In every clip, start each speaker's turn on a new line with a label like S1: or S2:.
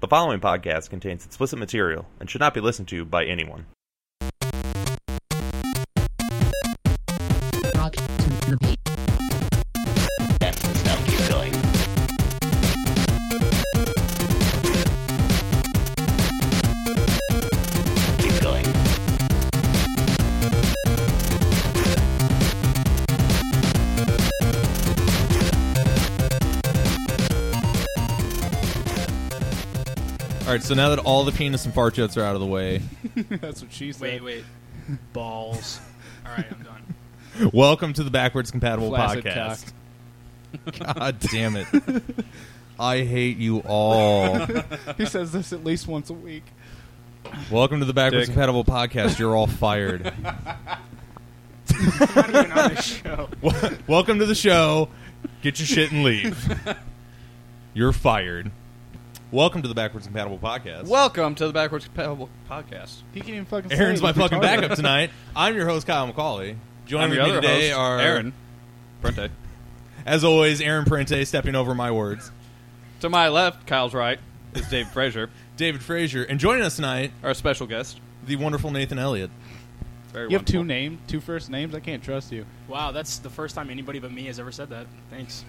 S1: The following podcast contains explicit material and should not be listened to by anyone.
S2: Rock to the beat.
S3: That's the stuff keep going. Keep going.
S4: All right, so now that all the penis and fart jokes are out of the way,
S5: That's what she said.
S6: Wait, wait. Balls. All right, I'm done.
S4: welcome to the backwards compatible
S5: Flaccid
S4: podcast. God damn it! I hate you all.
S5: cock. He says this at least once a week.
S4: welcome to the backwards
S5: Dick.
S4: compatible podcast. You're all fired.
S6: I'm not even on the show.
S4: Wel- welcome to the show. Get your shit and leave. You're fired. Welcome to the backwards compatible podcast.
S7: Welcome to the Backwards Compatible Podcast.
S5: He can even fucking.
S4: Aaron's
S5: say
S4: my
S5: it.
S4: fucking
S5: Retarded.
S4: backup tonight. I'm your host Kyle McCauley. Joining
S7: I'm your
S4: me
S7: other
S4: today
S7: host,
S4: are
S7: Aaron Prente.
S4: as always, Aaron Prente stepping over my words.
S7: To my left, Kyle's right, is Dave Frazier,
S4: David Frazier, and joining us tonight,
S7: our special guest.
S4: the wonderful Nathan Elliott.
S7: Very
S5: You have two
S7: wonderful.
S5: name, two first names. I can't trust you.
S6: Wow, that's the first time anybody but me has ever said that. Thanks.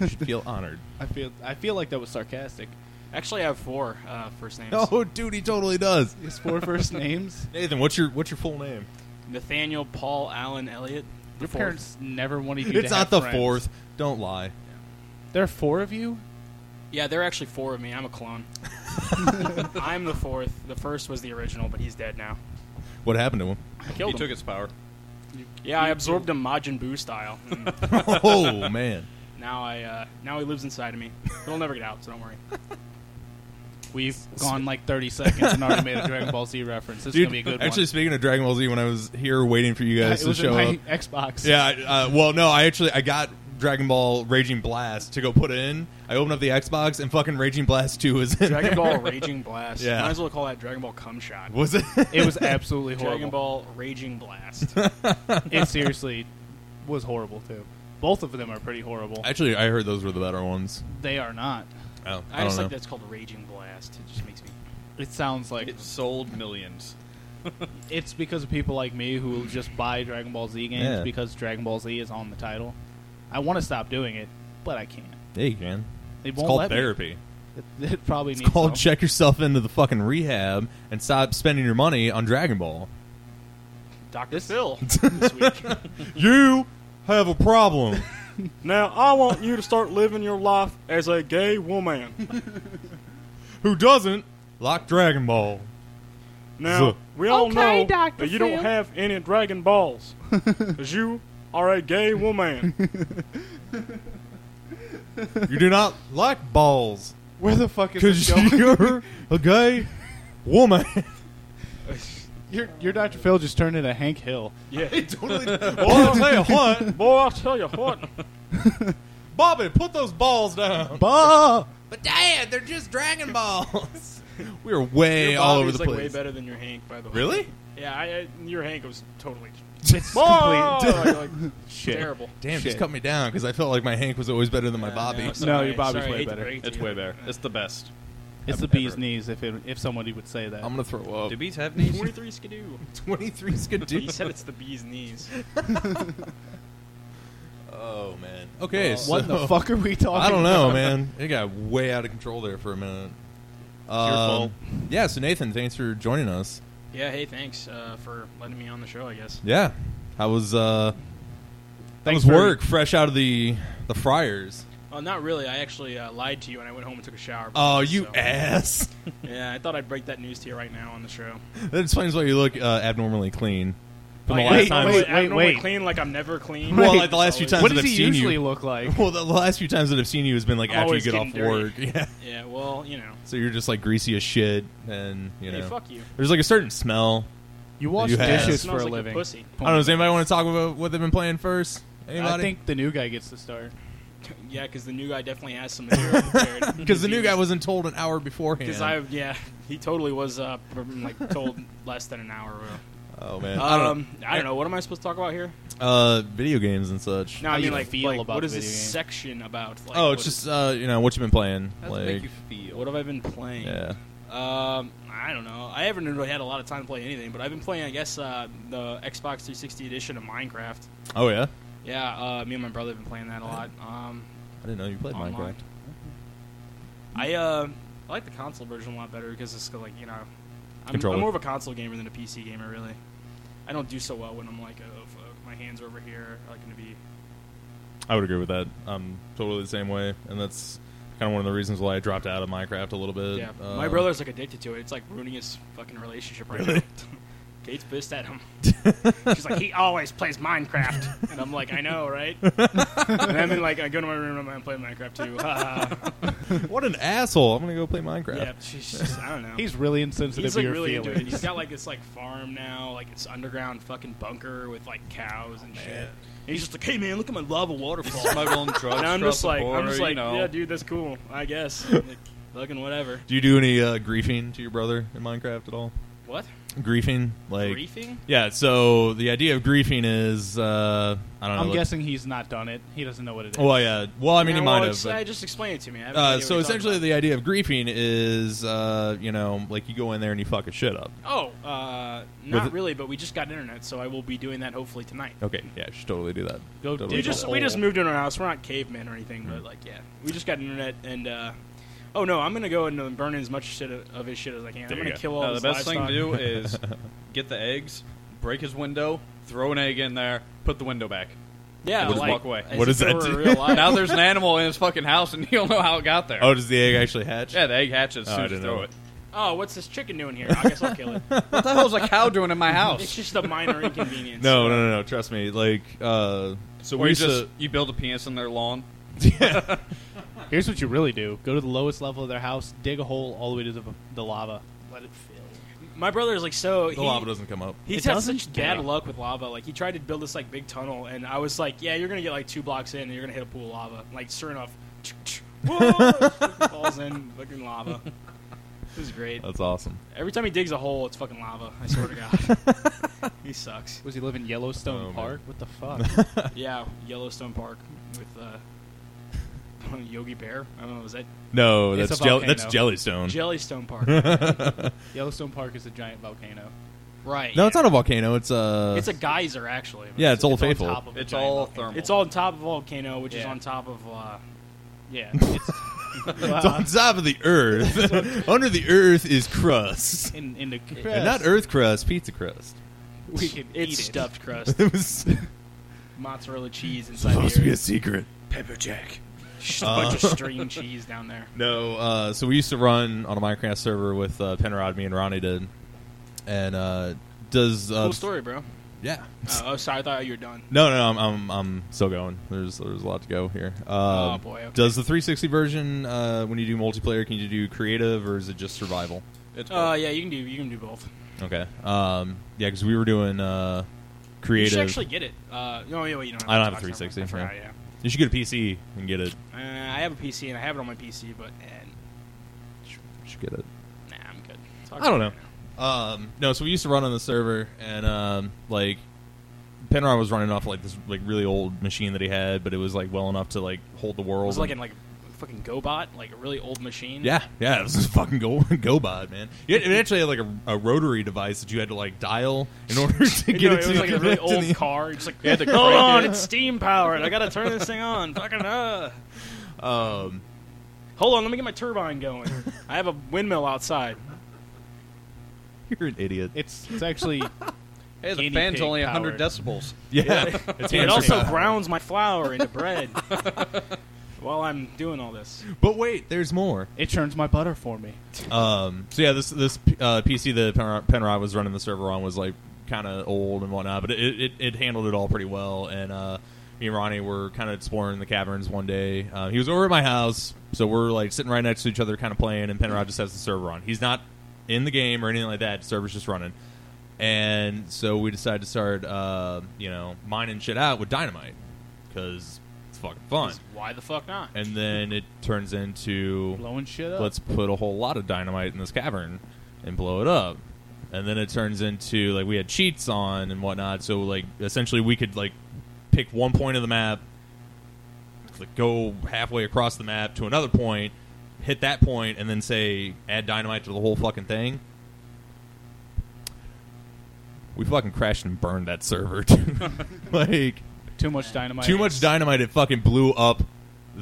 S4: You should feel honored.
S5: I feel. I feel like that was sarcastic.
S6: Actually, I have four uh, first names.
S4: Oh, dude, he totally does.
S5: His four first names.
S4: Nathan, what's your what's your full name?
S6: Nathaniel, Paul, Allen, Elliot. The
S5: Your
S6: fourth.
S5: parents never wanted you. to
S4: it's not
S5: have
S4: the
S5: friends.
S4: fourth. Don't lie.
S5: There are four of you.
S6: Yeah, there are actually four of me. I'm a clone. I'm the fourth. The first was the original, but he's dead now.
S4: What happened to him?
S6: I
S7: He
S6: killed him.
S7: took its power.
S6: yeah, I absorbed him Majin Buu style. and
S4: oh man,
S6: now I uh, now he lives inside of me. He'll never get out, so don't worry.
S5: We've gone like thirty seconds and already made a Dragon Ball Z reference. This is
S4: dude.
S5: gonna be a good
S4: actually,
S5: one.
S4: speaking of Dragon Ball Z, when I was here waiting for you
S5: Yeah,
S4: guys
S5: it
S4: to
S5: was in
S4: show
S5: my
S4: up,
S5: Xbox.
S4: yeah. I- Uh, well, no, I actually I got Dragon Ball Raging Blast to go put in. I opened up the Xbox and fucking Raging Blast Two is in
S6: Dragon
S4: there.
S6: Ball Raging Blast.
S4: Yeah.
S6: Might as well call that Dragon Ball Cum Shot.
S4: Was it?
S5: it was absolutely horrible.
S6: Dragon Ball Raging Blast.
S5: It seriously was horrible too. Both of them are pretty horrible.
S4: actually, I heard those were the better ones.
S5: they are not.
S4: Oh,
S6: I
S4: I, don't
S6: just
S4: know.
S6: like that's called Raging Blast. It just makes me.
S5: It sounds like
S7: It sold millions.
S5: It's because of people like me who will just buy Dragon Ball Z games
S4: Yeah.
S5: because Dragon Ball Z is on the title. I want to stop doing it, but I can't.
S4: Hey, man.
S5: They
S4: It's
S5: won't
S4: called
S5: let me.
S4: therapy.
S5: It, it probably
S4: It's
S5: needs
S4: called
S5: help.
S4: check yourself into the fucking rehab and stop spending your money on Dragon Ball.
S6: Doctor Phil this week.
S4: You have a problem.
S6: Now I want you to start living your life as a gay woman.
S4: Who doesn't like Dragon Ball? Zuh.
S8: Now, we all
S2: Okay,
S8: know
S2: Dr.
S8: that you don't
S2: Phil.
S8: have any Dragon Balls. Because you are a gay woman.
S4: You do not like balls
S5: Where the fuck is this
S4: because
S5: going?
S4: you're a gay woman.
S5: Your, your Dr. Phil just turned into Hank Hill.
S8: Yeah.
S4: Boy, I'll tell you what,
S8: Boy, I'll tell you what.
S4: Bobby, put those balls down.
S5: Bah!
S4: But Dad, they're just Dragon Balls. we are way
S6: Your
S4: all
S6: Bobby
S4: over
S6: is,
S4: the
S6: like Way
S4: place.
S6: better than your Hank, by the way.
S4: really?
S6: Yeah, I, I, your Hank was totally
S5: It's
S8: Bah!
S5: complete
S6: like, like,
S5: shit.
S6: terrible.
S4: Damn,
S5: Shit.
S4: just cut me down because I felt like my Hank was always better than my
S6: Uh,
S4: Bobby.
S6: sorry,
S5: No, your Bobby's
S6: sorry,
S5: way
S6: I hate to
S5: better.
S6: break it to
S7: It's
S6: you.
S7: way better. It's the best.
S5: It's the
S7: I've
S5: bees
S7: ever-
S5: knees if it, if somebody would say that.
S4: I'm gonna throw up.
S7: Do bees have knees?
S6: Twenty-three skidoo.
S4: 23
S6: He
S4: skidoo.
S6: said it's the bee's knees.
S4: Oh man. Okay. so,
S5: what the fuck are we talking
S4: I don't know,
S5: about?
S4: man. It got way out of control there for a minute.
S7: your
S4: Um,
S7: fault.
S4: Yeah. So Nathan, thanks for joining us.
S6: Yeah, hey, thanks uh, for letting me on the show. I guess.
S4: Yeah. How was uh? How
S5: Thanks
S4: was
S5: for-
S4: work? Fresh out of the the fryers.
S6: Oh, not really. I actually uh, lied to you, and I went home and took a shower.
S4: Oh, you
S6: so-
S4: ass!
S6: Yeah, I thought I'd break that news to you right now on the show.
S4: that explains why you look uh, abnormally clean. From
S6: Like,
S4: the last
S5: wait,
S4: time.
S6: I'm
S5: wait,
S6: abnormally
S5: wait.
S6: clean, like I'm never clean.
S4: Well, like the last few
S6: Always-
S4: times
S5: What
S4: that
S5: does
S4: I've
S5: he
S4: seen
S5: usually
S4: you.
S5: look like?
S4: Well, the last few times that I've seen you has been like
S6: I'm
S4: after you
S6: always
S4: get off
S6: getting dirty.
S4: work. Yeah.
S6: Yeah, well, you know.
S4: So you're just like greasy as shit, and you know,
S6: Hey, fuck you.
S4: there's like a certain smell.
S5: You wash
S4: You have-
S6: It
S5: dishes for
S6: smells
S5: a
S6: like
S5: living.
S6: a pussy.
S4: I don't know. Does anybody want to talk about what they've been playing first? Anybody?
S5: I think the new guy gets to start.
S6: Yeah, because the new guy definitely has some material prepared.
S4: because the new guy wasn't told an hour beforehand.
S6: Because I, yeah, he totally was uh, like told less than an hour ago.
S4: Oh man.
S6: Um, I don't, know. What am I supposed to talk about here?
S4: Uh, video games and such.
S6: No, I
S5: How you
S6: mean like,
S5: feel
S6: like,
S5: about
S6: what is this
S5: video games.
S6: section about? Like,
S4: oh, it's
S6: what
S4: just uh, you know what you've been playing.
S7: How does it
S4: like,
S7: make you feel?
S6: What have I been playing?
S4: yeah.
S6: Um, I don't know. I haven't really had a lot of time to play anything, but I've been playing, I guess, uh, the Xbox 360 edition of Minecraft.
S4: Oh yeah.
S6: Yeah, uh, me and my brother have been playing that a lot. Um,
S4: I didn't know you played
S6: Online.
S4: Minecraft.
S6: I uh, I like the console version a lot better because it's like you know, I'm,
S4: Controller.
S6: I'm more of a console gamer than a PC gamer. Really, I don't do so well when I'm like, oh, fuck, my hands are over here. I like to be.
S4: I would agree with that. I'm totally the same way, and that's kind of one of the reasons why I dropped out of Minecraft a little bit.
S6: Yeah,
S4: Uh,
S6: my brother's like addicted to it. It's like ruining his fucking relationship right now. Kate's pissed at him. She's like, he always plays Minecraft, and I'm like, I know, right? and I'm in, like, I go to my room and I'm playing Minecraft too.
S4: what an asshole! I'm gonna go play Minecraft.
S6: yeah, she's just, I don't know.
S5: He's really insensitive
S6: He's
S5: to
S6: like
S5: your
S6: really into it.
S5: feelings.
S6: He's got like this like farm now, like it's underground fucking bunker with like cows and shit. And he's just like, hey man, look at my lava waterfall.
S7: Oh, Smuggling drugs
S6: and I'm
S7: across
S6: just
S7: the
S6: like, I'm
S7: border,
S6: just
S7: you
S6: like,
S7: know.
S6: yeah, dude, that's cool. I guess, like, fucking whatever.
S4: Do you do any uh, griefing to your brother in Minecraft at all?
S6: What?
S4: Griefing, like
S6: Griefing?
S4: yeah. So the idea of griefing is uh, I don't know.
S5: I'm
S4: like-
S5: guessing he's not done it. He doesn't know what it is.
S4: Well, yeah. Well, I mean,
S6: Now,
S4: he might
S6: well,
S4: have.
S6: it's-
S4: but-
S6: uh, just explain it to me. I have no idea
S4: Uh,
S6: what
S4: so
S6: you're talking
S4: essentially,
S6: about.
S4: the idea of griefing is, uh, you know, like you go in there and you fuck a shit up.
S6: oh, uh, not
S4: With-
S6: really, but we just got internet, so I will be doing that hopefully tonight.
S4: Okay, yeah, you should totally do that.
S5: Go
S4: totally
S5: dig
S6: We
S4: do
S6: just
S4: that.
S6: we just moved in our house. We're not cavemen or anything, but like yeah, we just got internet and. uh Oh no! I'm gonna go and uh, burn as much shit of, of his shit as I can. I'm
S4: There you
S6: gonna
S4: go.
S6: kill all
S7: No, the
S6: his
S7: best thing
S6: livestock.
S7: to do is get the eggs, break his window, throw an egg in there, put the window back.
S6: Yeah,
S7: And just
S6: like,
S7: walk away.
S6: as
S4: What
S6: if
S4: does
S6: it
S4: that
S6: were
S4: do?
S6: Real life.
S7: now there's an animal in his fucking house, and you'll know how it got there.
S4: Oh, does the egg actually hatch?
S7: yeah, the egg hatches
S4: Oh,
S7: as soon
S4: I
S7: as you
S4: didn't
S7: throw
S4: know.
S7: it.
S6: oh, what's this chicken doing here? I guess I'll kill it.
S7: What the hell is a cow doing in my
S6: It's
S7: house?
S6: just a minor inconvenience.
S4: No, no, no, no. Trust me. Like, uh,
S7: Or
S4: so we
S7: you
S4: used
S7: just you build a penis in their lawn.
S4: to. Yeah.
S5: Here's what you really do: go to the lowest level of their house, dig a hole all the way to the, the lava.
S6: Let it fill. My brother's like so.
S4: the
S6: he,
S4: lava doesn't come up.
S6: He's
S5: It
S6: had
S5: doesn't?
S6: such bad
S5: Yeah.
S6: luck with lava. Like he tried to build this like big tunnel, and I was like, "Yeah, you're gonna get like two blocks in, and you're gonna hit a pool of lava." Like sure enough, whoa, falls in fucking lava. This is great.
S4: That's awesome.
S6: Every time he digs a hole, it's fucking lava. I swear to God, he sucks.
S5: Was he live in Yellowstone
S4: Oh, man.
S5: Park? What the fuck?
S6: Yeah, Yellowstone Park with uh, Yogi Bear. I don't know. Is that
S4: No,
S5: It's
S4: that's
S5: a
S4: jel-
S5: volcano.
S4: that's Jellystone.
S6: Jellystone Park?
S5: Yellowstone Park is a giant volcano.
S6: right.
S4: no, it's not a volcano. It's a.
S6: It's a geyser, actually.
S4: Yeah, it's Old
S5: on
S4: Faithful.
S5: top of a
S7: It's
S5: giant
S7: all
S5: volcano.
S7: thermal.
S6: It's on top of a volcano, which is
S5: Yeah.
S6: on top of. Uh,
S5: Yeah. It's,
S4: It's on top of the earth. Under the earth is crust,
S5: in, in the
S4: and not earth crust, pizza crust.
S5: We can
S6: it's
S5: eat it.
S6: stuffed crust,
S4: It was
S6: mozzarella cheese inside
S4: supposed to be
S6: here.
S4: a secret.
S6: pepper jack. Just a bunch of string cheese down there.
S4: No, uh, so we used to run on a Minecraft server with uh, Penrod, me and Ronnie did, and uh, does uh,
S6: Cool story, bro.
S4: Yeah.
S6: Uh, oh, sorry, I thought you were done.
S4: No, no, I'm, I'm, I'm still going. There's, there's a lot to go here. Um,
S6: Oh, boy, okay.
S4: Does the 360 version uh, when you do multiplayer, can you do creative or is it just survival?
S7: It's
S6: Uh, yeah, you can do you can do both.
S4: Okay. Um, yeah, because we were doing uh,
S6: You
S4: creative.
S6: should actually get it. Uh, no, yeah, wait, you don't. Have
S4: I don't have a
S6: Xbox,
S4: 360,
S6: I forgot,
S4: no.
S6: yeah.
S4: You should get a PC and get it.
S6: Uh, I have a PC and I have it on my PC, but eh,
S4: You should get it.
S6: nah, I'm good. It's
S4: I don't know.
S6: okay.
S4: Um, no, so we used to run on the server, and um, like Penrod was running off like this like really old machine that he had, but it was like well enough to like hold the
S6: It
S4: world.
S6: was like
S4: and-
S6: in like a fucking GoBot, like a really old machine.
S4: yeah, yeah, it was a fucking go GoBot, man. You had- It actually had like a, a rotary device that you had to like dial in order to
S6: You
S4: get
S6: know,
S4: it
S6: it
S4: to
S6: was like a really
S4: connect to
S6: old
S4: the-
S6: car. It's like,
S7: had to
S6: hold
S7: crank
S6: on,
S7: it."
S6: it's steam powered. I gotta turn this thing on. Fucking uh.
S4: Um,
S6: Hold on, let me get my turbine going. I have a windmill outside.
S4: you're an idiot.
S5: It's it's actually
S7: hey, the
S5: guinea
S7: fan's
S5: pig
S7: only 100
S5: powered.
S7: decibels.
S4: yeah,
S6: And it also browns my flour into bread while I'm doing all this.
S4: But wait, there's more.
S5: it churns my butter for me.
S4: Um, so yeah, this this uh, PC that Penrod, Penrod was running the server on was like kind of old and whatnot, but it, it it handled it all pretty well. And uh, me and Ronnie were kind of exploring the caverns one day. Uh, he was over at my house, so we're like sitting right next to each other, kind of playing. And Penrod just has the server on. He's not in the game or anything like that. The server's just running. And so we decided to start, uh, you know, mining shit out with dynamite because it's fucking fun.
S6: Why the fuck not?
S4: And then it turns into
S5: Blowing shit up.
S4: let's put a whole lot of dynamite in this cavern and blow it up. and then it turns into like we had cheats on and whatnot. So like essentially we could like pick one point of the map, like go halfway across the map to another point, hit that point, and then say add dynamite to the whole fucking thing. We fucking crashed and burned that server. dude. like
S5: Too much dynamite.
S4: too much dynamite, it fucking blew up.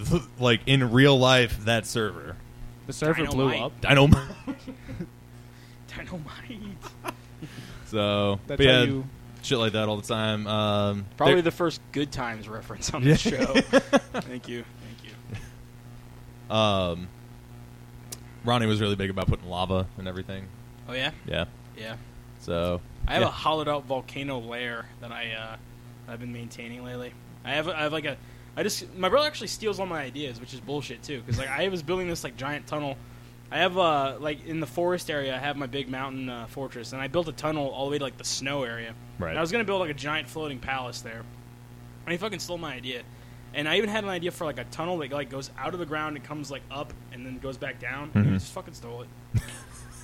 S4: th- Like in real life, that server
S5: The server blew
S6: Dynamite.
S5: up.
S4: dynamite.
S6: Dynamite.
S4: so
S5: That's
S4: but yeah,
S5: how you.
S4: shit like that all the time. Um,
S6: Probably
S4: there-
S6: the first good times reference on the show. Thank you. Thank you.
S4: Um, Ronnie was really big about putting lava and everything.
S6: Oh yeah,
S4: Yeah.
S6: yeah.
S4: So
S6: I have
S4: yeah.
S6: a hollowed out volcano lair that I uh, I've been maintaining lately. I have I have like a I just my brother actually steals all my ideas, which is bullshit too. Because like I was building this like giant tunnel. I have uh like in the forest area, I have my big mountain uh, fortress, and I built a tunnel all the way to like the snow area.
S4: Right.
S6: And I was gonna build like a giant floating palace there, and he fucking stole my idea. And I even had an idea for like a tunnel that like goes out of the ground and comes like up and then goes back down. And he
S4: Mhm.
S6: just fucking stole it.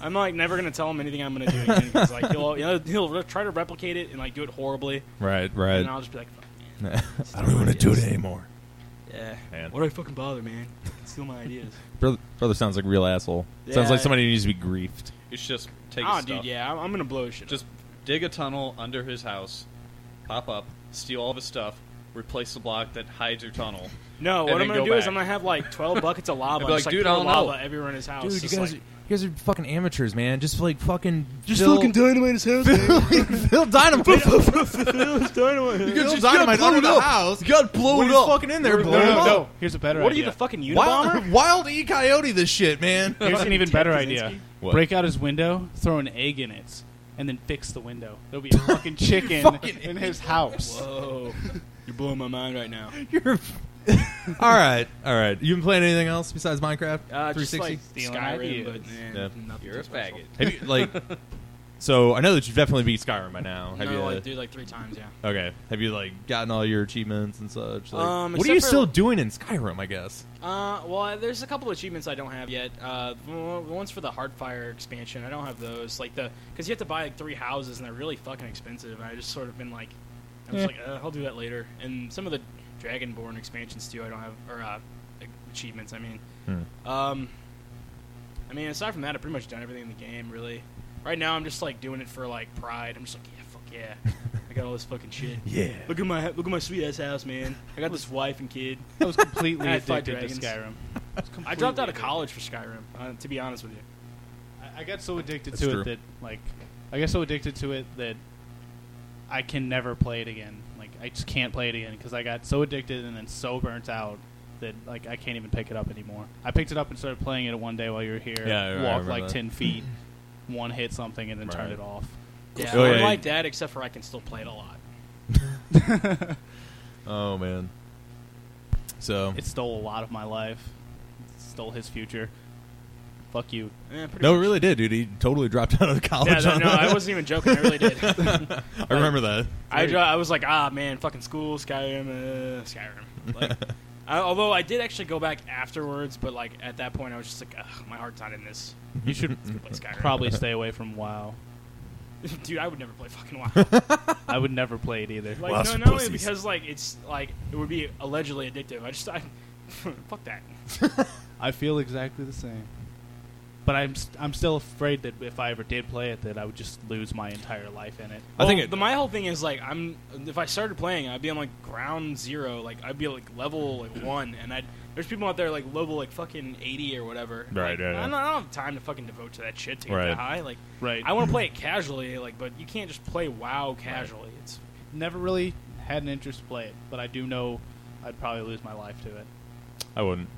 S6: I'm like never gonna tell him anything I'm gonna do again because like he'll you know, he'll re- try to replicate it and like do it horribly,
S4: right,
S6: and
S4: right.
S6: I'll just be like, "Fuck, man.
S4: I
S6: don't wanna do it
S4: anymore.
S6: yeah,
S4: Man.
S6: why do I fucking bother, man? Steal my ideas.
S4: Brother, brother sounds like a real asshole.
S6: Yeah.
S4: Sounds like somebody who needs to be griefed.
S7: It's just take
S6: Ah,
S7: his stuff.
S6: dude, yeah, I'm, I'm gonna blow his shit.
S7: Just dig a tunnel under his house, pop up, steal all of his stuff, replace the block that hides your tunnel.
S6: up. no,
S7: and
S6: what I'm
S7: then
S6: gonna
S7: go
S6: do is
S7: back.
S6: I'm gonna have like 12 buckets of lava,
S7: I'd
S6: and
S7: be
S6: just,
S7: like,
S6: like
S7: "Dude, I
S6: pour
S7: don't know."
S6: lava everywhere in his house.
S4: Dude, you
S6: just,
S4: guys,
S6: like,
S4: you guys are fucking amateurs, man. Just like fucking,
S6: just
S4: fill,
S6: fucking dynamite his house.
S4: fill dynamite.
S6: dynamite.
S4: You just dynamite under the house. You got blow
S7: it up.
S4: Fucking in there, blow
S5: No,
S4: it
S5: no,
S4: up.
S5: no. Here's a better
S6: What are you,
S5: idea.
S6: the fucking Unabomber?
S4: Wild, wild E Coyote, this shit, man.
S5: Here's an even better idea.
S4: What?
S5: Break out his window, throw an egg in it, and then fix the window. There'll be a fucking chicken
S4: Fucking
S5: in his house.
S6: Whoa, you're blowing my mind right now.
S4: You're- all right, all right. You been playing anything else besides Minecraft?
S6: Uh, just
S4: 360.
S6: like
S5: Stealing
S6: Skyrim,
S5: ideas.
S6: but man,
S4: Yeah.
S6: nothing
S7: You're a
S6: too special.
S7: faggot.
S4: Have you like? so I know that you've definitely beat Skyrim by now. Have
S7: uh,
S6: no,
S4: you?
S6: I do like three times. Yeah.
S4: okay. Have you like gotten all your achievements and such? Like,
S6: Um,
S4: what are you
S6: except for-
S4: still doing in Skyrim? I guess.
S6: Uh, well, there's a couple achievements I don't have yet. Uh, the one- the ones for the Heartfire expansion, I don't have those. Like the, because you have to buy like three houses and they're really fucking expensive. And I just sort of been like, I'm just like, uh, I'll do that later. And some of the Dragonborn expansions too, I don't have or uh, achievements. I mean, um, I mean, aside from that, I've pretty much done everything in the game. Really, right now I'm just like doing it for like pride. I'm just like, yeah, fuck yeah, I got all this fucking shit.
S4: Yeah.
S6: Look at my look at my sweet ass house, man. I got this wife and kid.
S5: I was completely
S6: I thought
S5: addicted to
S6: dragons.
S5: Skyrim.
S6: I dropped out of college for Skyrim, uh, to be honest with you.
S5: I, I got so addicted
S4: That's
S5: to
S4: true.
S5: it that like I got so addicted to it that I can never play it again. Like I just can't play it again because I got so addicted and then so burnt out that like I can't even pick it up anymore. I picked it up and started playing it one day while you were here.
S4: Yeah, I- I
S5: walked
S4: remember
S5: like
S4: that.
S5: ten feet, one hit something and then turned it
S4: Right.
S5: off.
S6: Yeah,
S4: Oh, yeah,
S6: I'm like
S4: you-
S6: that, except for I can still play it a lot.
S4: Oh man. So
S5: It stole a lot of my life. It stole his future. Fuck you.
S6: Eh, pretty
S4: no, it
S6: much.
S4: really did, dude. He totally dropped out of college.
S6: Yeah, no,
S4: on
S6: no,
S4: that.
S6: I wasn't even joking. I really did.
S4: I remember that.
S6: I, dro- I was like, ah, man, fucking school, Skyrim, uh, Skyrim. Like, I, although I did actually go back afterwards, but like at that point, I was just like, Ugh, my heart's not in this.
S5: You should
S6: Let's go play Skyrim.
S5: probably stay away from WoW.
S6: dude, I would never play fucking WoW.
S5: I would never play it either.
S6: Like,
S4: Lots
S6: no,
S4: of
S6: not only
S4: pussies.
S6: because like it's like it would be allegedly addictive. I just, I, fuck that.
S5: I feel exactly the same. But I'm st- I'm still afraid that if I ever did play it, that I would just lose my entire life in it.
S4: I think
S6: Well,
S4: it-
S6: the, my whole thing is like I'm. If I started playing, I'd be on like ground zero, like I'd be like level like one, and I'd there's people out there like level like fucking eighty or whatever.
S4: Right,
S6: Like,
S4: yeah, yeah.
S6: I, don't, I don't have time to fucking devote to that shit to get
S4: Right.
S6: that high. Like,
S5: Right.
S6: I want to play it casually, like, but you can't just play WoW casually. It's
S5: Never really had an interest to play it, but I do know I'd probably lose my life to it.
S4: I wouldn't.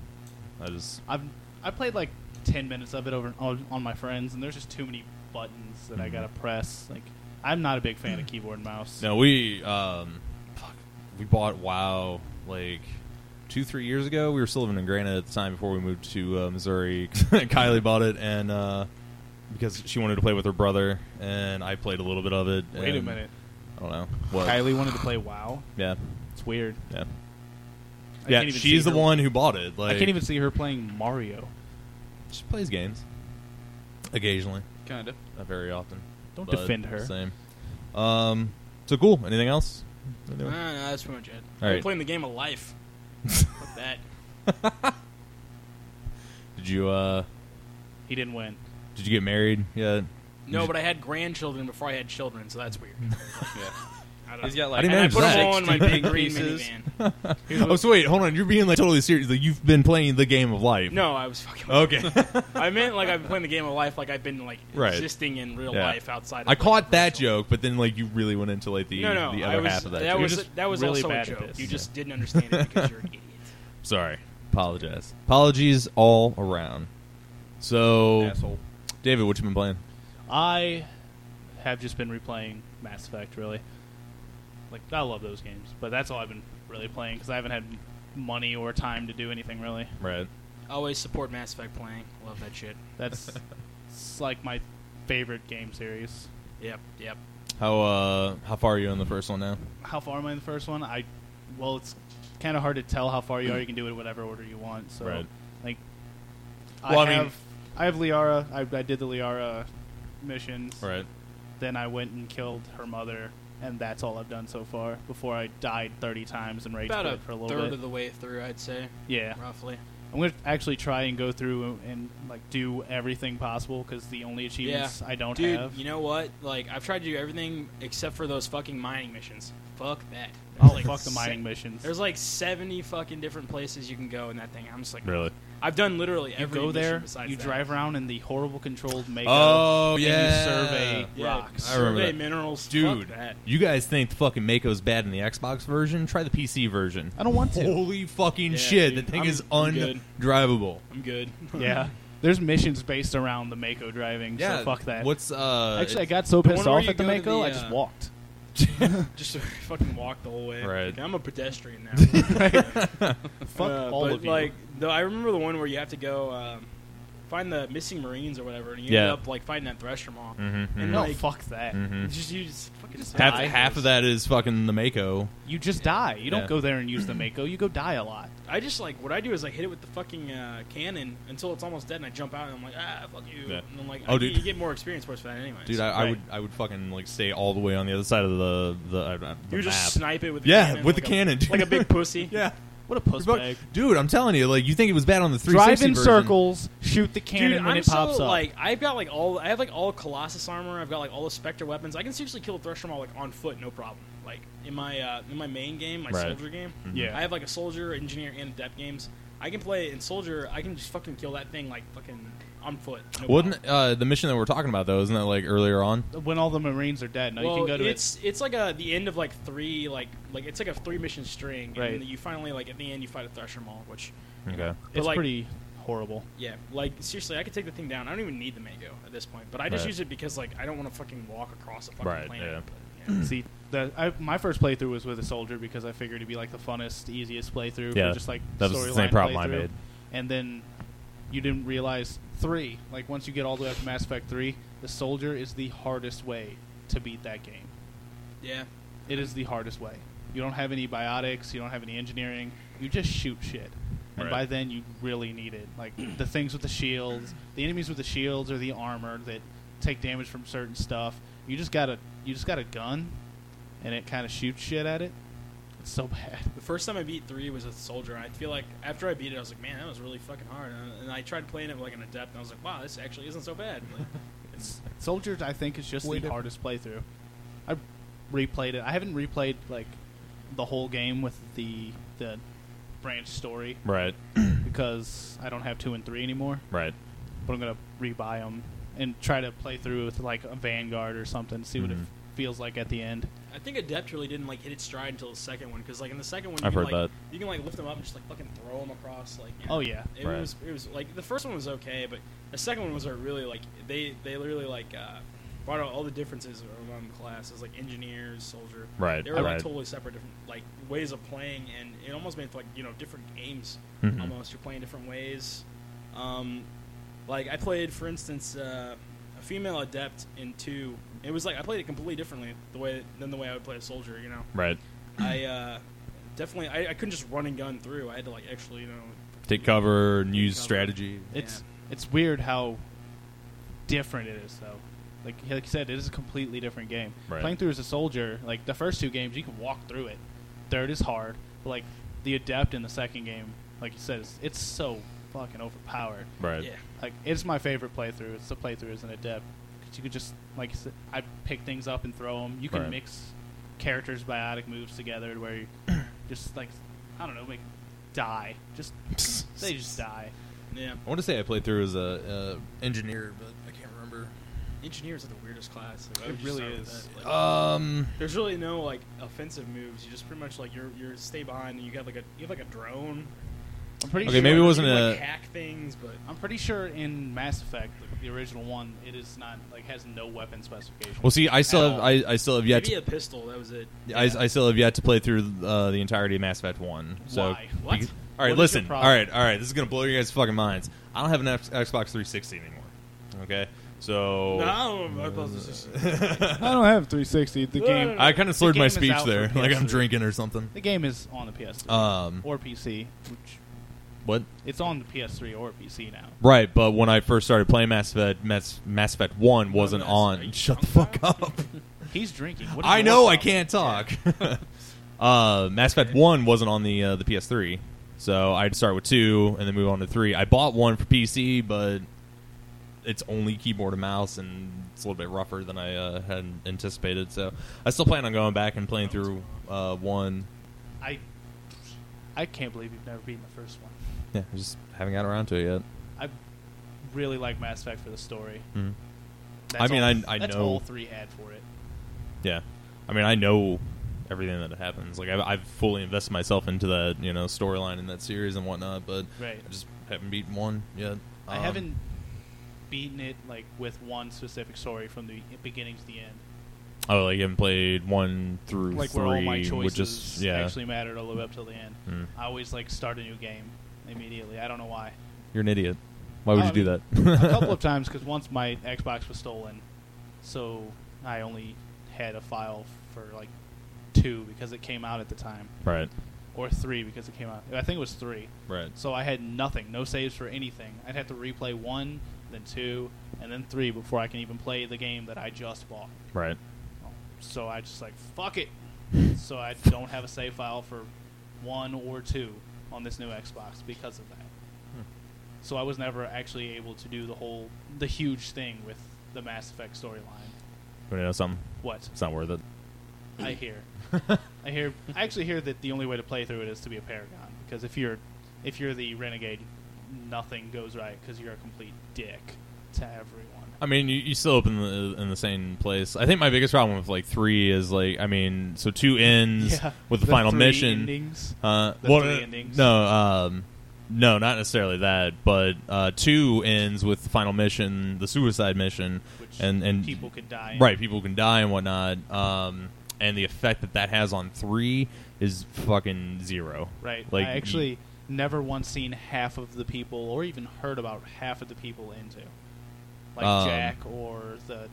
S4: I just
S5: I've I played like ten minutes of it over on, on my friends, and there's just too many buttons that I gotta press. Like I'm not a big fan of keyboard and mouse.
S4: No, we um, fuck, we bought WoW like two, three years ago. We were still living in Granite at the time before we moved to uh, Missouri. Kylie bought it, and uh, because she wanted to play with her brother, and I played a little bit of it.
S5: Wait a
S4: and-
S5: minute.
S4: I don't know what.
S5: Kylie wanted to play WoW.
S4: Yeah,
S5: It's weird. I
S4: yeah, yeah.
S5: can't even
S4: She's
S5: see
S4: the
S5: her-
S4: one who bought it. Like
S5: I can't even see her playing Mario.
S4: She plays games occasionally,
S7: Kinda.
S4: not very often.
S5: Don't
S4: but
S5: defend her.
S4: Same. Um. So cool. Anything else?
S6: Uh, no, that's pretty much it.
S4: All
S6: I'm
S4: right.
S6: playing the game of life. Fuck that.
S4: Did you uh?
S5: He didn't win.
S4: Did you get married yet?
S6: No, but I had grandchildren before I had children, so that's weird. I don't
S7: He's
S6: know.
S7: got like
S4: I didn't
S6: I
S4: manage
S6: put them
S4: that.
S6: all in my
S7: 60
S6: big green
S7: pieces.
S6: minivan.
S4: Oh, so wait, hold on. You're being like totally serious. Like you've been playing the game of life.
S6: No, I was fucking.
S4: Okay.
S6: I meant like I've been playing the game of life, like I've been like
S4: Right.
S6: existing in real
S4: Yeah.
S6: life outside. Of
S4: I
S6: like,
S4: caught that
S6: personal-
S4: joke, but then like you really went into like the
S6: No, no,
S4: the
S6: I
S4: other
S6: was,
S4: half of that.
S6: that
S4: joke.
S6: was
S5: You're just
S6: that was
S5: really
S6: also a
S5: bad at
S6: joke.
S5: this.
S6: You just didn't understand it because you're an idiot.
S4: Sorry. Apologize. Apologies all around. So,
S7: asshole.
S4: David, what you been playing?
S5: I have just been replaying Mass Effect, really. Like, I love those games, but that's all I've been really playing because I haven't had money or time to do anything, really.
S4: Right.
S6: Always support Mass Effect playing. Love that shit.
S5: That's it's like my favorite game series.
S6: Yep, yep.
S4: How uh how far are you in the first one now?
S5: How far am I in the first one? I, well, it's kind of hard to tell how far you are. You can do it in whatever order you want. So,
S4: Right.
S5: like,
S4: Well, I
S5: I,
S4: mean-
S5: have I have Liara. I, I did the Liara missions.
S4: Right.
S5: Then I went and killed her mother, and that's all I've done so far. Before I died thirty times and rage
S6: About a
S5: quit for a little
S6: third
S5: bit.
S6: of the way through, I'd say,
S5: yeah,
S6: roughly.
S5: I'm gonna actually try and go through and like do everything possible because the only achievements I don't
S6: Dude,
S5: have.
S6: you know what? Like, I've tried to do everything except for those fucking mining missions. Fuck that.
S5: Oh,
S6: There's like
S5: fuck the mining
S6: se-
S5: missions.
S6: There's like 70 fucking different places you can go in that thing. I'm just like,
S4: Really?
S6: I've done literally
S5: you
S6: every
S5: go
S6: mission
S5: there,
S6: besides
S5: you
S6: that.
S5: drive around in the horrible controlled Mako.
S4: Oh,
S5: and
S4: yeah.
S5: you survey
S6: Yeah,
S5: rocks.
S4: I remember
S6: survey
S4: that.
S6: minerals.
S4: Dude,
S6: Fuck that.
S4: you guys think the fucking Mako's bad in the Xbox version? Try the PC version.
S5: I don't want to.
S4: Holy fucking
S6: Yeah,
S4: shit!
S6: dude,
S4: that thing
S6: I'm-
S4: is
S6: I'm good.
S4: undrivable.
S6: I'm good.
S5: yeah, there's missions based around the Mako driving. so fuck that.
S4: What's uh?
S5: Actually, I got so
S6: the
S5: pissed
S6: one where
S5: off
S6: you
S5: at the
S6: go to
S5: Mako,
S6: the,
S5: I just
S6: uh,
S5: walked.
S6: Just fucking walk the whole way.
S4: Right.
S6: Like, I'm a pedestrian now.
S5: Fuck
S6: Uh,
S5: all
S6: but
S5: of you.
S6: Like, though, I remember the one where you have to go um, find the missing Marines or whatever, and you
S4: Yeah.
S6: end up like finding that Thresher Mall.
S4: mm-hmm.
S6: And
S5: no,
S6: like, mm-hmm.
S5: fuck that.
S6: it's just you just fucking just
S4: Half,
S6: die.
S4: half of that is fucking the Mako.
S5: You just die. You don't
S4: Yeah.
S5: go there and use the Mako. You go die a lot.
S6: I just like what I do is like hit it with the fucking uh, cannon until it's almost dead, and I jump out and I'm like, ah, fuck you.
S4: Yeah.
S6: And I'm like,
S4: Oh,
S6: I-
S4: dude.
S6: you get more experience points for that anyway.
S4: Dude, I, I would I would fucking like stay all the way on the other side of the the, uh, the
S6: you
S4: map.
S6: just snipe it with the
S4: Yeah,
S6: cannon,
S4: with
S6: like
S4: the
S6: a-
S4: cannon, dude.
S6: like a big pussy.
S4: yeah,
S5: What a puss
S4: Fuck-
S5: bag.
S4: dude, I'm telling you, like you think it was bad on the 360
S5: Drive in
S4: version.
S5: circles, shoot the
S6: Dude,
S5: cannon when
S6: I'm
S5: it pops
S6: so,
S5: up.
S6: like I've got like all I have like all Colossus armor. I've got like all the Spectre weapons. I can seriously kill a Thresher Maul like on foot, no problem. Like in my uh, in my main game, my
S4: Right.
S6: soldier game,
S5: Yeah.
S6: I have like a soldier, engineer, and adept games. I can play in soldier. I can just fucking kill that thing like fucking on foot. No problem.
S4: Wasn't uh, the mission that we're talking about though? Isn't that like earlier on?
S5: when all the Marines are dead, no,
S6: well,
S5: you can go to it.
S6: it's it's like a the end of like three like like it's like a three mission string,
S5: Right.
S6: and you finally like at the end you fight a Thresher Maul, which
S4: Okay.
S6: but,
S5: It's
S6: like,
S5: pretty horrible.
S6: Yeah, like seriously, I could take the thing down. I don't even need the Mago at this point, but I just
S4: Right.
S6: use it because like I don't want to fucking walk across a fucking
S4: Right,
S6: planet.
S5: See, the, I, my first playthrough was with a soldier because I figured it'd be like the funnest, easiest playthrough.
S4: Yeah,
S5: for just like
S4: that was the same
S5: storyline
S4: problem I
S5: playthrough.
S4: made.
S5: And then you didn't realize three. Like once you get all the way up to Mass Effect three, the soldier is the hardest way to beat that game.
S6: Yeah,
S5: It is the hardest way. You don't have any biotics. You don't have any engineering. You just shoot shit. And
S4: Right.
S5: by then, you really need it. Like the things with the shields, the enemies with the shields or the armor that take damage from certain stuff. You just got a you just got a gun, and it kind of shoots shit at it. It's so bad.
S6: the first time I beat three was with Soldier, and I feel like after I beat it, I was like, man, that was really fucking hard. And, and I tried playing it with, like an adept, and I was like, wow, this actually isn't so bad. Like, it's
S5: Soldiers, I think, is just
S4: Way
S5: the
S4: different.
S5: hardest playthrough. I replayed it. I haven't replayed like the whole game with the the branch story
S4: Right.
S5: because I don't have two and three anymore.
S4: Right.
S5: but I'm gonna rebuy them and try to play through with like a Vanguard or something. See what it
S4: Mhm.
S5: f- feels like at the end.
S6: I think adept really didn't like hit its stride until the second one because like in the second one,
S4: I've
S6: you
S4: heard
S6: can, like,
S4: that.
S6: you can like lift them up and just like fucking throw them across. Like,
S5: Oh, yeah.
S6: it
S4: Right.
S6: was it was like the first one was okay, but the second one was uh, really like they they really like uh, brought out all the differences among classes like engineers, soldier.
S4: Right,
S6: they were
S4: right.
S6: like totally separate different like ways of playing, and it almost made like you know different games.
S4: Mhm.
S6: Almost you're playing different ways. Um, like I played, for instance, uh, a female adept in two. It was like I played it completely differently the way than the way I would play a soldier. You know,
S4: Right.
S6: I uh, definitely I, I couldn't just run and gun through. I had to like actually you know
S4: Take cover and use
S6: cover.
S4: strategy.
S5: It's it's weird how different it is though. Like like you said, it is a completely different game.
S4: Right.
S5: Playing through as a soldier, like the first two games, you can walk through it. Third is hard, but like the adept in the second game, like you said, it's, it's so fucking overpowered.
S4: Right.
S6: Yeah.
S5: Like it's my favorite playthrough. It's the playthrough as an adept 'Cause you could just like I said, I pick things up and throw them. You can
S4: Right.
S5: mix characters' biotic moves together to where you just like I don't know, make die. Just they just die.
S6: Yeah.
S4: I want to say I played through as a uh, engineer, but I can't remember.
S6: Engineers are the weirdest class. Like, why
S5: It
S6: would you
S5: really
S6: start with
S5: is.
S6: that? Like,
S4: Um,
S6: There's really no like offensive moves. You just pretty much like you're you're stay behind and you got like a you have like a drone.
S5: I'm pretty
S4: Okay,
S5: sure.
S4: maybe it
S6: You
S4: wasn't
S6: can,
S4: a-
S6: like, hack things, but
S5: I'm pretty sure in Mass Effect, the, the original one, it is not like has no weapon specification.
S4: well, see, I still
S5: At
S4: have
S5: all.
S4: I, I still have yet
S6: maybe
S4: to,
S6: a pistol. That was it.
S4: I, I still have yet to play through uh, the entirety of Mass Effect One. So
S5: Why? What?
S4: Because- all
S5: What
S4: right,
S5: is your
S4: listen. All
S5: problem?
S4: right, all right. This is gonna blow your guys' fucking minds. I don't have an X- Xbox 360 anymore. Okay, so
S6: No, I don't know about this.
S5: I don't have 360. The game.
S4: I kind of slurred
S5: The
S4: my
S5: game is
S4: speech
S5: out for
S4: there, like I'm
S5: PS3.
S4: drinking or something.
S5: The game is on the PS3
S4: Um,
S5: or PC, which
S4: what?
S5: it's on the PS3 or PC now.
S4: Right, but when I first started playing Mass Effect, Mass, Mass Effect One wasn't
S6: Mass- are
S4: on.
S6: you
S4: Shut the
S6: drunk
S4: fuck up.
S5: He's drinking. What is
S4: I
S5: your
S4: know I
S5: problem?
S4: can't talk. uh, Mass Effect One wasn't on the uh, the PS3, so I had to start with two and then move on to three. I bought one for PC, but it's only keyboard and mouse, and it's a little bit rougher than I uh, had anticipated. So I still plan on going back and playing through uh, one.
S5: I I can't believe you've never beaten the first one.
S4: Yeah, I just haven't got around to it yet.
S5: I really like Mass Effect for the story.
S4: Mhm.
S5: That's
S4: I mean,
S5: all-
S4: I- I
S5: that's
S4: know-
S5: all three had for it.
S4: Yeah, I mean, I know everything that happens. Like I've, I've fully invested myself into that you know storyline in that series and whatnot, but
S5: Right.
S4: I just haven't beaten one yet.
S5: I
S4: Um,
S5: haven't beaten it like with one specific story from the beginning to the end.
S4: Oh, like you haven't played one through
S5: Like
S4: three,
S5: where all my
S4: which
S5: choices
S4: is yeah.
S5: actually mattered all the way up till the end.
S4: Mm.
S5: I always like start a new game immediately. I don't know why.
S4: You're an idiot. Why would
S5: Oh,
S4: you
S5: I
S4: do
S5: mean,
S4: that?
S5: a couple of times because once my Xbox was stolen, so I only had a file for like two because it came out at the time,
S4: Right.
S5: or three because it came out. I think it was three.
S4: Right.
S5: So I had nothing, no saves for anything. I'd have to replay one, then two, and then three before I can even play the game that I just bought.
S4: Right.
S5: So I just like fuck it. So I don't have a save file for one or two on this new Xbox because of that. So I was never actually able to do the whole the huge thing with the Mass Effect storyline.
S4: You know something?
S5: What
S4: It's not worth it.
S5: I hear, I hear, I actually hear that the only way to play through it is to be a paragon because if you're if you're the renegade, nothing goes right because you're a complete dick to everyone.
S4: I mean, you, you still open the, uh, in the same place. I think my biggest problem with like three is like I mean, so two ends with the, final
S5: three
S4: mission.
S5: endings.
S4: Uh,
S5: The
S4: well,
S5: three
S4: no,
S5: endings.
S4: No, um, no, not necessarily that. But uh, two ends with the final mission, the suicide mission,
S5: Which
S4: and and
S5: people could die in.
S4: Right, people can die and whatnot. Um, and the effect that that has on three is fucking zero.
S5: Right.
S4: Like
S5: I actually never once seen half of the people, or even heard about half of the people into, like
S4: Um,
S5: Jack or the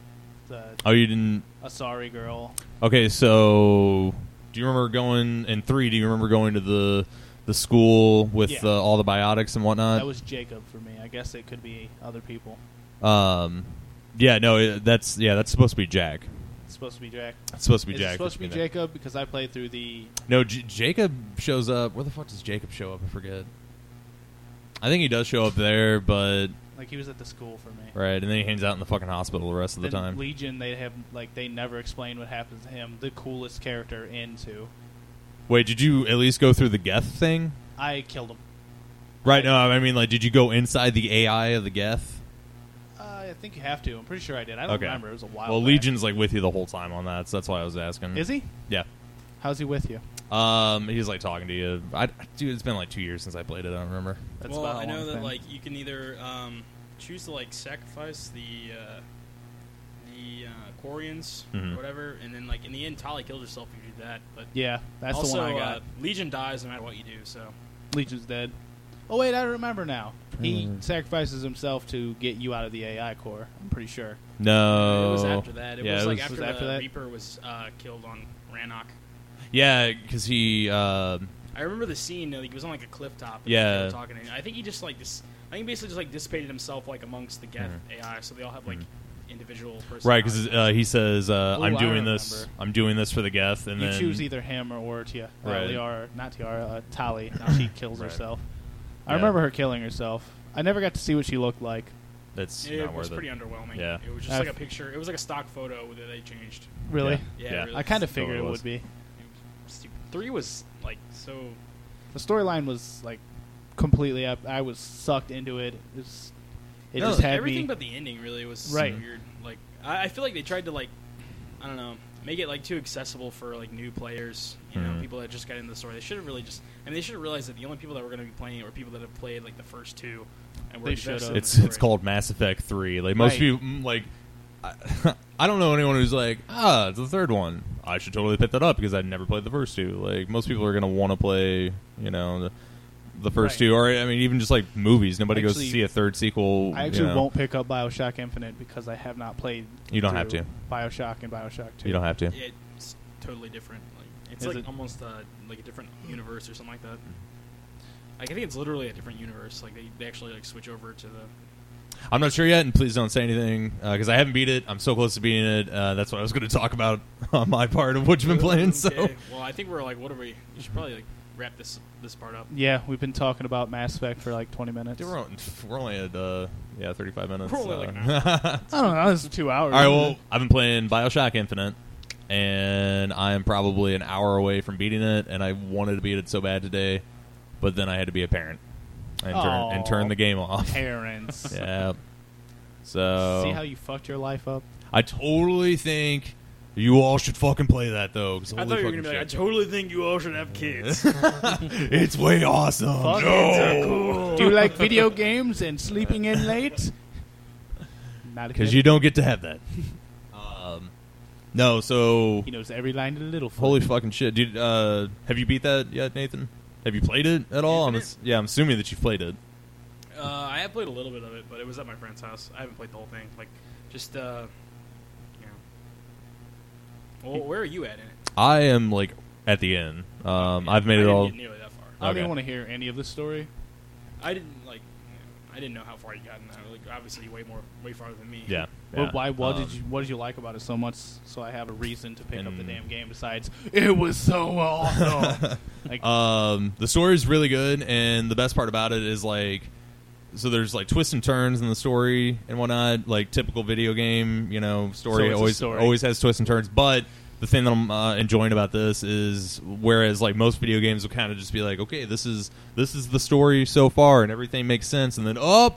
S5: the
S4: oh, you didn't.
S5: Asari girl.
S4: Okay, so do you remember going in three? Do you remember going to the the school with
S5: Yeah.
S4: uh, all the biotics and whatnot?
S5: that was Jacob for me. I guess it could be other people.
S4: um, yeah, no, it, that's yeah, that's supposed to be Jack.
S5: It's supposed to be Jack.
S4: It's supposed to be
S5: Is
S4: Jack.
S5: it supposed to be
S4: that's been
S5: Jacob because I played through the.
S4: there. No, J- Jacob shows up. Where the fuck does Jacob show up? I forget. I think he does show up there, but
S5: Like he was at the school for me.
S4: right, and then he hangs out in the fucking hospital the rest of the
S5: Then
S4: time.
S5: Legion, they have like they never explain what happens to him. The coolest character into,
S4: Wait, did you at least go through the Geth thing?
S5: I killed him.
S4: Right. No, I mean, like, did you go inside the AI of the Geth?
S5: Uh, I think you have to. I'm pretty sure I did. I don't
S4: Okay.
S5: remember. It was a while.
S4: Well,
S5: back.
S4: Legion's like with you the whole time on that, so that's why I was asking.
S5: Is he?
S4: Yeah.
S5: How's he with you?
S4: Um, he's like talking to you. I, dude, it's been like two years since I played it. I don't remember.
S5: That's
S6: well,
S5: about
S6: I
S5: all
S6: know
S5: I'm
S6: that
S5: saying.
S6: like you can either um, choose to like sacrifice the uh, the uh, Quarians
S4: Mhm.
S6: or whatever, and then like in the end, Tali kills herself if you do that. But
S5: Mm-hmm. Yeah, that's
S6: also,
S5: the one I got.
S6: Uh, Legion dies no matter what you do. So
S5: Legion's dead. Oh wait, I remember now. He
S4: Hmm.
S5: sacrifices himself to get you out of the AI core. I'm pretty sure.
S4: No.
S6: it was after that. It
S4: yeah,
S6: was
S4: it
S6: like
S4: was-
S6: after,
S5: Oh. was after
S6: the
S5: that?
S6: Reaper was uh, killed on Rannoch.
S4: Yeah, because he. Uh,
S6: I remember the scene. Like, he was on like a cliff top. And
S4: Yeah.
S6: they were
S5: Mm-hmm.
S6: talking. And I think he just like this. I think he basically just like dissipated himself like amongst the Geth AI. So they all have like individual person.
S4: Right, because uh, he says, uh,
S5: Ooh,
S4: "I'm
S5: I
S4: doing this.
S5: remember.
S4: I'm doing this for the Geth." And
S5: you
S4: then
S5: choose either him or, or Tia, uh,
S4: Right.
S5: Liara, not Tiara, uh, Tali. she kills
S4: Right.
S5: herself. I
S4: Yeah.
S5: remember her killing herself. I never got to see what she looked like.
S4: that's
S6: it
S4: not
S6: was
S4: worth
S6: pretty
S4: it.
S6: underwhelming.
S4: Yeah.
S6: it was just
S5: I've-
S6: like a picture. It was like a stock photo that they changed.
S5: Really,
S4: Yeah.
S6: Yeah,
S4: Yeah.
S6: it really
S5: I kind of
S6: was
S5: figured it
S4: Totally
S5: would
S4: was.
S5: be.
S6: stupid. Three was like so.
S5: The storyline was like completely up. I was sucked into it. It, was, it
S6: No,
S5: just had
S6: everything
S5: me.
S6: but the ending really was so
S5: Right.
S6: weird. Like I, I feel like they tried to like I don't know make it like too accessible for like new players, you know,
S5: Mm-hmm.
S4: Mhm.
S6: people that just got into the story. They should have really just I mean they should have realized that the only people that were going to be playing it were people that have played like the first two. And were
S5: They
S6: invested
S5: should've.
S6: in the
S4: It's it's
S6: story.
S4: called Mass Effect Three. Like most
S5: Right.
S4: people, mm, like I, I don't know anyone who's like, ah, it's the third one. I should totally pick that up because I'd never played the first two. Like most people are gonna want to play, you know, the, the first
S5: Right.
S4: two, or I mean, even just like movies. Nobody goes to
S5: Actually-
S4: see a third sequel.
S5: I
S4: you
S5: actually
S4: know.
S5: won't pick up Bioshock Infinite because I have not played.
S4: You don't have
S5: through
S4: to.
S5: Bioshock and Bioshock Two.
S4: You don't have to.
S6: It's totally different. Like it's
S5: Is
S6: like
S5: it-
S6: almost uh, like a different universe or something like that. Like I think it's literally a different universe. Like they, they actually like switch over to the
S4: I'm not sure yet, and please don't say anything because I haven't beat it. I'm so close to beating it. Uh, that's what I was going to talk about on my part of what you've been playing. So
S6: Okay, Well, I think we're like, what are we? You should probably like wrap this this part up.
S5: Yeah, we've been talking about Mass Effect for like 20 minutes.
S4: Dude, we're, on- we're only at uh, yeah 35 minutes.
S6: We're only
S4: uh,
S6: like an
S5: I don't know. This is two hours.
S4: All right, well, I've been playing Bioshock Infinite, and I am probably an hour away from beating it, and I wanted to beat it so bad today, but then I had to be a parent and turn, and
S5: Aw.
S4: turn the game off.
S5: parents.
S4: yeah. So
S5: See how you fucked your life up.
S4: I totally think you all should fucking play that though. 'cause
S6: I
S4: holy
S6: thought you were gonna
S4: fucking
S6: be
S4: shit.
S6: like, I totally think you all should have kids.
S4: it's way awesome.
S5: Fuck
S4: Oh.
S5: Do you like video games and sleeping in late? Not a
S4: because
S5: kid.
S4: you don't get to have that. Um, no, so
S5: He knows every line of the little.
S4: holy fucking shit, dude. Uh, have you beat that yet, Nathan? Have you played it at all? I'm
S6: Infinite?
S4: ass- yeah, I'm assuming that you've played it.
S6: uh, I have played a little bit of it, but it was at my friend's house. I haven't played the whole thing. Like, just uh, you know. Well, where are you at in it?
S4: I am like at the end. Um, I've
S6: I
S4: made it
S6: didn't
S4: all.
S6: get nearly that far.
S5: I don't
S4: okay.
S5: even want to hear any of this story.
S6: I didn't like. you know, I didn't know how far you got in that. Like, obviously, way more, way farther than me.
S4: Yeah. yeah.
S5: But why? What
S4: Um,
S5: did you? What did you like about it so much? So I have a reason to pick up the
S4: and-
S5: damn game. Besides, it was so awesome. like,
S4: Um, the story is really good, and the best part about it is like, so there's like twists and turns in the story and whatnot. Like typical video game, you know,
S5: So
S4: story
S5: it's a
S4: always
S5: story.
S4: always has twists and turns. But the thing that I'm uh, enjoying about this is, whereas like most video games will kind of just be like, okay, this is this is the story so far, and everything makes sense, and then oh,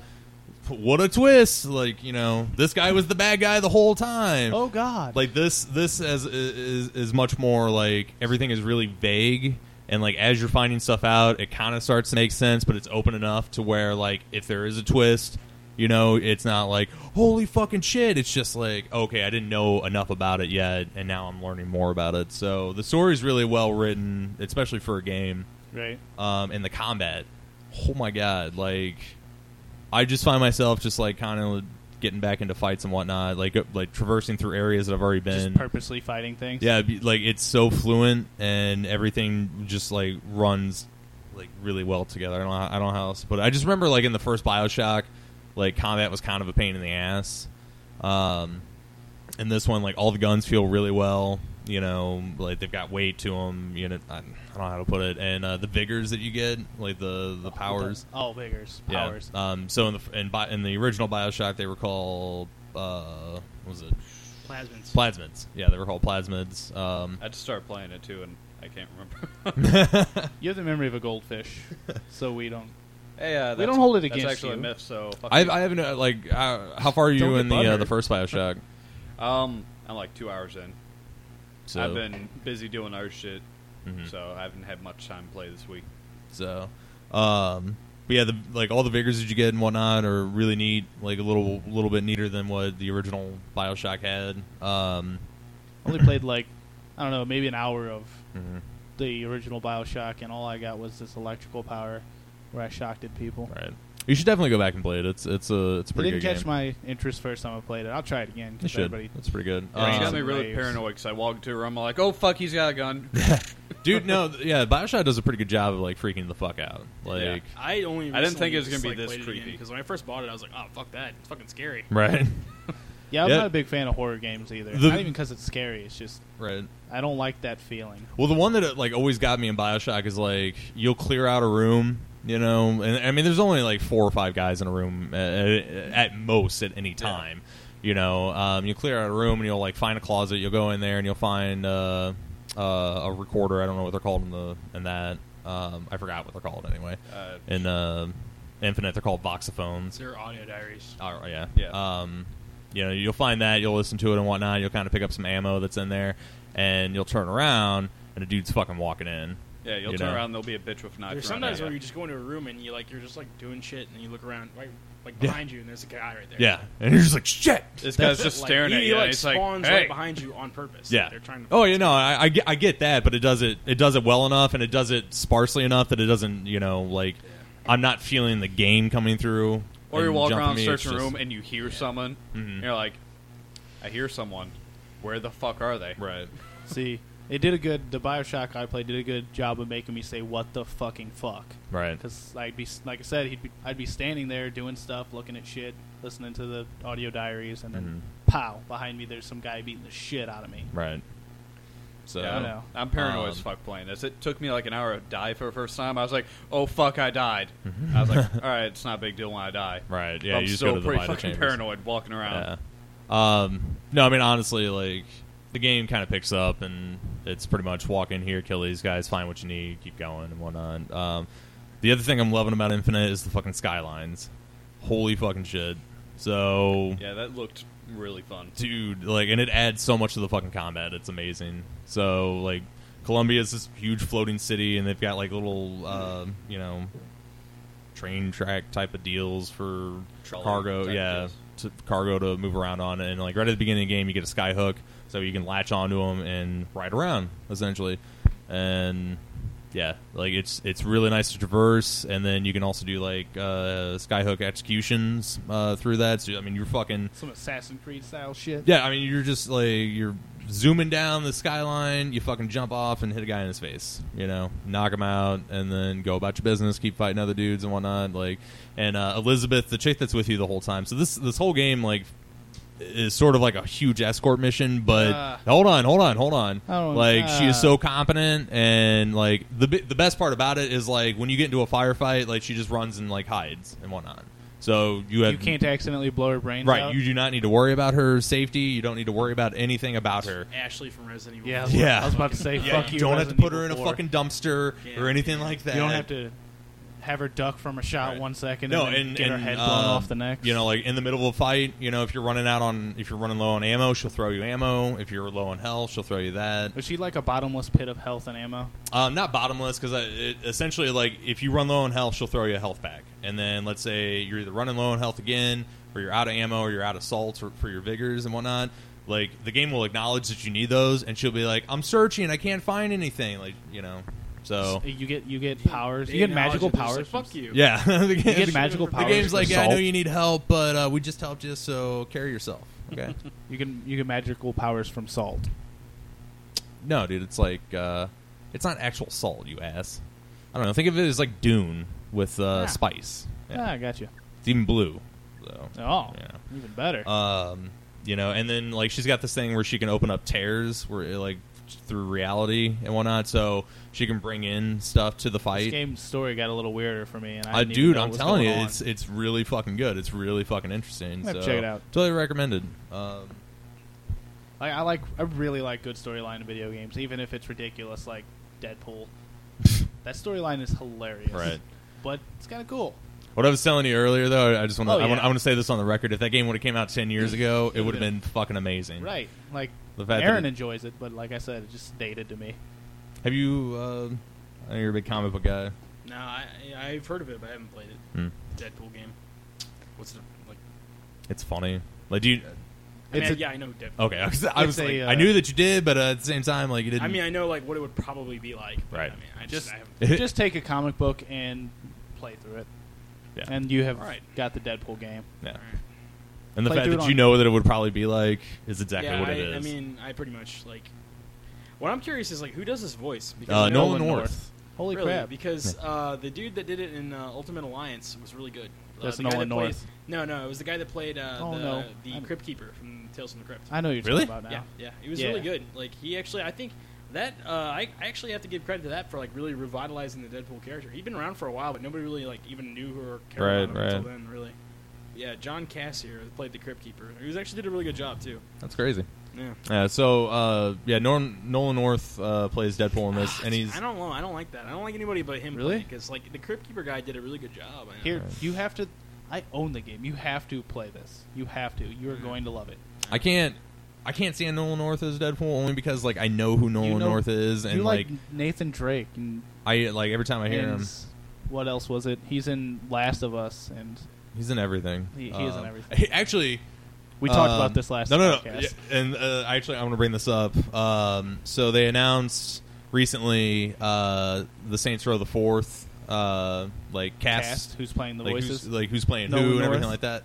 S4: what a twist! Like you know, this guy was the bad guy the whole time
S5: oh god!
S4: like this this as is is much more like everything is really vague and like as you're finding stuff out it kind of starts to make sense but it's open enough to where like if there is a twist you know it's not like holy fucking shit it's just like okay i didn't know enough about it yet and now i'm learning more about it so the story's really well written especially for a game
S5: right?
S4: um, and the combat. Oh my god! Like, I just find myself just like kind of getting back into fights and whatnot, like uh, like traversing through areas that I've already
S5: Just
S4: been.
S5: purposely fighting things.
S4: yeah, be- like it's so fluent and everything just like runs like really well together. I don't know, how- I don't know how else, but I just remember like in the first Bioshock, like combat was kind of a pain in the ass. Um, and this one, like all the guns feel really well. You know, like they've got weight to them. You know, I, I don't know how to put it. And uh, the vigors that you get, like the the powers,
S5: All vigors.
S4: Yeah.
S5: Powers.
S4: Um, so in the f- in, bi- in the original Bioshock, they were called uh, what was it
S6: Plasmids.
S4: plasmids? Yeah, they were called plasmids. Um,
S7: I had to start playing it too, and I can't remember.
S5: You have the memory of a goldfish, so we don't.
S7: hey, uh,
S5: We
S7: that's-
S5: don't hold it against
S7: That's actually
S5: you.
S7: a myth. So fuck
S4: I,
S7: you.
S4: I haven't uh, like uh, how far are
S7: Don't
S4: you
S7: get
S4: in the uh,
S7: butthurt.
S4: the first Bioshock?
S7: um, I'm like two hours in.
S4: So
S7: I've been busy doing other shit,
S4: Mhm.
S7: so I haven't had much time to play this week.
S4: So, um, but yeah, the like all the vigors that you get and whatnot are really neat. Like a little little bit neater than what the original Bioshock had. Um,
S5: Only played like, I don't know, maybe an hour of
S4: mhm.
S5: the original Bioshock, and all I got was this electrical power where I shocked at people.
S4: Right. You should definitely go back and play it. It's it's a it's a
S5: It
S4: pretty
S5: didn't
S4: good
S5: catch
S4: game.
S5: my interest first time I played it. I'll try it again.
S4: you
S5: 'cause
S4: should.
S5: everybody-
S4: It's pretty good.
S7: Yeah, he
S5: Um,
S7: got me really
S5: waves.
S7: paranoid because I walked to her. I'm like, oh fuck, he's got a gun.
S4: dude, no, th- yeah, Bioshock does a pretty good job of like freaking the fuck out. Like,
S6: I only.
S7: I didn't think it was gonna be this creepy.
S6: because when I first bought it, I was like, "Oh fuck that! It's fucking scary."
S4: right.
S5: Yeah, I'm
S4: Yeah.
S5: not a big fan of horror games either.
S4: The-
S5: not even because it's scary. It's just
S4: Right.
S5: I don't like that feeling.
S4: Well, the one that uh, like always got me in Bioshock is like you'll clear out a room, you know, and I mean there's only like four or five guys in a room at, at most at any time, you know. Um, you clear out a room and you'll like find a closet. You'll go in there and you'll find uh, uh, a recorder. I don't know what they're called in the in that. Um, I forgot what they're called anyway.
S7: Uh,
S4: in uh, Infinite, they're called voxophones.
S6: They're audio diaries.
S4: Oh, yeah.
S7: Yeah.
S4: Um, you know, you'll find that, you'll listen to it and whatnot, you'll kind of pick up some ammo that's in there, and you'll turn around, and a dude's fucking walking in.
S7: yeah, you'll
S4: you
S7: turn
S4: know.
S7: around. There'll be a bitch with knife.
S6: There's
S7: around
S6: sometimes
S7: at
S6: where
S7: ya.
S6: you just go into a room and you like you're just like doing shit and you look around like like
S4: Yeah.
S6: behind you and there's a guy right there.
S4: Yeah. And you're just like, shit!
S7: This guy's just
S6: Like,
S7: staring
S6: he,
S7: at you.
S6: Like,
S7: and he's like,
S6: spawns
S7: hey.
S6: right behind you on purpose.
S4: Yeah.
S6: Like, they're trying to.
S4: Oh, you know, I, I, get, I get that, but it does it, it does it well enough, and it does it sparsely enough that it doesn't, you know, like, I'm not feeling the game coming through.
S7: Or you
S4: and
S7: walk
S4: jumping
S7: around,
S4: me,
S7: search a room,
S4: it's just- Mm-hmm.
S7: and you hear someone. And you're like, I hear someone. Where the fuck are they?
S4: Right.
S5: See, they did a good. The Bioshock I played did a good job of making me say "What the fucking fuck."
S4: Right.
S5: Because I'd be like I said, he'd be, I'd be standing there doing stuff, looking at shit, listening to the audio diaries, and then pow behind me, there's some guy beating the shit out of me.
S4: Mm-hmm. Right. So,
S7: Yeah, I'm-
S5: know.
S7: I'm paranoid
S4: uh, Um,
S7: as fuck playing this. It took me like an hour to die for the first time. I was like, oh fuck, I died. I was like, all right, it's not a big deal when I die.
S4: Mm-hmm. right. Yeah,
S7: I'm
S4: you just
S7: still
S4: go to the
S7: pretty
S4: Vita
S7: fucking
S4: chambers.
S7: paranoid walking around.
S4: Yeah. Um, no, I mean honestly, like the game kind of picks up and it's pretty much walk in here, kill these guys, find what you need, keep going and whatnot. Um, the other thing I'm loving about Infinite is the fucking skylines. Holy fucking shit! So,
S7: Yeah, that looked really fun.
S4: dude, like, and it adds so much to the fucking combat. It's amazing. So, like, Columbia is this huge floating city, and they've got like little, uh, you know, train track type of deals for
S7: Trolley
S4: cargo,
S7: type
S4: yeah,
S7: deals.
S4: to cargo to move around on. And like right at the beginning of the game, you get a sky hook, so you can latch onto them and ride around essentially. And yeah, like it's it's really nice to traverse, and then you can also do like uh, sky hook executions uh, through that. So I mean, you're fucking
S5: Some Assassin's Creed style shit.
S4: yeah, I mean, you're just like you're zooming down the skyline. You fucking jump off and hit a guy in his face. You know, knock him out, and then go about your business. Keep fighting other dudes and whatnot. Like, and uh, Elizabeth, the chick that's with you the whole time. So this this whole game like is sort of like a huge escort mission. But
S5: Ah.
S4: hold on, hold on, hold on.
S5: Oh,
S4: like she is
S5: ah.
S4: so competent, and like the bi- the best part about it is like when you get into a firefight, like she just runs and like hides and whatnot. So you have
S5: You can't accidentally blow her brains
S4: Right.
S5: out.
S4: You do not need to worry about her safety. You don't need to worry about anything about her.
S6: Ashley from Resident Evil.
S5: yeah,
S6: four.
S4: Yeah.
S5: I was about to say,
S4: Yeah,
S5: fuck
S4: you don't have to
S5: Resident
S4: put her in
S5: Evil
S4: a
S5: 4.
S4: fucking dumpster
S6: Yeah.
S4: or anything like that.
S5: You don't have to have her duck from a shot
S4: Right.
S5: one second.
S4: No,
S5: and, then
S4: and,
S5: get
S4: and,
S5: her head
S4: uh,
S5: blown off the next.
S4: You know, like in the middle of a fight, you know, if you're running out on, if you're running low on ammo, she'll throw you ammo. If you're low on health, she'll throw you that.
S5: was she like a bottomless pit of health and ammo?
S4: Um, not bottomless because essentially, like if you run low on health, she'll throw you a health pack, and then let's say you're either running low on health again, or you're out of ammo, or you're out of salts or, for your vigors and whatnot. Like the game will acknowledge that you need those, and she'll be like, "I'm searching, I can't find anything." Like you know, so
S5: You get you get
S6: They
S5: powers. You
S6: acknowledge
S5: get magical
S6: it, they're just
S5: powers.
S6: Like, Fuck you.
S4: yeah, the, game,
S5: You get magical
S4: the
S5: powers.
S4: game's like,
S5: from
S4: "Yeah, I know
S5: salt.
S4: you need help, but uh, we just helped you, so carry yourself." Okay,
S5: You can you get magical powers from salt.
S4: no, dude, it's like uh, it's not actual salt, you ass. I don't know. Think of it as like Dune with uh,
S5: Ah.
S4: spice. Yeah.
S5: Ah, I got you.
S4: It's even blue. So,
S5: Oh,
S4: Yeah.
S5: even better.
S4: um, you know, and then like she's got this thing where she can open up tears, where like through reality and whatnot, so she can bring in stuff to the
S5: this
S4: fight.
S5: game's story got a little weirder for me, and I
S4: Uh,
S5: didn't even
S4: dude,
S5: know
S4: I'm
S5: what was
S4: telling you,
S5: going on.
S4: it's it's really fucking good. It's really fucking interesting.
S5: have to
S4: so,
S5: check it out.
S4: Totally recommended. Um,
S5: like, I like I really like good storyline in video games, even if it's ridiculous, like Deadpool. that storyline is hilarious,
S4: Right.
S5: But it's kind of cool.
S4: what I was telling you earlier, though, I- I just want to
S5: Oh,
S4: I want
S5: yeah.
S4: I want to say this on the record. If that game would have came out ten years ago, it would have been fucking amazing.
S5: Right. Like
S4: The fact that
S5: Aaron
S4: it-
S5: enjoys it, but like I said, it just dated to me.
S4: Have you? Uh, I know you're a big comic book guy.
S6: No, I, I've heard of it, but I haven't played it.
S4: Hmm.
S6: Deadpool game. What's the like?
S4: It's funny. Like, do you?
S6: I mean,
S5: It's a-
S6: yeah, I know Deadpool.
S4: Okay, I was, I
S5: It's
S4: was like,
S5: a, uh,
S4: I knew that you did, but uh, at the same time, like, you didn't.
S6: I mean, I know like what it would probably be like. but,
S4: Right.
S6: I mean, I just, I haven't.
S5: just take a comic book and play through it,
S4: yeah.
S5: and you have
S6: Alright.
S5: got the Deadpool game.
S4: Yeah.
S6: All right.
S4: And the
S5: Play
S4: fact
S5: through it
S4: that
S5: on-
S4: you know that it would probably be like is exactly
S6: yeah,
S4: what
S6: I,
S4: it is.
S6: I mean, I pretty much like. What I'm curious is like who does this voice?
S4: uh,
S6: I know-
S4: Nolan North.
S5: Holy
S6: really,
S5: crap!
S6: Because uh, the dude that did it in uh, Ultimate Alliance was really good.
S5: That's
S6: the
S5: Nolan
S6: guy that
S5: North.
S6: plays- no, no, it was the guy that played uh,
S5: Oh,
S6: the,
S5: no.
S6: the
S5: I'm-
S6: Crypt Keeper from Tales from the Crypt.
S5: I know you're
S4: Really?
S5: talking about now.
S6: Yeah, yeah, he was
S5: Yeah.
S6: really good. Like he actually, I think that uh, I, I actually have to give credit to that for like really revitalizing the Deadpool character. He'd been around for a while, but nobody really like even knew who or cared
S4: Right,
S6: about him until
S4: right.
S6: then, really. Yeah, John Cassier played the Crypt Keeper. He was actually did a really good job too.
S4: That's crazy.
S6: Yeah,
S4: Yeah. So uh, yeah, Nolan, Nolan North uh, plays Deadpool in this, and he's
S6: I don't know. I don't like that. I don't like anybody but him.
S5: Really?
S6: Because like the Crypt Keeper guy did a really good job. I know.
S5: Here, you have to. I own the game. You have to play this. You have to. You are
S6: Mm-hmm.
S5: going to love it.
S4: I can't I can't stand Nolan North as Deadpool only because like I know who Nolan
S5: You know-
S4: North is, and
S5: you
S4: like,
S5: Nathan Drake and,
S4: I like every time I hear
S5: and
S4: him,
S5: what else was it? He's in Last of Us, and
S4: he's in everything.
S5: He- he is in
S4: Um,
S5: everything.
S4: Actually,
S5: we talked
S4: Um,
S5: about this last.
S4: No, no, no.
S5: podcast.
S4: Yeah, and uh, actually, I want to bring this up. Um, so they announced recently uh, the Saints Row the Fourth, uh, like cast,
S5: Cast, who's playing the
S4: like,
S5: voices?
S4: who's, like who's playing
S5: Nolan
S4: who and everything
S5: North.
S4: like that.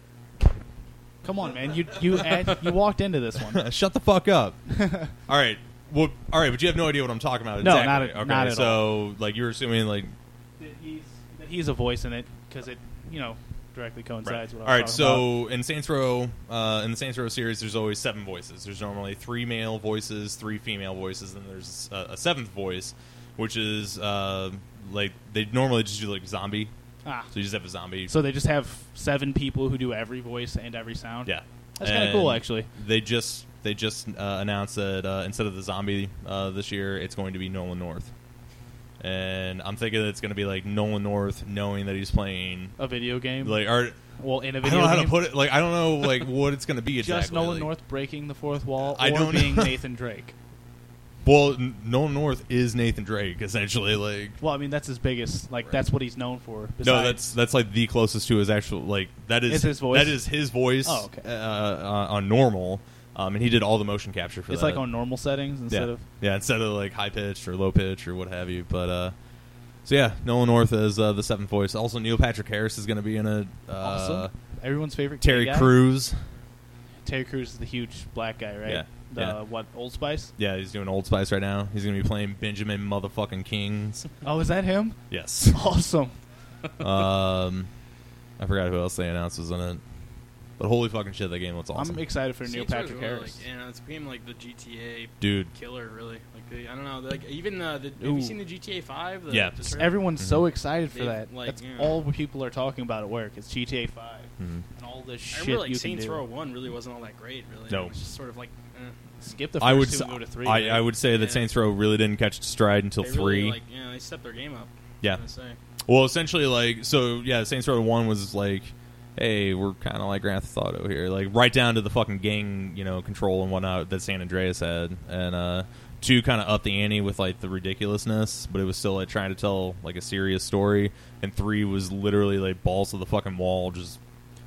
S5: Come on, man. You you add, you walked into this one.
S4: Shut the fuck up. all right. Well, all right, but you have no idea what I'm talking about.
S5: No, not
S4: exactly.
S5: at-
S4: okay,
S5: not at
S4: so like you're assuming like
S5: that he's that he's a voice in it because it you know directly coincides. with
S4: All
S5: What I
S4: right,
S5: was talking about.
S4: so in Saints Row, uh, in the Saints Row series, there's always seven voices. There's normally three male voices, three female voices, and there's a, a seventh voice, which is uh, like they normally just do like zombie.
S5: Ah.
S4: So you just have a zombie.
S5: So they just have seven people who do every voice and every sound.
S4: yeah,
S5: That's kinda
S4: And
S5: cool, actually.
S4: They just they just uh, announced that uh, instead of the zombie uh, this year, it's going to be Nolan North. And I'm thinking that it's going to be like Nolan North, knowing that he's playing
S5: A video game.
S4: like art.
S5: well, in a
S4: I
S5: video
S4: don't know how
S5: game.
S4: to put it. Like I don't know like what it's going to be. Exactly.
S5: Just Nolan
S4: like-
S5: North breaking the fourth wall
S4: I
S5: or
S4: don't-
S5: being Nathan Drake.
S4: Well, N- Nolan North is Nathan Drake essentially. Like,
S5: Well, I mean that's his biggest. Like that's what he's known for. Besides,
S4: no, that's that's like the closest to his actual. Like, that is
S5: It's his voice?
S4: That is his voice.
S5: Oh, okay.
S4: uh, uh, on normal, um, and he did all the motion capture for
S5: it's
S4: that.
S5: like on normal settings
S4: yeah.
S5: instead of.
S4: yeah, instead of like high pitch or low pitch or what have you. But uh, so yeah, Nolan North is uh, the seventh voice. Also, Neil Patrick Harris is going to be in a uh,
S5: awesome. Everyone's favorite gay
S4: Terry
S5: guy?
S4: Crews.
S5: Terry Crews is the huge black guy, right?
S4: Yeah,
S5: The
S4: yeah.
S5: what Old Spice?
S4: Yeah, he's doing Old Spice right now. He's going to be playing Benjamin Motherfucking Kings.
S5: Oh, is that him?
S4: yes.
S5: Awesome.
S4: Um, I forgot who else they announced was in it. But holy fucking shit, that game looks awesome.
S5: I'm excited for Neil
S6: Saints Row is
S5: Patrick
S6: really,
S5: Harris.
S6: Like, you know, it's became like the GTA
S4: Dude,
S6: killer, really. Like they, I don't know, like even uh, the, have
S5: Ooh.
S6: you seen the GTA Five? The,
S4: Yeah.
S6: the trailer?
S5: Everyone's
S4: Mm-hmm.
S5: so excited for
S6: They've,
S5: that.
S6: like,
S5: That's
S6: yeah.
S5: all people are talking about at work. It's GTA 5
S4: Mhm.
S5: and all the
S6: I
S5: shit
S6: remember like
S5: you
S6: Saints
S5: can do.
S6: Row One really wasn't all that great, really.
S4: No.
S6: it was just sort of like eh.
S5: Skip the first
S4: I would
S5: two
S4: s-
S5: and go to three.
S4: I,
S5: right?
S4: I would say that
S6: Yeah.
S4: Saints Row really didn't catch its stride until
S6: they
S4: three.
S6: Really, like, you know, they stepped their game up.
S4: Yeah.
S6: I'm gonna say.
S4: well, essentially, like so, yeah. Saints Row one was like, hey, we're kind of like Grand Theft Auto here, like right down to the fucking gang, you know, control and whatnot that San Andreas had, and uh, two kind of up the ante with like the ridiculousness, but it was still like trying to tell like a serious story, and three was literally like balls to the fucking wall, just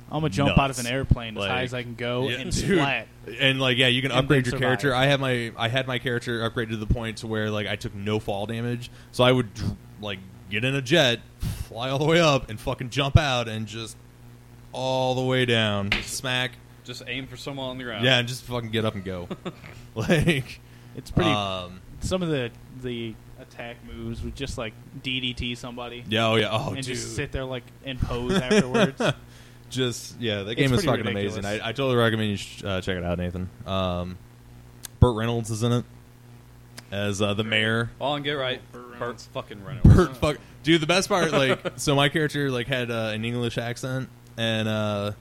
S5: I'm gonna jump out of an
S4: nuts.
S5: airplane as high
S4: Like,
S5: as I can go
S4: Yeah,
S5: and
S4: dude.
S5: flat.
S4: And like, yeah, you can
S5: And
S4: upgrade
S5: then
S4: your character.
S5: survive.
S4: I have my I had my character upgraded to the point to where like I took no fall damage, so I would dr- like get in a jet, fly all the way up, and fucking jump out and just all the way down, smack,
S7: Just aim for someone on the
S5: Oh.
S7: ground.
S4: yeah, and just fucking get up and go. like,
S5: It's pretty.
S4: Um,
S5: some of the the attack moves would just like DDT somebody
S4: yeah, oh yeah, oh
S5: and
S4: dude.
S5: just sit there like and pose afterwards.
S4: just yeah, that game
S5: It's
S4: is
S5: pretty
S4: fucking
S5: ridiculous.
S4: amazing. I, I totally recommend you sh- uh, check it out, Nathan. Um, Burt Reynolds is in it as uh, the mayor.
S7: All and get right.
S6: Burt
S7: Burt,
S6: Reynolds.
S7: fucking Reynolds.
S4: Bert fuck dude the best part like so my character like had uh, an english accent and uh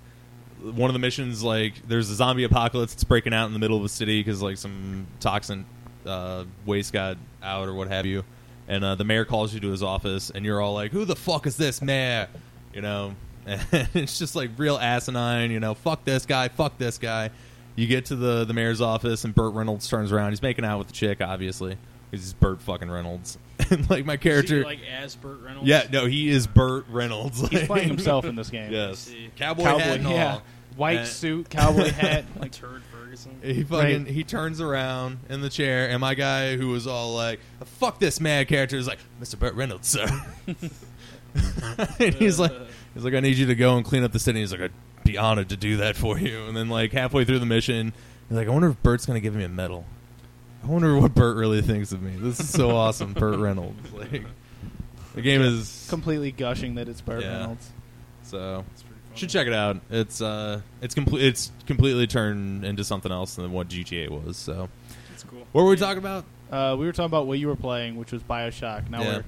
S4: one of the missions like there's a zombie apocalypse that's breaking out in the middle of a city because like some toxin uh waste got out or what have you and uh the mayor calls you to his office and you're all like who the fuck is this mayor you know and it's just like real asinine you know fuck this guy fuck this guy you get to the the mayor's office and Burt Reynolds turns around. He's making out with the chick, obviously. He's Burt fucking Reynolds. and like my character,
S6: See, like as Burt Reynolds.
S4: yeah, no, he is Burt Reynolds.
S5: He's playing
S4: Like,
S5: himself in this game.
S4: Yes,
S6: See.
S4: cowboy,
S5: Cowboy,
S4: hat and all.
S5: yeah. White
S4: Uh,
S5: suit, cowboy hat.
S6: like Turd Ferguson.
S4: He fucking
S5: Right.
S4: he turns around in the chair, and my guy who was all like, "Fuck this mad character," is like, "Mr. Burt Reynolds, sir." and he's like, he's like, "I need you to go and clean up the city." He's like, "I'd be honored to do that for you." And then like halfway through the mission, he's like, "I wonder if Burt's gonna give me a medal." I wonder what Burt really thinks of me. This is so awesome, Burt Reynolds. Like, the game is
S5: completely gushing that it's Burt
S4: Yeah.
S5: Reynolds.
S4: so
S6: That's pretty
S4: Should check it out. It's uh, it's complete. It's completely turned into something else than what GTA was. So,
S6: That's cool.
S4: what were we talking about?
S5: Uh, we were talking about what you were playing, which was Bioshock. Now
S4: Yeah.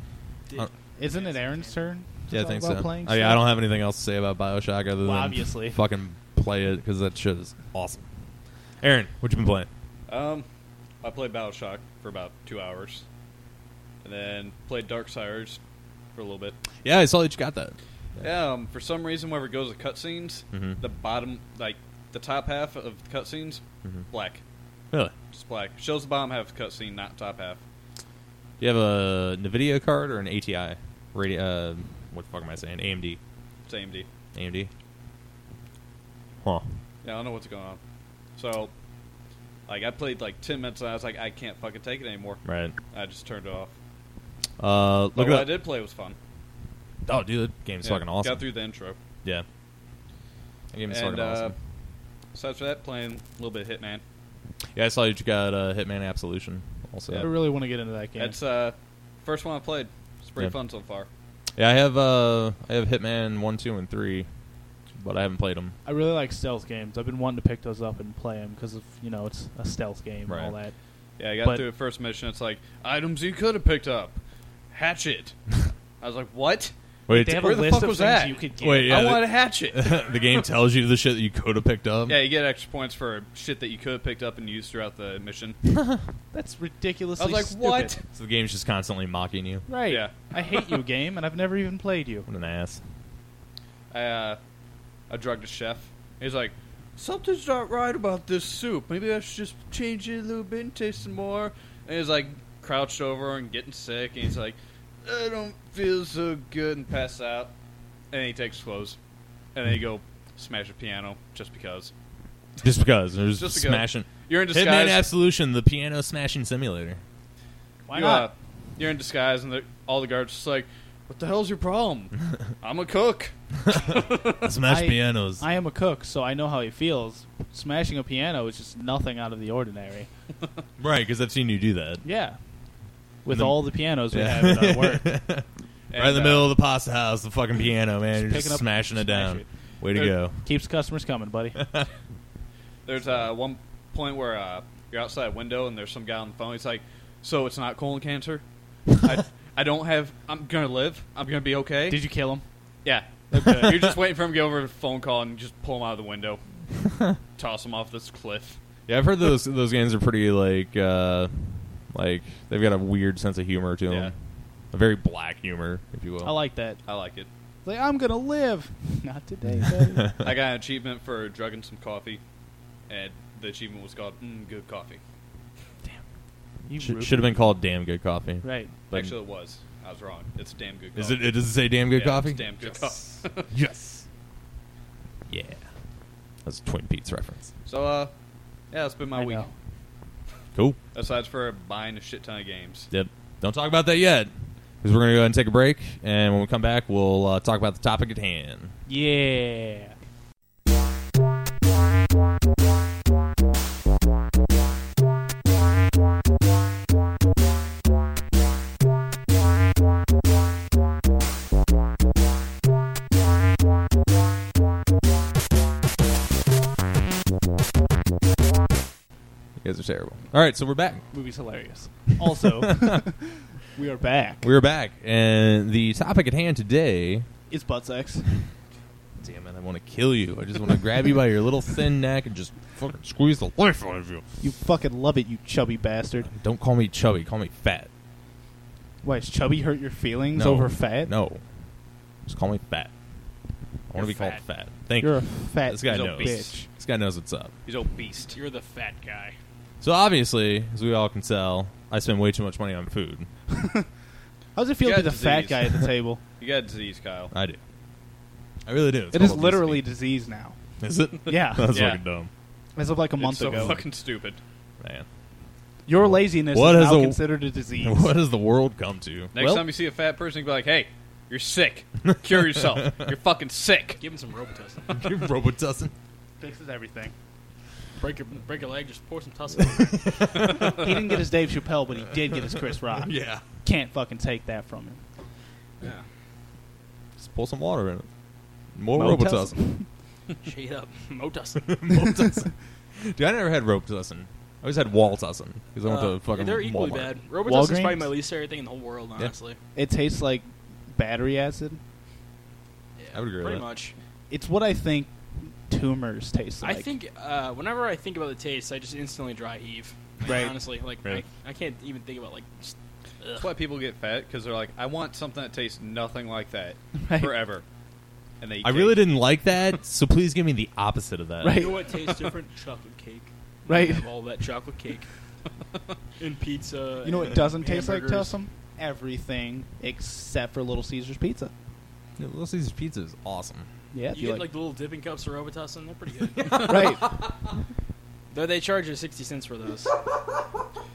S5: we're
S4: Uh,
S5: isn't it Aaron's turn? to
S4: yeah, I
S5: talk
S4: think
S5: about
S4: so.
S5: Playing
S4: Oh, yeah, I
S5: stuff?
S4: don't have anything else to say about Bioshock other than
S5: Well, obviously.
S4: fucking play it because that shit is awesome. Aaron, what you been playing?
S7: Um, I played Bioshock for about two hours, and then played Darksiders for a little bit.
S4: Yeah, I saw that you got that.
S7: Yeah, um, for some reason, whenever it goes to cutscenes,
S4: Mhm.
S7: the bottom, like the top half of cutscenes,
S4: Mhm.
S7: black,
S4: Really?
S7: just black. Shows the bottom half of cutscene, not top half.
S4: Do you have a NVIDIA card or an ATI? Radio, uh, what the fuck am I saying? AMD.
S7: It's AMD.
S4: AMD? Huh.
S7: Yeah, I don't know what's going on. So, like, I played like ten minutes, and I was like, I can't fucking take it anymore.
S4: Right.
S7: I just turned it off.
S4: Uh,
S7: But
S4: look
S7: what I
S4: at
S7: did play was fun.
S4: Oh, dude, that game's
S7: Yeah,
S4: fucking awesome.
S7: Got through the intro.
S4: Yeah. That game is
S7: and
S4: fucking awesome.
S7: uh, besides for that, playing a little bit of Hitman.
S4: Yeah, I saw that you got uh, Hitman Absolution also.
S5: I really want to get into that game.
S7: That's uh, first one I played. It's pretty
S4: Yeah.
S7: fun so far.
S4: Yeah, I have uh, I have Hitman one, two, and three, but I haven't played them.
S5: I really like stealth games. I've been wanting to pick those up and play them because of you know it's a stealth game
S4: Right.
S5: and all that.
S7: Yeah, I got
S5: But-
S7: through the first mission. It's like items you could have picked up, hatchet. I was like, what?
S4: Wait,
S5: They have
S7: where
S5: a
S7: the
S5: list
S7: fuck
S5: of
S7: was
S5: things
S7: that?
S5: you could get.
S4: Wait, yeah,
S7: I
S4: the-
S7: want a hatchet.
S4: the game tells you the shit that you could have picked up.
S7: yeah, you get extra points for shit that you could have picked up and used throughout the mission.
S5: That's ridiculously.
S7: I was like,
S5: stupid.
S7: what?
S4: So the game's just constantly mocking you.
S5: Right.
S7: Yeah.
S5: I hate you, game, and I've never even played you.
S4: What an ass.
S7: I, uh, I drugged a chef. He's like, something's not right about this soup. Maybe I should just change it a little bit and taste some more. And he's like, crouched over and getting sick. And he's like, I don't feel so good and pass out. And he takes clothes. And then you go smash a piano just because.
S4: Just because there's
S7: Just
S4: just
S7: because.
S4: smashing.
S7: You're in
S4: Hitman
S7: disguise.
S4: Absolution, the piano smashing simulator.
S5: Why
S7: you,
S5: not?
S7: Uh, you're in disguise, and the, all the guards are just like, what the hell's your problem? I'm a cook.
S4: Smash
S5: I-
S4: pianos.
S5: I am a cook, so I know how he feels. Smashing a piano is just nothing out of the ordinary.
S4: right, because I've seen you do that.
S5: Yeah. With
S4: And then-
S5: all the pianos we
S4: Yeah.
S5: have at our work.
S4: right in the
S7: And, uh,
S4: middle of the pasta house, the fucking piano, man. You're
S5: Just
S4: just
S5: picking up-
S4: smashing it
S5: smash
S4: down.
S5: it.
S4: Way to
S7: Dude.
S4: go.
S5: Keeps customers coming, buddy.
S7: There's uh, one point where uh, you're outside a window and there's some guy on the phone. He's like, "So it's not colon cancer? I, I don't have. I'm gonna live. I'm gonna be okay."
S5: Did you kill him?
S7: yeah. you're just waiting for him to get over a phone call and you just pull him out of the window, toss him off this cliff.
S4: Yeah, I've heard those those games are pretty like uh like they've got a weird sense of humor to them. A very black humor, if you will.
S5: I like that.
S7: I like it.
S5: Like, I'm going to live. Not today, buddy.
S7: I got an achievement for drugging some coffee, and the achievement was called mm, "Good Coffee."
S5: You
S4: Should
S5: rude.
S4: have been called "Damn Good Coffee."
S5: Right.
S4: But-
S7: Actually, it was. I was wrong. It's damn good. Coffee.
S4: Is it? it does it say "Damn
S7: Yeah,
S4: Good Coffee"?
S7: It's damn good coffee.
S4: yes. Yeah. That's a Twin Peaks reference.
S7: so, uh, yeah, it's been my
S5: I
S7: week.
S5: know.
S4: Cool.
S7: Aside for buying a shit ton of games.
S4: Yep. Don't talk about that yet, because we're gonna go ahead and take a break, and when we come back, we'll uh, talk about the topic at hand.
S5: Yeah.
S4: You guys are terrible. All right, so we're back.
S5: Movie's hilarious. Also, we are back.
S4: We're back, and the topic at hand today
S5: It's butt sex.
S4: Damn it, I want to kill you. I just want to grab you by your little thin neck and just fucking squeeze the life out of you.
S5: You fucking love it, you chubby bastard.
S4: Don't call me chubby, call me fat.
S5: Why, is chubby hurt your feelings
S4: No.
S5: over fat?
S4: No. Just call me fat. I want to be called fat. Thank
S5: You're
S4: you.
S5: a fat
S4: This guy
S5: little
S4: knows.
S5: bitch.
S4: This guy knows what's up.
S7: He's obese.
S6: You're the fat guy.
S4: So obviously, as we all can tell, I spend way too much money on food.
S5: How does it feel
S7: You
S5: to be the
S7: got
S5: fat
S7: disease.
S5: guy at the table?
S7: You got disease, Kyle.
S4: I do. I really do. It's
S5: it is
S4: called
S5: literally
S4: obesity.
S5: disease now.
S4: Is it?
S5: Yeah.
S4: That's
S7: Yeah.
S4: fucking dumb.
S5: As of like a month
S7: it's so
S5: ago.
S7: fucking stupid.
S4: Man.
S5: Your laziness
S4: What
S5: is
S4: has
S5: now
S4: a-
S5: considered a disease.
S4: What has the world come to?
S7: Next
S5: Well-
S7: time you see a fat person, you be like, "Hey, you're sick. Cure yourself. You're fucking sick."
S6: Give him some Robitussin.
S4: Your robot doesn't.
S5: Fixes everything.
S6: break your break a leg. Just pour some Tussin.
S5: he didn't get his Dave Chappelle, but he did get his Chris Rock.
S4: Yeah.
S5: Can't fucking take that from him.
S4: Just pour some water in it. More
S1: Robitussin.
S4: Robitussin.
S6: Shade up. Motus.
S4: Robitussin. Dude, I never had Robitussin. I always had Waltussin because I went
S6: Uh,
S4: to fucking
S6: They're equally
S4: Walmart.
S6: bad. Robitussin's
S5: Walgreens?
S6: probably my least favorite thing in the whole world, honestly.
S5: It tastes like battery acid.
S6: Yeah.
S4: I would agree with
S6: Pretty
S4: that.
S6: much.
S5: It's what I think tumors taste like.
S6: I think uh, whenever I think about the taste, I just instantly dry heave. Like,
S5: Right.
S6: Honestly, like
S4: Right.
S6: I, I can't even think about like. s-
S7: That's
S6: Ugh.
S7: why people get fat because they're like, I want something that tastes nothing like that
S5: Right.
S7: forever. And they eat
S4: I really
S7: cake.
S4: didn't like that, so please give me the opposite of that.
S5: Right.
S6: You know what tastes different? chocolate cake.
S5: Right.
S6: Have all that chocolate cake. and pizza.
S5: You know what
S6: and
S5: doesn't taste like
S6: hamburgers.
S5: Tussum? Everything except for Little Caesar's pizza.
S4: Yeah, Little Caesars Pizza is awesome.
S5: Yeah, if
S6: You
S5: you
S6: get like the little dipping cups of Robitussin. They're pretty good.
S5: right.
S6: Though they charge you sixty cents for those.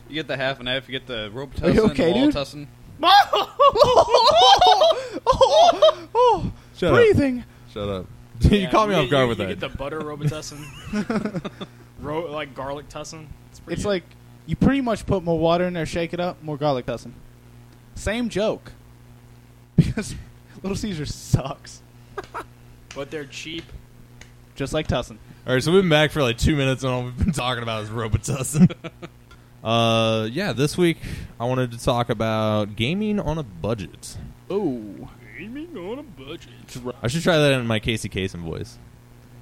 S7: You get the half and half. You get the rope
S5: Are
S7: tussin,
S5: you okay,
S7: wall
S5: dude?
S7: tussin.
S5: oh, oh, oh,
S4: Shut up.
S5: breathing.
S4: Shut up. you
S6: Yeah,
S4: caught me
S6: you
S4: off
S6: get-
S4: guard
S6: you,
S4: with
S6: you
S4: that.
S6: Get the butter Robitussin. Ro- like garlic tussin. pretty
S5: It's
S6: good.
S5: like you pretty much put more water in there, shake it up, more garlic doesn't. Same joke. Because Little Caesar sucks.
S6: But they're cheap.
S5: Just like Tussin.
S4: All right, so we've been back for like two minutes, and all we've been talking about is Robitussin. uh, yeah, this week I wanted to talk about gaming on a budget.
S5: Ooh.
S6: Oh, Gaming on a budget.
S4: I should try that in my Casey Kasem voice.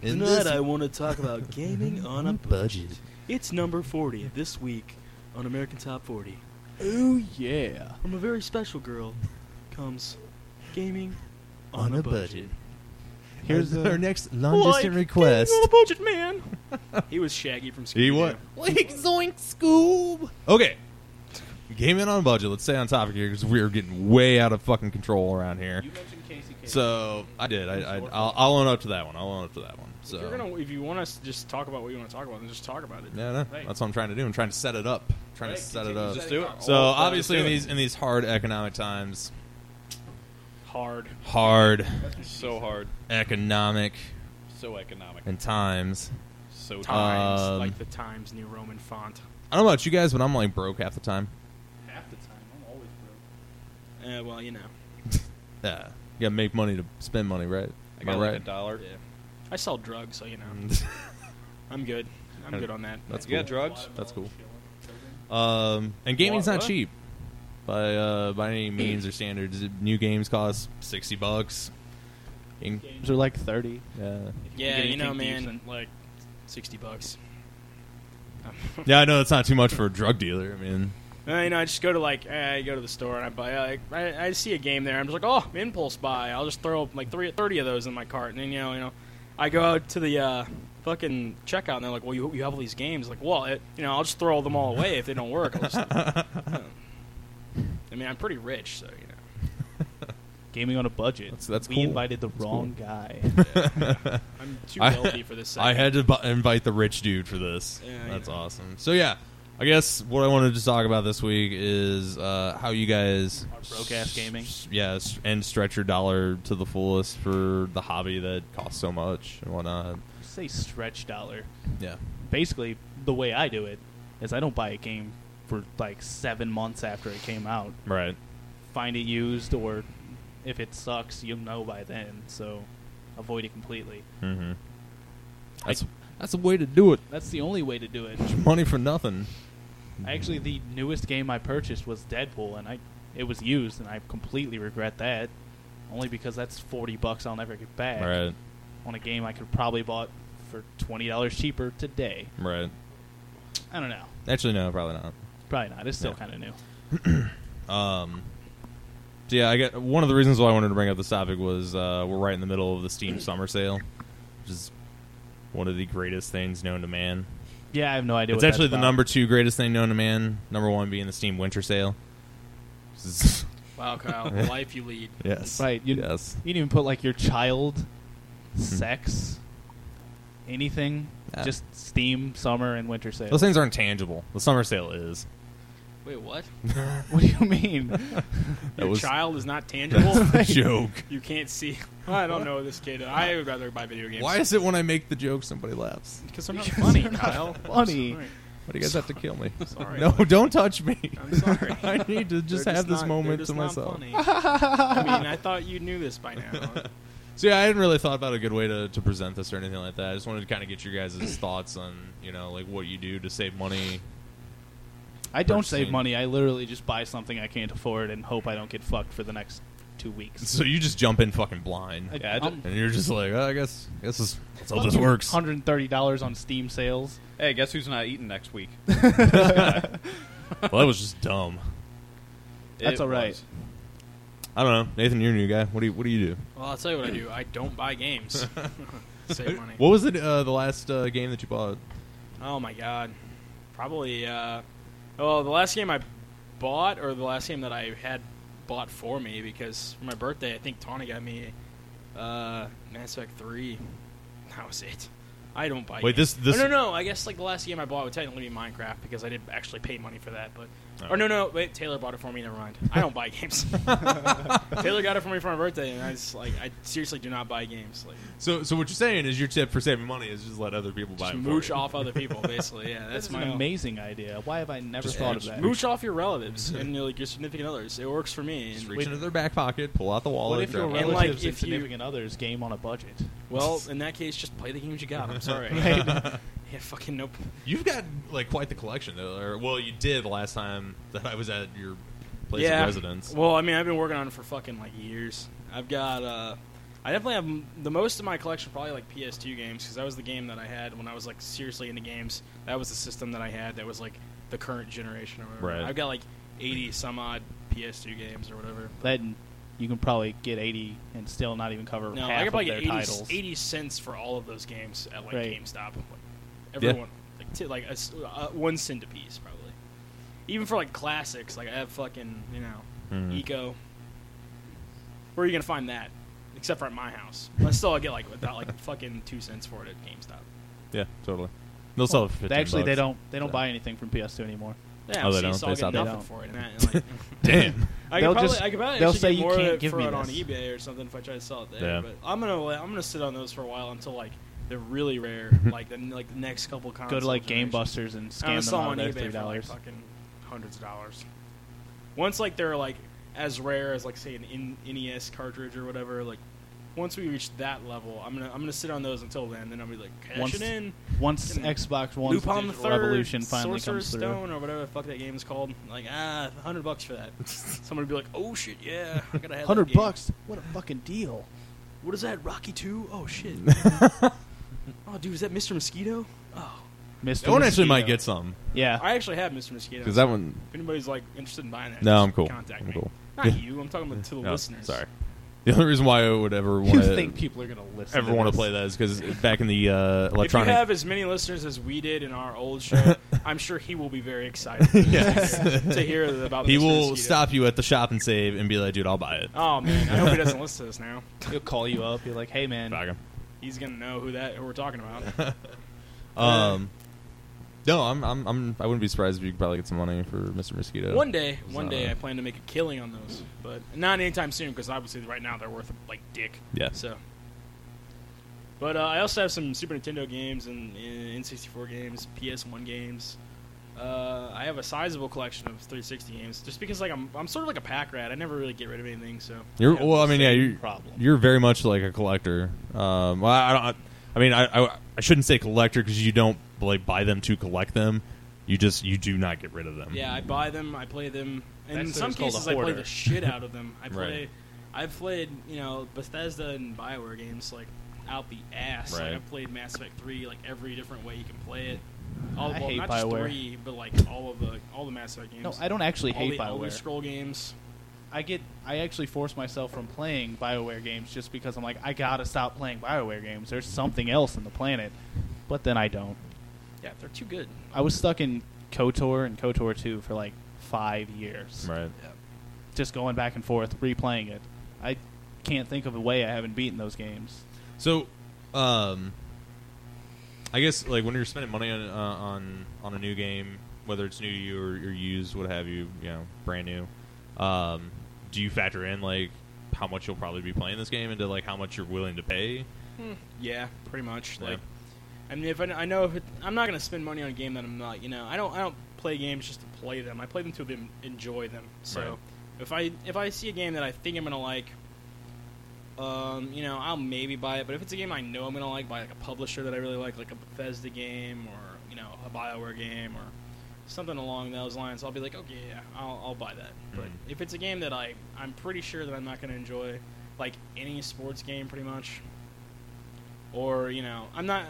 S4: In this-
S6: want to talk about gaming on a budget. It's number 40 this week on American Top 40.
S5: Ooh, yeah.
S6: From a very special girl comes gaming
S1: On a budget.
S5: Here's
S4: our
S5: the
S4: next long distance request.
S6: budget, man. he was Shaggy from Scooby.
S4: Like Zoink Scoob. Okay. Gaming on a budget. Let's stay on topic here because we're getting way out of fucking control around here.
S5: mentioned Casey
S4: So I did. I, I I'll, I'll own up to that one. I'll own up to that one. So
S6: If, you're gonna, if you want us to just talk about what you want to talk about, then just talk about it.
S4: No, no.
S6: Right.
S4: That's what I'm trying to do. I'm trying to set it up. I'm trying to set it up.
S7: Just do it.
S4: So
S7: Oh,
S4: obviously in
S7: just do it.
S4: these in these hard economic times,
S6: Hard.
S4: hard
S7: so hard,
S4: economic
S7: so economic,
S4: and times.
S7: so
S4: Time.
S6: Times.
S4: Um,
S6: like the Times New Roman font.
S4: I don't know about you guys, but I'm like broke half the time.
S5: Half the time, I'm always broke.
S6: Uh, well, you know.
S4: Yeah, you gotta make money to spend money, right?
S7: I got
S4: Am
S7: like a
S4: right?
S7: dollar.
S6: Yeah. I sell drugs, so you know.
S4: Mm.
S6: I'm good. I'm
S4: Uh,
S6: good on that.
S4: That's
S7: You
S4: cool.
S7: got drugs?
S4: That's cool. Um, and gaming's
S7: What?
S4: not
S7: What?
S4: cheap by uh, by any means or standards. New games cost sixty bucks. Game-
S5: Games are like 30.
S4: Yeah,
S6: Yeah,
S5: Get
S6: you know,
S5: anything
S6: man,
S5: decent.
S6: like sixty bucks.
S4: yeah. I know that's not too much for a drug dealer. I mean,
S6: Uh, you know, I just go to like eh, I go to the store and I buy. uh, Like, I, I see a game there. I'm just like, oh, impulse buy. I'll just throw like three, 30 of those in my cart, and then you know, you know, I go out to the uh, fucking checkout, and they're like, well, you, you have all these games. Like, well, it, you know, I'll just throw them all away if they don't work. I'll just, I mean, I'm pretty rich, so you know.
S5: Gaming on a budget.
S4: That's- that's
S5: we
S4: cool.
S5: invited the
S4: That's
S5: wrong guy.
S6: I'm too
S4: I-
S6: wealthy for this.
S4: I
S6: segment.
S4: had to bu- invite the rich dude for this.
S6: Yeah,
S4: That's
S6: yeah.
S4: awesome. So yeah, I guess what I wanted to talk about this week is uh, how you guys
S5: Our broke-ass gaming.
S4: yeah, s- and stretch your dollar to the fullest for the hobby that costs so much and whatnot.
S5: Say stretch dollar.
S4: Yeah,
S5: Basically, the way I do it is I don't buy a game for like seven months after it came out.
S4: right.
S5: find it used or if it sucks, you'll know by then. So avoid it completely.
S4: Mm-hmm. That's that's a way to do it.
S5: That's the only way to do it.
S4: Money for nothing.
S5: Actually, the newest game I purchased was Deadpool, and I it was used, and I completely regret that. Only because that's forty bucks I'll never get back
S4: Right,
S5: on a game I could probably bought for twenty dollars cheaper today.
S4: right.
S5: I don't know.
S4: Actually, no, probably not.
S5: Probably not. It's still
S4: Yeah.
S5: kind of new.
S4: Um, so yeah, I got one of the reasons why I wanted to bring up this topic was uh, we're right in the middle of the Steam Summer Sale, which is one of the greatest things known to man.
S5: Yeah, I have no idea.
S4: it's
S5: what
S4: actually
S5: that's
S4: the
S5: about.
S4: number two greatest thing known to man. Number one being the Steam Winter Sale. This is-
S6: wow, Kyle, the life you lead.
S4: yes,
S5: Right, you-
S4: yes. Mm-hmm.
S5: You didn't even put like your child, sex, anything.
S4: Yeah.
S5: Just Steam, summer, and winter sale.
S4: Those things aren't tangible. The Summer Sale is.
S6: Wait, what?
S5: What do you mean?
S4: That
S6: Your
S4: was
S6: child is not tangible.
S4: a joke.
S6: you can't see. I don't know this kid. I would rather buy video games.
S4: Why is it when I make the joke somebody laughs?
S6: Because they're not funny, Kyle.
S5: funny.
S4: Why do you guys have to kill me?
S6: Sorry.
S4: No, don't touch me.
S6: I'm sorry.
S4: I need to just
S6: They're
S4: have this
S6: not-
S4: moment
S6: they're
S4: to
S6: just not
S4: myself.
S6: funny. I mean, I thought you knew this by now.
S4: So yeah, I hadn't really thought about a good way to, to present this or anything like that. I just wanted to kind of get your guys' thoughts on you know like what you do to save money.
S5: I don't
S4: Purchasing.
S5: save money. I literally just buy something I can't afford and hope I don't get fucked for the next two weeks.
S4: So you just jump in fucking blind,
S5: I-
S7: Yeah, I
S5: I'm-
S4: and you're just like, oh, I guess, I guess this, let's hope this works.
S5: Hundred and thirty dollars on Steam sales.
S7: Hey, guess who's not eating next week?
S4: Well, that was just dumb.
S5: That's
S7: It
S5: all right.
S7: was.
S4: I don't know, Nathan. You're a new guy. What do you What do you do?
S6: Well, I'll tell you what I do. I don't buy games. Save money.
S4: What was it? Uh, the last uh, game that you bought?
S6: Oh my god. Probably. Uh, well, the last game I bought, or the last game that I had bought for me, because for my birthday, I think Tawny got me uh, Mass Effect Three. That was it. I don't buy.
S4: Wait,
S6: games.
S4: this- this-
S6: Oh, no, no. I guess like the last game I bought would technically be Minecraft because I did actually pay money for that. But
S4: Oh.
S6: or no, no. Wait, Taylor bought it for me. Never mind. I don't buy games. Taylor got it for me for my birthday, and I just like I seriously do not buy games. Like
S4: So, so what you're saying is your tip for saving money is just let other people buy
S6: just
S4: it. for
S6: mooch
S4: you.
S6: off other people, basically. Yeah, that's
S5: That's
S6: my
S5: an
S6: own-
S5: amazing idea. Why have I never
S4: Just
S5: thought
S4: reach-
S5: of that?
S6: Mooch off your relatives and your, like your significant others. It works for me.
S4: Just
S6: And,
S4: reach into their back pocket, pull out the wallet.
S5: What if your
S4: grab
S6: And,
S5: relatives
S4: it.
S6: like,
S5: and
S6: if you-
S5: significant others game on a budget?
S6: well, in that case, just play the games you got. I'm sorry.
S5: Right.
S6: yeah, fucking nope.
S4: You've got like quite the collection, though. Or, well, you did last time that I was at your place
S6: yeah.
S4: of residence.
S6: Well, I mean, I've been working on it for fucking like years. I've got. uh I definitely have m- the most of my collection probably like PS2 games because that was the game that I had when I was like seriously into games. That was the system that I had. That was like the current generation or whatever.
S4: Right.
S6: I've got like 80 some odd PS2 games or whatever.
S5: Then you can probably get eighty and still not even cover
S6: No,
S5: half
S6: I could probably
S5: of
S6: get
S5: their
S6: 80,
S5: titles.
S6: 80 cents for all of those games at like
S5: Right.
S6: GameStop. Like, everyone, like, t- like a s uh, one cent a piece probably. Even for like classics, like I have fucking you know
S4: Mhm.
S6: Eco. Where are you gonna find that? Except for at my house. But still, I get like about like fucking two cents for it at GameStop.
S4: yeah, totally. They'll sell it for
S5: They
S4: 15
S5: actually, they
S4: bucks.
S5: don't they don't
S4: So.
S5: buy anything from PS2 anymore.
S6: Yeah,
S4: Oh, they
S6: see,
S4: don't?
S6: so
S4: They
S6: I'll
S4: stop
S6: get
S5: it?
S6: nothing
S5: They
S6: for it. And that, and, like,
S4: Damn.
S6: I could
S5: They'll
S6: probably,
S5: just-
S6: I could probably
S5: they'll
S6: actually
S5: say
S6: get
S5: you
S6: more
S5: can't
S6: of it
S5: give
S6: for
S5: me
S6: it on
S5: this.
S6: eBay or something if I try to sell it there.
S4: Yeah.
S6: But I'm gonna I'm gonna sit on those for a while until like they're really rare, like the like the next couple.
S5: Go to like Game
S6: generations.
S5: Busters and
S6: I'm gonna
S5: scam them
S6: sell
S5: out of
S6: on
S5: their
S6: eBay
S5: three
S6: for like
S5: dollars.
S6: fucking hundreds of dollars. Once like they're like as rare as like say an N- NES cartridge or whatever, like. Once we reach that level, I'm gonna I'm gonna sit on those until then. Then I'll be like cash
S5: Once-
S6: it in.
S5: Once
S6: Fucking
S5: Xbox One
S6: Lupin the Third,
S5: Revolution finally comes
S6: Sorcerer's
S5: through,
S6: Stone or whatever the fuck that game is called. Like ah, hundred bucks for that. Someone would be like, oh shit, yeah, I gotta have that
S5: hundred
S6: game.
S5: bucks, what a fucking deal!
S6: What is that? Rocky Two? Oh shit. oh dude, is that Mr. Mosquito? Oh,
S5: Mr.
S4: That one
S5: Mosquito.
S4: actually might get some
S5: Yeah,
S6: I actually have Mr. Mosquito.
S4: because that one.
S6: if anybody's like interested in buying that,
S4: No,
S6: just
S4: I'm cool.
S6: Contact
S4: I'm
S6: me.
S4: cool.
S6: Not
S4: Yeah.
S6: you. I'm talking about to the
S4: No,
S6: listeners.
S4: Sorry. The only reason why I would ever
S5: you
S4: want
S5: think
S4: to
S5: people are gonna listen?
S4: ever want to play
S5: this.
S4: that is because back in the uh,
S6: If you
S4: electronic.
S6: have as many listeners as we did in our old show, I'm sure he will be very excited
S4: Yes.
S6: to hear about.
S4: he
S6: Mr.
S4: will
S6: Mosquito.
S4: stop you at the shop and save and be like, "Dude, I'll buy it."
S6: Oh man, I hope he doesn't listen to this now.
S5: He'll call you up. You're like, hey man,
S4: Fuck 'em.
S6: He's gonna know who that who we're talking about.
S4: Um, no, I'm, I'm, I'm, I wouldn't be surprised if you could probably get some money for Mr. Mosquito.
S6: One day,
S4: It's
S6: one
S4: not
S6: day,
S4: a-
S6: I plan to make a killing on those, but not anytime soon because obviously right now they're worth like dick.
S4: Yeah.
S6: So. But uh, I also have some Super Nintendo games and, and N64 games, PS1 games. Uh, I have a sizable collection of 360 games, just because like I'm, I'm sort of like a pack rat. I never really get rid of anything, so.
S4: You're
S5: Yeah,
S4: well. I mean, yeah,
S5: same
S4: you're
S5: problem.
S4: you're very much like a collector. Um, well, I don't. I mean, I I, I shouldn't say collector because you don't like buy them to collect them. You just you do not get rid of them.
S6: Yeah, I buy them, I play them, and
S5: That's
S6: in
S5: what
S6: some
S5: it's called, a
S6: cases I play
S5: hoarder.
S6: the shit out of them. I
S4: Right.
S6: play, I've played you know Bethesda and Bioware games like out the ass.
S4: Right.
S6: Like I've played Mass Effect three like every different way you can play it. All
S5: I
S6: well,
S5: hate
S6: not
S5: BioWare.
S6: just three, but like all of the all the Mass Effect games.
S5: no, I don't actually
S6: all
S5: hate
S6: the Elder
S5: Bioware.
S6: Scroll games.
S5: I get, I actually force myself from playing Bioware games just because I'm like, I gotta stop playing Bioware games. There's something else in the planet, but then I don't.
S6: Yeah, they're too good.
S5: I was stuck in KOTOR and KOTOR two for like five years,
S4: Right.
S5: just going back and forth, replaying it. I can't think of a way I haven't beaten those games.
S4: So, um, I guess like when you're spending money on uh, on on a new game, whether it's new to you or, or used, what have you, you know, brand new, um, do you factor in like how much you'll probably be playing this game into like how much you're willing to pay?
S6: Yeah, pretty much.
S4: Yeah.
S6: Like, I mean, if I, I know if it, I'm not gonna spend money on a game that I'm not, you know, I don't I don't play games just to play them. I play them to en- enjoy them. So
S4: Right.
S6: if I if I see a game that I think I'm gonna like, Um, you know, I'll maybe buy it, but if it's a game I know I'm gonna like by like a publisher that I really like, like a Bethesda game or you know a Bioware game or something along those lines, I'll be like, okay, yeah, I'll, I'll buy that. But if it's a game that I I'm pretty sure that I'm not gonna enjoy, like any sports game, pretty much, or you know, I'm not.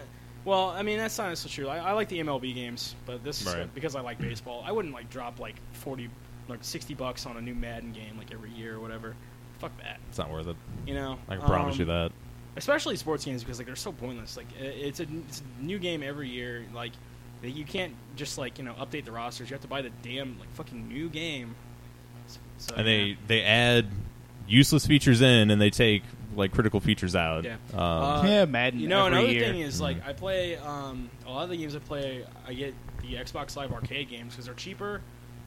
S6: Well, I mean that's not necessarily true. I, I like the MLB games, but this is
S4: Right.
S6: because I like baseball. I wouldn't like drop like forty, like sixty bucks on a new Madden game like every year or whatever. Fuck that.
S4: It's not worth it.
S6: You know,
S4: I can promise
S6: Um,
S4: you that.
S6: Especially sports games because like they're so pointless. Like i- it's a, it's a new game every year. Like that you can't just like you know update the rosters. You have to buy the damn like fucking new game. So, so,
S4: and
S6: uh, yeah.
S4: they they add useless features in, and they take like critical features out.
S6: Yeah.
S4: Um,
S6: Uh,
S5: yeah, Madden.
S6: You know,
S5: every
S6: another
S5: year.
S6: thing is like I play um, a lot of the games I play. I get the Xbox Live Arcade games because they're cheaper,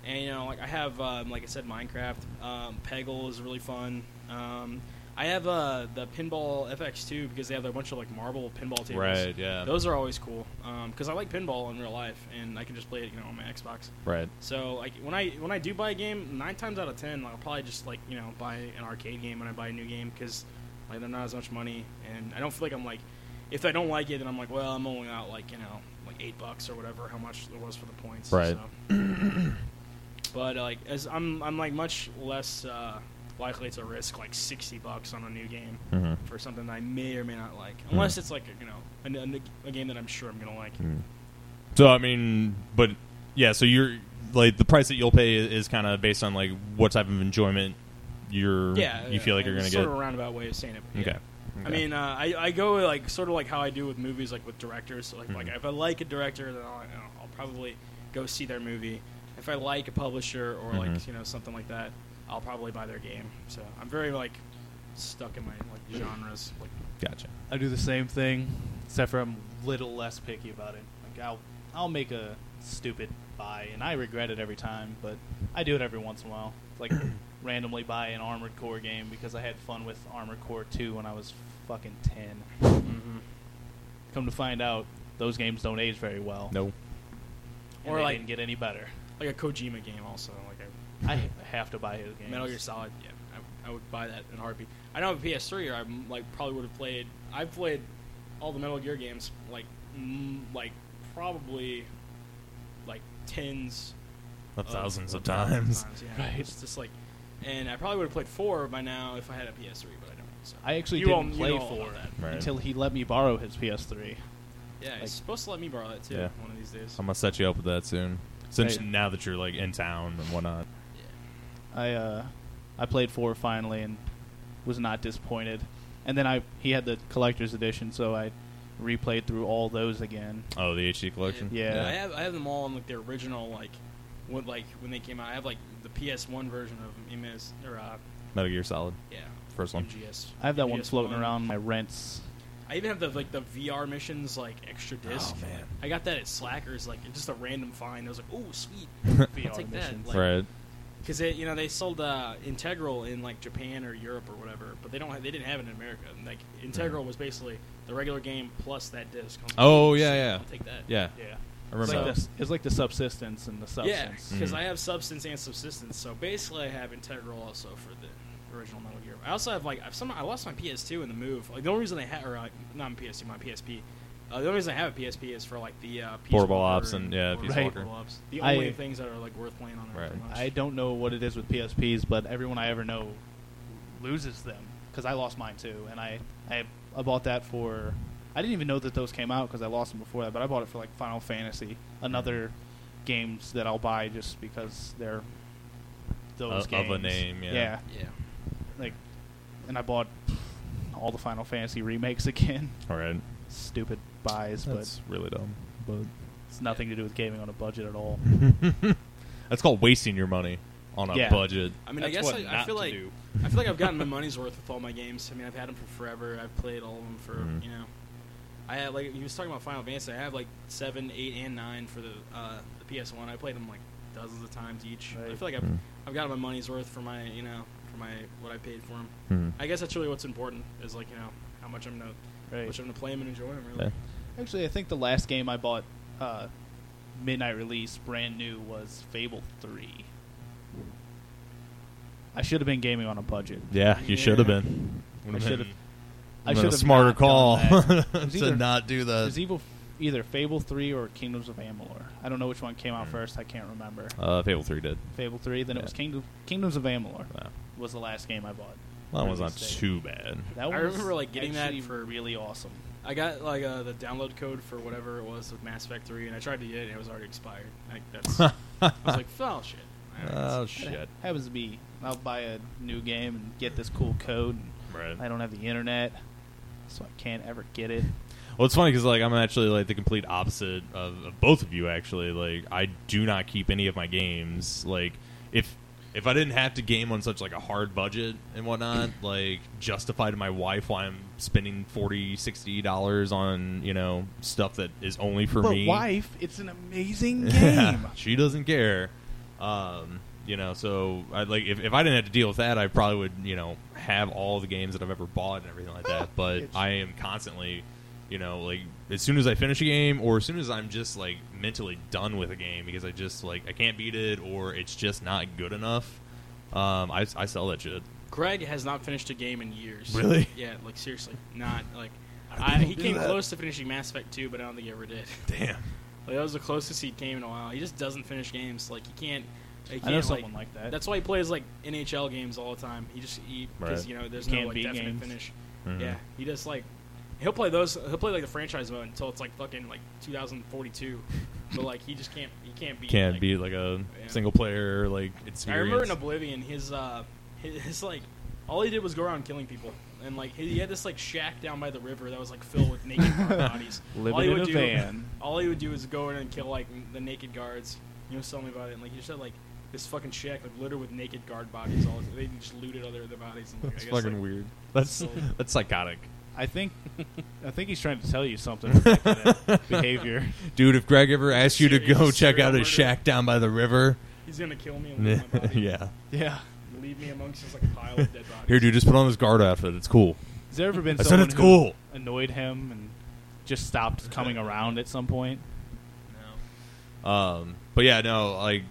S6: and you know, like I have, um, like I said, Minecraft. Um, Peggle is really fun. Um, I have uh, the Pinball FX2 because they have a bunch of like marble pinball tables.
S4: Right, yeah.
S6: Those are always cool because I like pinball in real life, and I can just play it, you know, on my Xbox.
S4: right.
S6: So like when I when I do buy a game, nine times out of ten, like, I'll probably just like you know buy an arcade game when I buy a new game because like they're not as much money, and I don't feel like I'm like if I don't like it, then I'm like well I'm only out like you know like eight bucks or whatever how much it was for the points.
S4: Right.
S6: So. but like as I'm I'm like much less uh, likely to risk like sixty bucks on a new game
S4: Mhm.
S6: for something that I may or may not like,
S4: Hmm.
S6: unless it's like you know a- a, a game that I'm sure I'm gonna like.
S4: So I mean, but yeah. So you're like the price that you'll pay is, is kind of based on like what type of enjoyment you're
S6: yeah,
S4: you feel like you're
S6: it's sort
S4: gonna get.
S6: of a roundabout way of saying it. but yeah.
S4: okay.
S6: I mean, uh, I, I go like sort of like how I do with movies, like with directors. So, like, like
S4: Mhm.
S6: if I like a director, then I'll, I'll probably go see their movie. If I like a publisher or
S4: Mhm.
S6: like you know something like that, I'll probably buy their game. So I'm very like stuck in my like genres. Like
S4: gotcha.
S5: I do the same thing, except for I'm a little less picky about it. Like I'll I'll make a stupid buy, and I regret it every time, but I do it every once in a while. Like randomly buy an Armored Core game because I had fun with Armored Core 2 when I was fucking 10. Come to find out, those games don't age very well.
S4: No.
S6: Or
S5: or
S6: like-
S5: like didn't get any better.
S6: like a Kojima game also. Like a
S5: I have to buy his games.
S6: Metal Gear Solid. Yeah, I, I would buy that in a heartbeat. I don't have a PS3, or I am like probably would have played. I've played all the Metal Gear games like mm, like probably like tens
S4: Of
S6: of-
S4: thousands of
S6: thousands
S4: times.
S6: yeah.
S5: Right.
S6: It's just like, and I probably would have played four by now if I had a PS3, but I don't. So
S5: I actually
S6: You all-
S5: didn't
S6: you
S5: play
S6: know all
S5: for
S6: about that.
S4: Right.
S5: until he let me borrow his PS3.
S6: yeah,
S5: like-
S6: he's supposed to let me borrow that too
S4: Yeah.
S6: one of these days.
S4: I'm gonna set you up with that soon. Since
S5: Hey.
S4: now that you're like in town and whatnot.
S5: I uh, I played four finally and was not disappointed. And then I he had the collector's edition, so I replayed through all those again.
S4: Oh, the HD collection.
S5: Yeah.
S6: I have I have them all in like the original like, what like when they came out. I have like the PS1 version of MS or uh,
S4: Metal Gear Solid.
S6: yeah,
S4: First one.
S6: MGS.
S5: I have that one
S6: MGS
S5: floating around my rents.
S6: I even have the like the VR missions like extra disc.
S4: Oh, man.
S6: I got that at Slackers, like just a random find. I was like, oh sweet, I'll
S5: VR
S6: take that.
S5: missions.
S6: Like,
S4: right.
S6: Because you know they sold uh, Integral in like Japan or Europe or whatever, but they don't have, they didn't have it in America. And, like Integral was basically the regular game plus that disc. I'm like,
S4: Oh, yeah,
S6: shit,
S4: yeah.
S6: I'll take that.
S4: Yeah.
S5: Yeah,
S4: I remember
S5: it's
S4: that.
S5: like, the, it's like the subsistence and the
S6: yeah.
S5: substance.
S6: Because
S4: Mhm.
S6: I have Substance and Subsistence, so basically I have Integral also for the original Metal Gear. I also have like I've some I lost my PS2 in the move. Like the only reason I had or like, not my PS2 my PSP. Uh, the only reason I have a PSP is for like the uh, Peace
S4: Portable
S6: Walker
S4: ops and- yeah,
S6: or
S4: Peace
S5: Right.
S4: Walker.
S6: Portable ops. The
S5: I-
S6: only things that are like worth playing on there.
S4: Right.
S6: pretty much.
S5: I don't know what it is with PSPs, but everyone I ever know loses them because I lost mine too, and I, I I bought that for I didn't even know that those came out because I lost them before that, but I bought it for like Final Fantasy, another games that I'll buy just because they're those
S4: Of- of
S5: games
S4: a name, yeah.
S6: yeah.
S5: like, and I bought all the Final Fantasy remakes again.
S4: All right.
S5: Stupid buys,
S4: That's really dumb. But
S5: but it's nothing to do with gaming on a budget at all.
S4: That's called wasting your money on a
S5: Yeah.
S4: budget.
S6: I mean, I
S7: That's
S6: guess
S7: what
S6: I, I
S7: not
S6: feel
S7: to
S6: like
S7: do.
S6: I feel like I've gotten my money's worth with all my games. I mean, I've had them for forever. I've played all of them for
S7: Mm-hmm.
S4: Mhm.
S6: you know. I had like he was talking about Final Fantasy. I have like seven, eight, and nine for the uh, the PS One. I played them like dozens of times each. I
S5: Right.
S6: feel like I've
S7: Mm.
S4: Mhm.
S6: I've gotten my money's worth for my you know for my what I paid for them.
S4: Hmm.
S6: I guess that's really what's important is like you know how much I'm gonna
S5: Right.
S6: much I'm gonna play them and enjoy them. Really,
S4: Yeah.
S5: Actually, I think the last game I bought uh, midnight release, brand new, was Fable Three. I should have been gaming on a budget.
S4: Yeah, you should have been. Would've
S5: I should've-
S4: been-
S5: I
S4: would've
S5: should
S4: been a
S5: have
S4: smarter call
S5: It's
S4: to
S5: either-
S4: not uh, do
S5: It
S4: that.
S5: was evil, either Fable three or Kingdoms of Amalur. I don't know which one came out first. I can't remember.
S4: Uh, Fable Three did.
S5: Fable three, then
S4: Yeah.
S5: it was Kingdom Kingdoms of Amalur
S4: Wow.
S5: was the last game I bought.
S4: Well, that one's
S5: Pretty
S4: not
S5: safe.
S4: too bad.
S5: That
S6: I
S5: was
S6: remember, like, getting that
S5: actually
S6: for-
S5: really awesome.
S6: I got like uh, the download code for whatever it was with Mass Effect 3, and I tried to get it, and it was already expired. Like that's, I was like, oh shit. All right.
S4: Oh
S5: That
S4: shit!
S5: happens to be. I'll buy a new game and get this cool code.
S4: Right.
S5: I don't have the internet, so I can't ever get it.
S4: Well, it's funny because like I'm actually like the complete opposite of, of both of you. Actually, like I do not keep any of my games. Like if if I didn't have to game on such like a hard budget and whatnot, like justify to my wife why I'm spending 40 dollars on you know stuff that is only for
S5: but
S4: me.
S5: wife, it's an amazing
S4: Yeah,
S5: game.
S4: she doesn't care. Um, you know, so I like if, if I didn't have to deal with that, I probably would, you know, have all the games that I've ever bought and everything like that. But
S5: It's-
S4: I am constantly, you know, like as soon as I finish a game or as soon as I'm just like mentally done with a game because I just like I can't beat it or it's just not good enough. Um, I, I sell that shit.
S6: Greg has not finished a game in years.
S4: Really?
S6: Yeah, like seriously, not like.
S4: do
S6: I,
S4: people
S6: he
S4: do
S6: came
S4: that?
S6: close to finishing Mass Effect 2, but I don't think he ever did.
S4: Damn.
S6: Like, that was the closest he came in a while. He just doesn't finish games. Like he can't. He can't
S5: I know
S6: like,
S5: someone like that.
S6: That's why he plays like NHL games all the time. He just he because
S4: Right.
S6: you know there's
S5: He
S6: no
S5: can't
S6: like,
S5: beat
S6: definite
S5: games. Mm-hmm.
S6: finish.
S4: Mhm.
S6: Yeah, he just like he'll play those. He'll play like the franchise mode until it's like fucking like 2042. but like he just can't. He can't beat.
S4: Can't
S6: like,
S4: beat like a
S6: Yeah.
S4: single player like it's.
S6: I remember in Oblivion, his uh, his, his like all he did was go around killing people, and like he, he had this like shack down by the river that was like filled with naked guard bodies. all
S5: Living
S6: he
S5: in
S6: would
S5: a
S6: do,
S5: van.
S6: all he would do is go in and kill like n- the naked guards. You know, tell me about it. And like he just had like this fucking shack like littered with naked guard bodies. All they just looted other their bodies. And, like,
S4: That's
S6: I guess,
S4: fucking
S6: like,
S4: weird. That's
S6: so-
S4: that's psychotic.
S5: I think, I think he's trying to tell you something. with that kind of behavior.
S4: Dude, if Greg ever asks you to
S6: serious
S4: go check
S6: serial
S4: out his
S6: murderer.
S4: shack down by the river,
S6: He's gonna kill me and leave my body.
S4: yeah.
S5: Yeah.
S6: Leave me amongst just like a pile of dead bodies.
S4: Here, dude, just put on this guard outfit. It's cool.
S5: Has there ever been
S4: I said
S5: someone
S4: it's
S5: who
S4: cool.
S5: annoyed him and just stopped coming around at some point?
S6: No.
S4: Um, but yeah, no, like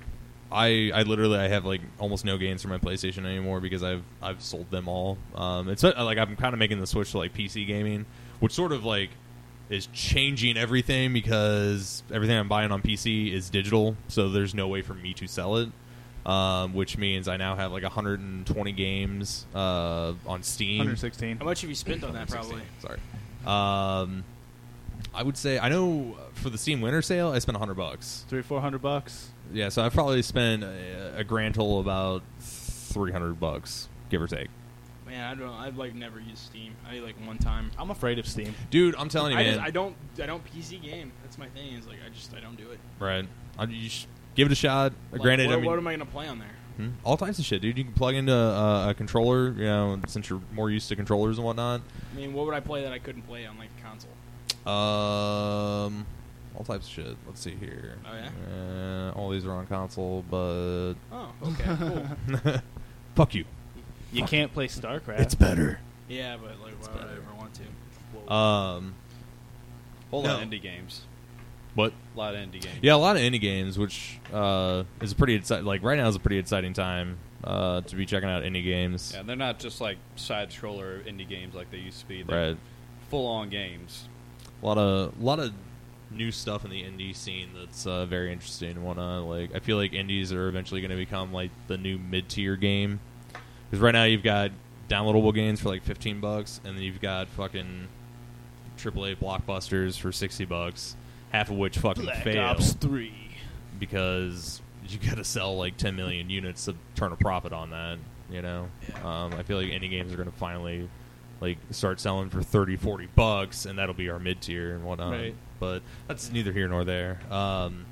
S4: I, I literally I have like almost no games for my PlayStation anymore because I've I've sold them all. Um, it's uh, like I'm kind of making the switch to like PC gaming, which sort of like is changing everything because everything I'm buying on PC is digital, so there's no way for me to sell it. Um, which means I now have like 120 games uh, on Steam.
S5: 116.
S6: How much have you spent on that? Probably.
S4: 116, Sorry. Um, I would say I know uh, for the Steam Winter Sale, I spent 100 bucks.
S5: Three, four hundred bucks.
S4: Yeah, so I've probably spent a, a grand total of about 300 bucks, give or take.
S6: Man, I don't. I've like never used Steam. I like one time.
S5: I'm afraid of Steam.
S4: Dude, I'm telling you,
S6: I,
S4: man.
S6: just, I don't I don't PC game. That's my thing. Is like I just I don't do it.
S4: right? I, you sh- give it a shot.
S6: Like,
S4: Granted,
S6: what,
S4: I mean,
S6: what am I gonna play on there?
S4: Hmm? all types of shit, dude. You can plug into uh, a controller, you know, since you're more used to controllers and whatnot.
S6: I mean, what would I play that I couldn't play on like the console?
S4: Um, all types of shit. Let's see here.
S6: Oh,
S4: Uh, all these are on console, but
S6: Oh, okay, cool.
S4: fuck you.
S5: You can't play StarCraft.
S4: better.
S6: yeah, but like, why would I ever want to?
S4: Um,
S7: A lot of
S4: No.
S7: indie games.
S4: what?
S7: A lot of indie games.
S4: Yeah, a lot of indie games, which uh, is a pretty exci- like right now is a pretty exciting time uh, to be checking out indie games.
S7: Yeah, they're not just like side scroller indie games like they used to be. They're
S4: right.
S7: full on games.
S4: A lot of lot of new stuff in the indie scene that's uh, very interesting. and Whatnot. Like I feel like indies are eventually going to become like the new mid tier game because right now you've got downloadable games for like fifteen bucks, and then you've got fucking AAA blockbusters for sixty bucks, half of which fucking
S5: Black
S4: fail.
S5: Ops Three.
S4: because you got to sell like 10 million units to turn a profit on that. You know, um, I feel like indie games are going to finally like start selling for 30, 40 bucks, and that'll be our mid tier and whatnot.
S5: Right.
S4: But that's neither here nor there. Um,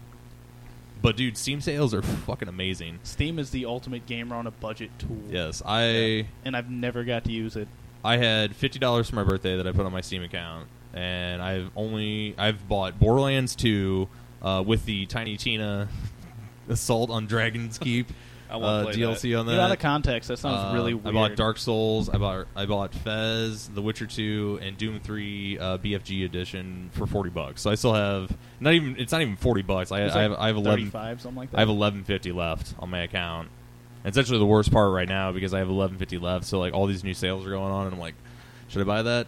S4: but dude, Steam sales are fucking amazing.
S5: Steam is the ultimate gamer on a budget tool.
S4: Yes, I
S5: And I've never got to use it.
S4: I had fifty dollars for my birthday that I put on my Steam account, and I've only I've bought Borderlands two uh, with the Tiny Tina Assault on Dragon's Keep
S7: I wanna
S4: uh,
S7: play
S4: DLC on
S5: Get out of
S4: that.
S5: context. That sounds
S4: Uh,
S5: really weird.
S4: I bought Dark Souls. I bought I bought Fez, The Witcher two, and Doom three uh, BFG edition for forty bucks. So I still have not even it's not even forty bucks. I,
S5: It's
S4: I
S5: like
S4: have I have eleven
S5: 35, something like that.
S4: I have eleven fifty left on my account. And it's actually the worst part right now because I have eleven fifty left. So like all these new sales are going on, and I'm like, Should I buy that?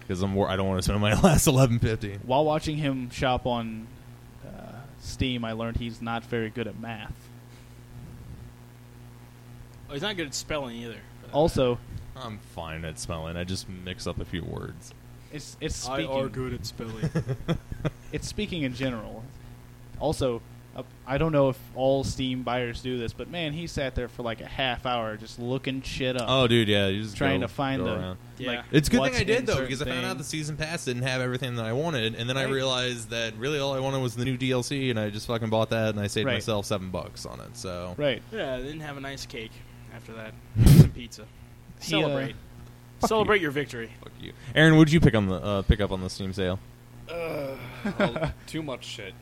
S4: Because I'm wor- I don't want to spend my last eleven fifty.
S5: While watching him shop on uh, Steam, I learned he's not very good at math.
S6: Oh, he's not good at spelling either. for that
S5: Also,
S4: I'm fine at spelling. I just mix up a few words.
S5: it's it's
S6: matter. I are
S5: speaking.
S6: good at spelling.
S5: It's speaking in general. Also, uh, I don't know if all Steam buyers do this, but man, he sat there for like a half hour just looking shit up,
S4: Oh, dude, yeah, you just
S5: trying
S4: go-
S5: to find
S4: go
S5: the
S4: around.
S6: Yeah.
S5: like,
S4: It's a good
S5: what's
S4: thing I
S5: in
S4: did though,
S5: certain
S4: because I found out the
S5: things.
S4: season pass didn't have everything that I wanted, and then I
S5: Right.
S4: realized that really all I wanted was the new DLC, and I just fucking bought that, and I saved
S5: Right.
S4: myself seven bucks on it. So
S5: Right.
S6: yeah, they didn't have a nice cake after that. Some pizza.
S5: He, uh,
S6: Celebrate. Celebrate your victory.
S4: fuck you, Aaron. Would you pick on the uh, pick up on the Steam sale?
S7: Well, too much shit.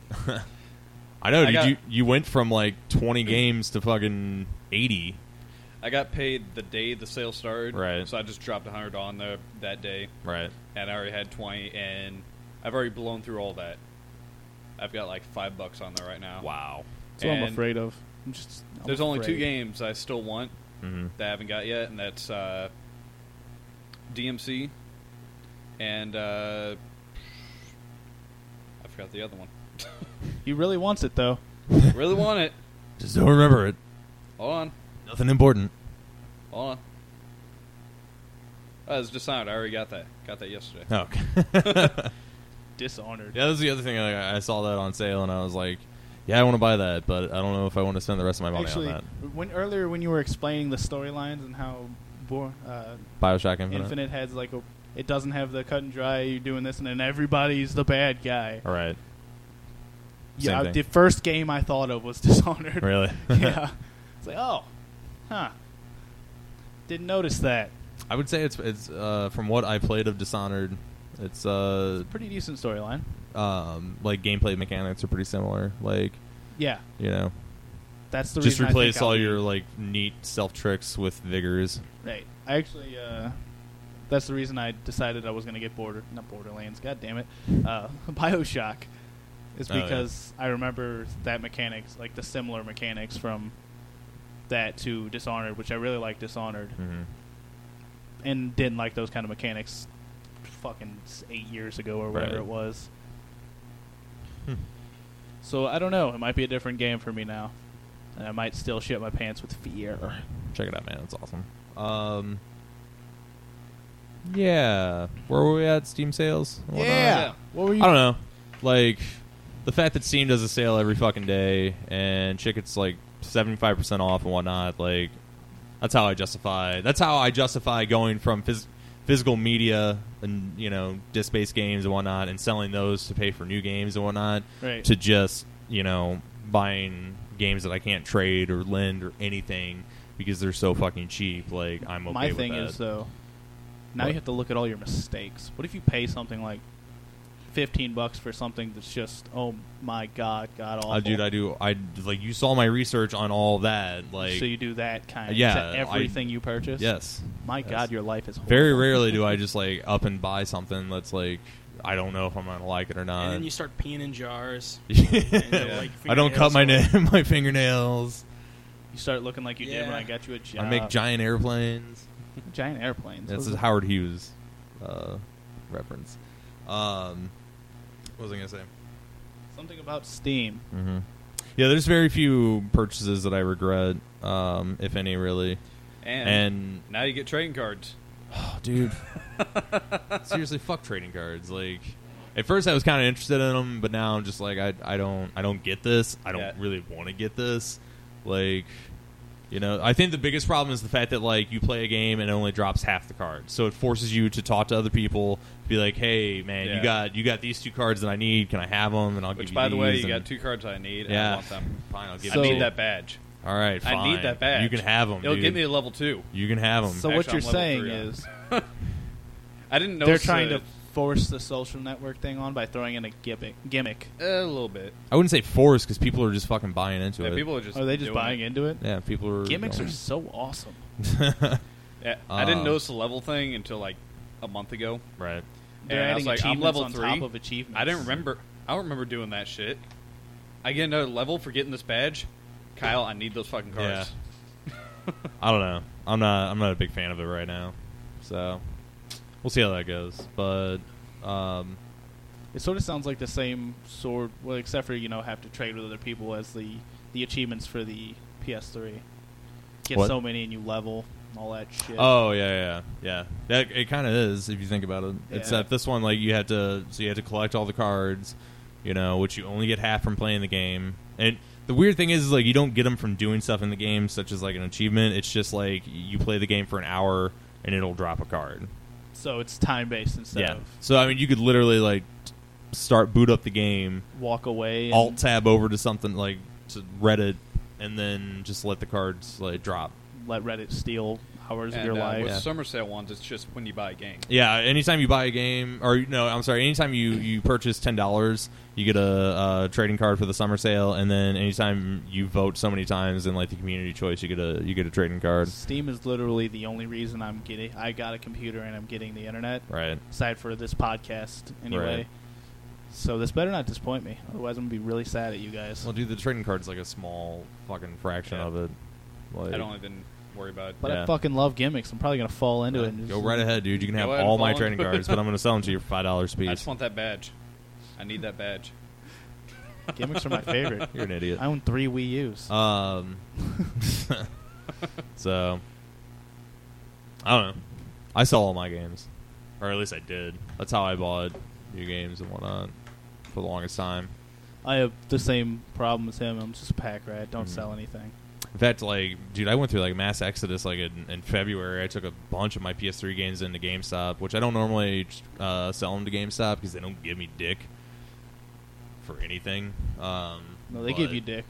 S4: I know,
S7: I
S4: dude.
S7: got-
S4: you you went from like twenty games to fucking eighty.
S7: I got paid the day the sale started,
S4: Right.
S7: So I just dropped a hundred on there that day,
S4: Right.
S7: and I already had twenty, and I've already blown through all that. I've got like five bucks on there right now.
S4: Wow.
S5: That's what I'm
S7: And
S5: afraid of. I'm just, I'm
S7: There's only two
S5: afraid.
S7: games I still want
S4: hmm
S7: that I haven't got yet, and that's uh, DMC and uh, I forgot the other one.
S5: He really wants it though.
S4: Mm-hmm.
S7: really want it.
S4: Just don't remember it.
S7: Hold on,
S4: Nothing important.
S7: hold on. Oh, it's Dishonored. I already got that. Got that yesterday.
S4: Oh, okay.
S5: Dishonored.
S4: yeah, that was the other thing. Like, I saw that on sale, and I was like, "Yeah, I want to buy that, but I don't know if I want to spend the rest of my money
S5: Actually,
S4: on
S5: when earlier when you were explaining the storylines and how bor- uh,
S4: that." Bioshock Infinite.
S5: Infinite has like a, it doesn't have the cut and dry. You're doing this, and then everybody's the bad guy.
S4: All right.
S5: yeah,
S4: Same
S5: the
S4: thing.
S5: first game I thought of was Dishonored.
S4: Really?
S5: yeah. It's like, oh, huh. Didn't notice that.
S4: I would say it's it's uh, from what I played of Dishonored, it's uh
S5: Pretty decent storyline.
S4: um like gameplay mechanics are pretty similar. Like
S5: Yeah,
S4: you know,
S5: that's the
S4: just
S5: reason I
S4: replace
S5: think I'll
S4: all
S5: be-
S4: your like neat self tricks with vigors.
S5: Right. I actually, uh, that's the reason I decided I was going to get Border, not Borderlands, god damn it, uh, Bioshock, is
S4: Oh, yeah.
S5: because I remember that mechanics, like the similar mechanics from that to Dishonored, which I really like Dishonored,
S4: Mm-hmm.
S5: and didn't like those kind of mechanics fucking s- eight years ago or whatever
S4: Right.
S5: it was.
S4: Hmm.
S5: So I don't know. It might be a different game for me now. And I might still shit my pants with fear.
S4: Check it out, man. It's awesome. Um. Yeah, where were we at? Steam sales? and whatnot?
S5: What were
S4: I
S5: you?
S4: don't know. Like the fact that Steam does a sale every fucking day and tickets like seventy five percent off and whatnot. Like that's how I justify. That's how I justify going from phys- physical media and you know disc based games and whatnot and selling those to pay for new games and whatnot
S5: Right.
S4: to just you know buying games that I can't trade or lend or anything because they're so fucking cheap. Like I'm okay
S5: my
S4: with
S5: thing
S4: that.
S5: is though now
S4: What?
S5: you have to look at all your mistakes what if you pay something like 15 bucks for something that's just oh my god god awful
S4: Uh, dude, I do. I like you saw my research on all that. Like,
S5: so you do that kind of
S4: Yeah,
S5: to
S4: I-
S5: everything you purchase
S4: yes,
S5: my
S4: Yes.
S5: god your life is horrible.
S4: Very rarely do I just like up and buy something that's like I don't know if I'm gonna like it or not.
S6: and then you start peeing in jars.
S4: Yeah.
S6: like,
S4: I don't cut my
S6: fingernails
S4: na- my fingernails.
S5: you start looking like you did when
S6: Yeah.
S5: i got you a job
S4: I make giant airplanes.
S5: giant airplanes
S4: That's
S5: Those
S4: a
S5: are-
S4: Howard Hughes uh, reference. Um, what was I gonna say?
S5: something about steam
S4: Mm-hmm. Yeah, there's very few purchases that I regret, um, if any, really.
S7: And,
S4: And-
S7: now you get trading cards.
S4: Oh, dude. Seriously, fuck trading cards. Like, at first I was kind of interested in them, but now I'm just like, I, I don't, I don't get this. I don't
S7: Yeah.
S4: really want to get this. Like, you know, I think the biggest problem is the fact that like you play a game and it only drops half the cards, so it forces you to talk to other people, be like, hey, man, you
S7: Yeah.
S4: got you got these two cards that I need. Can I have them? And I'll give
S7: Which,
S4: you
S7: by the way,
S4: these,
S7: you
S4: and-
S7: got two cards I need. And I
S4: Yeah,
S7: want them.
S4: fine. I'll give
S5: So-
S7: I
S4: it to
S7: need
S4: you.
S7: that badge.
S4: All right, fine.
S7: I need that badge.
S4: You can have them.
S7: It'll
S4: dude.
S7: give me a level two.
S4: You can have them.
S5: so
S7: Actually,
S5: what you're
S7: I'm level
S5: saying
S7: three now.
S5: is
S7: I didn't know
S5: they're trying to force the social network thing on by throwing in a gimmick gimmick
S7: a little bit.
S4: I wouldn't say forced because people are just fucking buying into
S7: Yeah,
S4: it.
S7: people are just.
S5: are Oh, they just
S7: doing
S5: buying into it
S4: Yeah, people are
S5: gimmicks are
S4: going.
S5: so awesome
S7: Yeah, I didn't
S4: Um,
S7: notice the level thing until like a month ago.
S4: right.
S5: they're
S7: and I was
S5: adding
S7: like, I'm
S5: achievements
S7: level
S5: on
S7: three.
S5: top of achievements
S7: I didn't remember. I don't remember doing that shit. I get another level for getting this badge. Kyle, I need those fucking cards.
S4: I don't know. I'm not I'm not a big fan of it right now. So we'll see how that goes. But um,
S5: It sort of sounds like the same sort, well, except for you know have to trade with other people as the the achievements for the PS3. Get
S4: What?
S5: so many and you level and all that shit.
S4: oh yeah, yeah, yeah. That, it kind of is if you think about it. Except this one, like you had to so you had to collect all the cards, you know, which you only get half from playing the game. And the weird thing is, is like you don't get them from doing stuff in the game, such as like an achievement. It's just like you play the game for an hour and it'll drop a card.
S5: so it's time based instead
S4: yeah.
S5: of
S4: So I mean, you could literally like start boot up the game
S5: walk away. And
S4: alt tab over to something like to Reddit, and then just let the cards like drop.
S5: let Reddit steal hours
S7: And,
S5: of your
S7: uh,
S5: life.
S7: With SummerSale ones, it's just when you buy a game.
S4: Yeah, anytime you buy a game, or no, I'm sorry, anytime you you purchase ten dollars, you get a, uh trading card for the summer sale, and then anytime you vote so many times in like the community choice, you get a you get a trading card.
S5: Steam is literally the only reason I'm getting. I got a computer and I'm getting the internet.
S4: Right.
S5: Aside for this podcast, anyway.
S4: Right.
S5: So this better not disappoint me. Otherwise, I'm gonna be really sad at you guys.
S4: Well, dude, the trading card's like a small fucking fraction
S7: Yeah.
S4: of it. Like,
S7: I don't even worry about it.
S5: but
S4: yeah.
S5: I fucking love gimmicks. I'm probably gonna fall into it. And
S4: Go
S5: just-
S4: right ahead, dude. You can
S7: Go
S4: have
S7: ahead and
S4: all my
S7: follow.
S4: trading cards, but I'm going to sell them to you for five dollars
S7: I
S4: piece.
S7: just want that badge. I need that badge.
S5: Gimmicks are my favorite.
S4: You're an idiot.
S5: I own three Wii U's.
S4: Um, so I don't know. I sell all my games, or at least I did. That's how I bought new games and whatnot for the longest time.
S5: I have the same problem as him. I'm just a pack rat. Don't
S4: Mhm.
S5: sell anything.
S4: In fact, like, dude, I went through like mass exodus like in, in February. I took a bunch of my PS3 games into GameStop, which I don't normally uh, sell them to GameStop because they don't give me dick for anything. Um,
S5: No, they
S4: but-
S5: give you dick.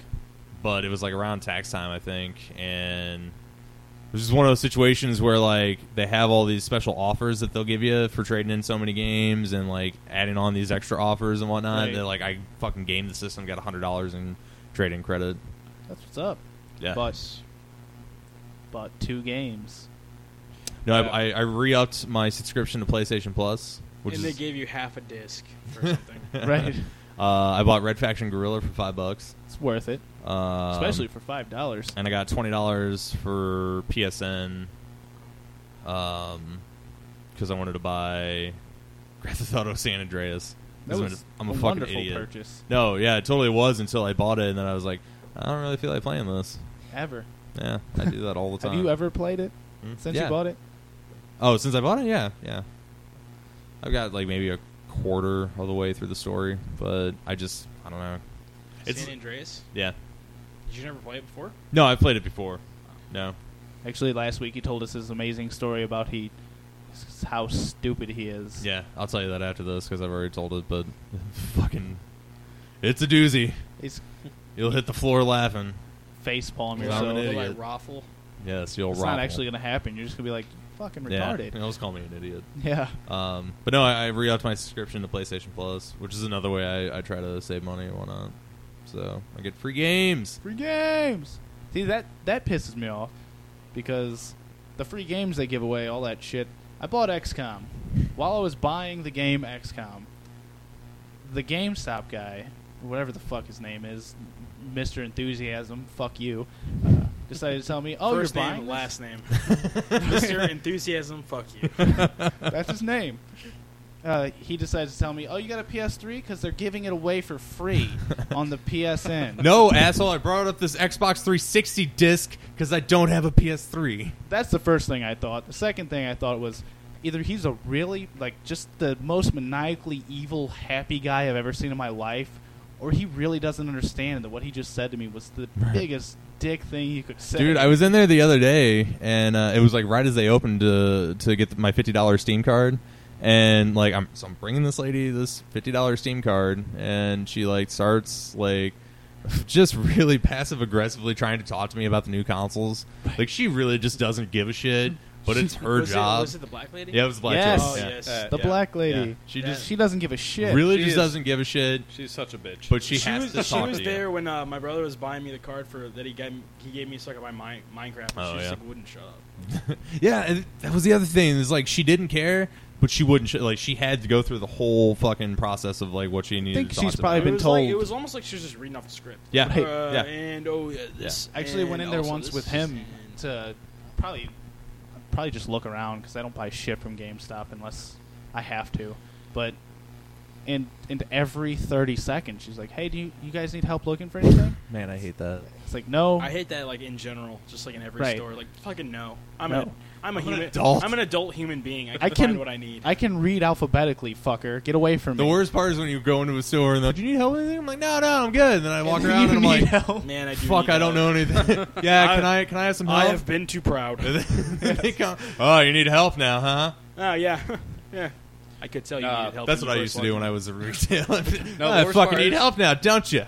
S4: but it was like around tax time, I think, and it was just one of those situations where like they have all these special offers that they'll give you for trading in so many games and like adding on these extra offers and whatnot.
S5: Right.
S4: That like I fucking gamed the system, got hundred dollars in trading credit.
S5: That's what's up.
S4: Yeah,
S5: But bought two games.
S4: no, I, I, I re-upped my subscription to PlayStation Plus, which
S6: and
S4: is
S6: they gave you half a disc or something.
S5: Right.
S4: uh, I bought Red Faction Gorilla for five bucks,
S5: It's worth it,
S4: um,
S5: especially for five dollars.
S4: and I got twenty dollars for PSN, um, because I wanted to buy Grand Theft Auto San Andreas.
S5: That
S4: 'Cause I'm
S5: was
S4: a- I'm a,
S5: a
S4: fucking
S5: wonderful
S4: idiot.
S5: purchase.
S4: No, yeah, it totally was until I bought it, and then I was like, I don't really feel like playing this.
S5: Ever.
S4: Yeah, I do that all the time.
S5: Have you ever played it
S4: Hmm?
S5: since
S4: Yeah.
S5: you bought it?
S4: Oh, since I bought it, yeah, yeah. I've got like maybe a quarter of the way through the story, but I just I don't know. It's
S6: San Andreas.
S4: yeah.
S6: Did you never play it before?
S4: No, I've played it before. No.
S5: Actually, last week he told us his amazing story about he how stupid he is.
S4: Yeah, I'll tell you that after this because I've already told it. But fucking, it's a doozy.
S5: He's
S4: You'll hit the floor laughing.
S5: face palm
S4: Yeah, I'm an
S5: yourself.
S4: idiot.
S6: Little, like raffle.
S4: Yes, you'll.
S5: It's
S4: ruffle.
S5: not actually going to happen. You're just going to be like fucking
S4: yeah.
S5: retarded.
S4: They'll just call me an idiot.
S5: Yeah.
S4: Um, but no, I, I re-upped my subscription to PlayStation Plus, which is another way I, I try to save money and whatnot. So I get free games.
S5: Free games. See that that pisses me off because the free games they give away, all that shit. I bought XCOM. While I was buying the game XCOM, the GameStop guy, whatever the fuck his name is, Mister Enthusiasm, fuck you, uh, decided to tell me, "Oh,
S6: First
S5: you're
S6: name,
S5: buying this?
S6: last name. Mr. Enthusiasm, fuck you.
S5: That's his name. Uh, he decides to tell me, "Oh, you got a PS3 because they're giving it away for free on the PSN."
S4: No, asshole! I brought up this Xbox 360 disc because I don't have a PS3.
S5: That's the first thing I thought. The second thing I thought was either he's a really like just the most maniacally evil happy guy I've ever seen in my life, or he really doesn't understand that what he just said to me was the
S4: Right.
S5: biggest dick thing you could say.
S4: Dude, I was in there the other day, and uh, it was like right as they opened to to get my fifty dollars Steam card, and like I'm so I'm bringing this lady this fifty dollars Steam card, and she like starts like just really passive aggressively trying to talk to me about the new consoles. Like she really just doesn't give a shit, but it's her
S6: was It,
S4: job.
S6: was it the black lady?
S4: yeah, it was Black
S5: Yes.
S4: Jack,
S6: Oh,
S4: yeah.
S6: yes.
S7: Uh,
S5: the
S7: yeah.
S5: black lady.
S4: Yeah. She
S5: She
S6: Yeah.
S5: just she doesn't give a shit.
S4: Really
S7: She
S4: just
S7: is-
S4: doesn't give a shit,
S7: She's such a bitch.
S4: but she, has
S6: was,
S4: to
S6: she
S4: talk
S6: was
S4: to you.
S6: there when uh, my brother was buying me the card for that he gave me, he gave me so I could buy my, Minecraft. And
S4: Oh,
S6: she just
S4: yeah.
S6: like, wouldn't shut up.
S4: yeah, and that was the other thing. Is like she didn't care, but she wouldn't. Sh- like she had to go through the whole fucking process of like what she needed.
S5: think
S4: to
S5: she's
S4: talk
S5: probably
S4: about.
S5: been
S6: it was Like,
S5: told.
S6: it was almost like she was just reading off the script.
S4: Yeah.
S6: Uh,
S4: Right. Yeah.
S6: And oh yeah, this.
S5: Actually,
S6: and
S5: went in there
S6: also
S5: once
S6: this
S5: with
S6: is-
S5: him
S6: and-
S5: to probably probably just look around because I don't buy shit from GameStop unless I have to. But and and every thirty seconds, she's like, "Hey, do you, you guys need help looking for anything?"
S4: Man, I hate that.
S5: It's like, "No."
S6: I hate that, like in general, just like in every
S5: Right.
S6: store. Like, fucking no. I'm
S5: No.
S6: a, I'm a human.
S4: adult.
S6: I'm an adult human being. I can,
S5: I can
S6: find what I need.
S5: I can read alphabetically, fucker. Get away from
S4: The
S5: me.
S4: worst part is when you go into a store and they're like, "Do you need help with anything?" I'm like, "No, no, I'm good." And then I walk around and I'm like,
S6: Man, I do
S4: "Fuck,
S6: need
S4: I don't
S6: help.
S4: know anything." yeah,
S6: I-
S4: can I can I have some help?
S6: I have been too proud.
S4: And then they come, oh, you need help now, huh?
S6: Oh yeah, yeah. I could tell you
S7: Nah,
S6: needed help.
S4: That's what I used to do when I was a retailer.
S7: No,
S4: I
S7: the worst
S4: fucking
S7: part
S4: need
S7: is-
S4: help now, don't you?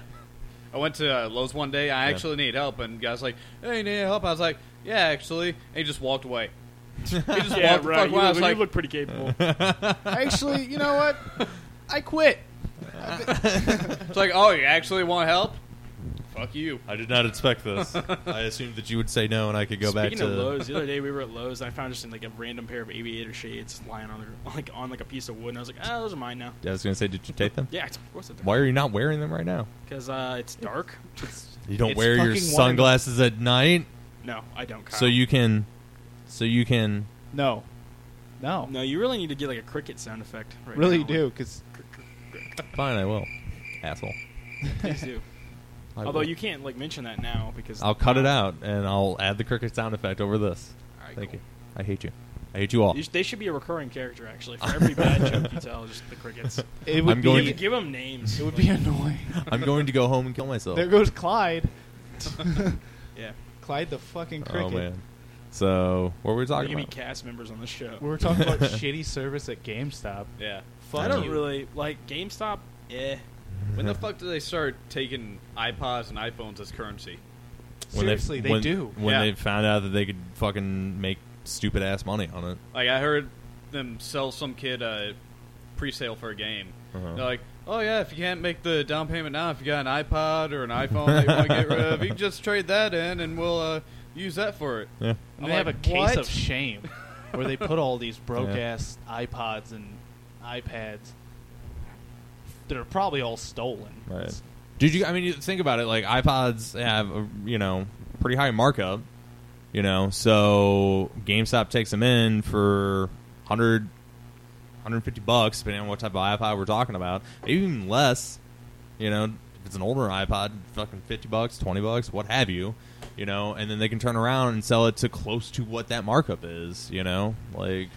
S7: I went to uh, Lowe's one day. I
S4: Yeah.
S7: actually need help, and guys like, "Hey, you need help?" I was like, "Yeah, actually." And he just walked away. He just
S6: Yeah,
S7: walked the fuck
S6: right. You,
S7: away. I
S6: look,
S7: was
S6: you
S7: like,
S6: look pretty
S4: Uh,
S6: capable.
S5: Actually, you know what? I quit.
S7: "It's like, oh, you actually want help? Fuck you."
S4: I did not expect this. I assumed that you would say no, and I could go
S6: Speaking
S4: back
S6: of
S4: to
S6: Lowe's, the other day we were at Lowe's and I found just like a random pair of aviator shades lying on the, like on like a piece of wood, and I was like, oh, those are mine now.
S4: I was going to say, did you take them?
S6: Yeah, it's- of course they're
S4: Why are you not wearing them right now?
S6: because uh, it's dark.
S4: You don't
S7: It's
S4: wear your
S7: fucking warm.
S4: sunglasses at night,
S6: no, I don't. Kyle.
S4: so you can, so you can.
S5: No, no.
S6: no, you really need to get like a cricket sound effect. Right
S5: really
S6: now.
S5: do because
S4: Fine, I will. Asshole.
S6: Please do.
S4: I
S6: Although
S4: will.
S6: you can't like mention that now because
S4: I'll cut it out and I'll add the cricket sound effect over this.
S6: All right,
S4: Thank
S6: cool.
S4: you. I hate you. I hate you all.
S6: You sh- They should be a recurring character actually. For every bad joke you tell, just the crickets.
S5: it would
S4: I'm
S5: be
S4: going
S6: You
S4: to-
S6: could give them names.
S5: it would be annoying.
S4: I'm going to go home and kill myself.
S5: there goes Clyde.
S6: yeah.
S5: Clyde the fucking
S4: oh
S5: cricket.
S4: man. So what were we
S6: They're
S4: talking
S6: gonna be
S4: about?
S6: cast members on the show.
S5: We were talking about shitty service at GameStop.
S7: Yeah.
S5: Fuck
S6: I don't
S5: you.
S6: really like GameStop. Eh.
S7: When the fuck did they start taking iPods and iPhones as currency?
S4: When
S5: Seriously, they
S4: when-
S5: do.
S4: When
S7: Yeah.
S4: they found out that they could fucking make stupid ass money on it.
S7: Like I heard them sell some kid a pre-sale for a game.
S4: Uh-huh.
S7: They're like, "Oh yeah, if you can't make the down payment now, if you got an iPod or an iPhone that you want to get rid of, you can just trade that in, and we'll uh, use that for it."
S5: I'm
S4: Yeah.
S7: And
S5: gonna
S7: they're
S5: have a
S7: like,
S5: case
S7: "What?"
S5: of shame where they put all these broke ass iPods and iPads that are probably all stolen.
S4: Right. Did you? I mean, you think about it. Like iPods have a, you know pretty high markup. You know, so GameStop takes them in for 100, 150 bucks, depending on what type of iPod we're talking about. Maybe even less. You know, if it's an older iPod, fucking fifty bucks, twenty bucks, what have you. You know, and then they can turn around and sell it to close to what that markup is. You know, like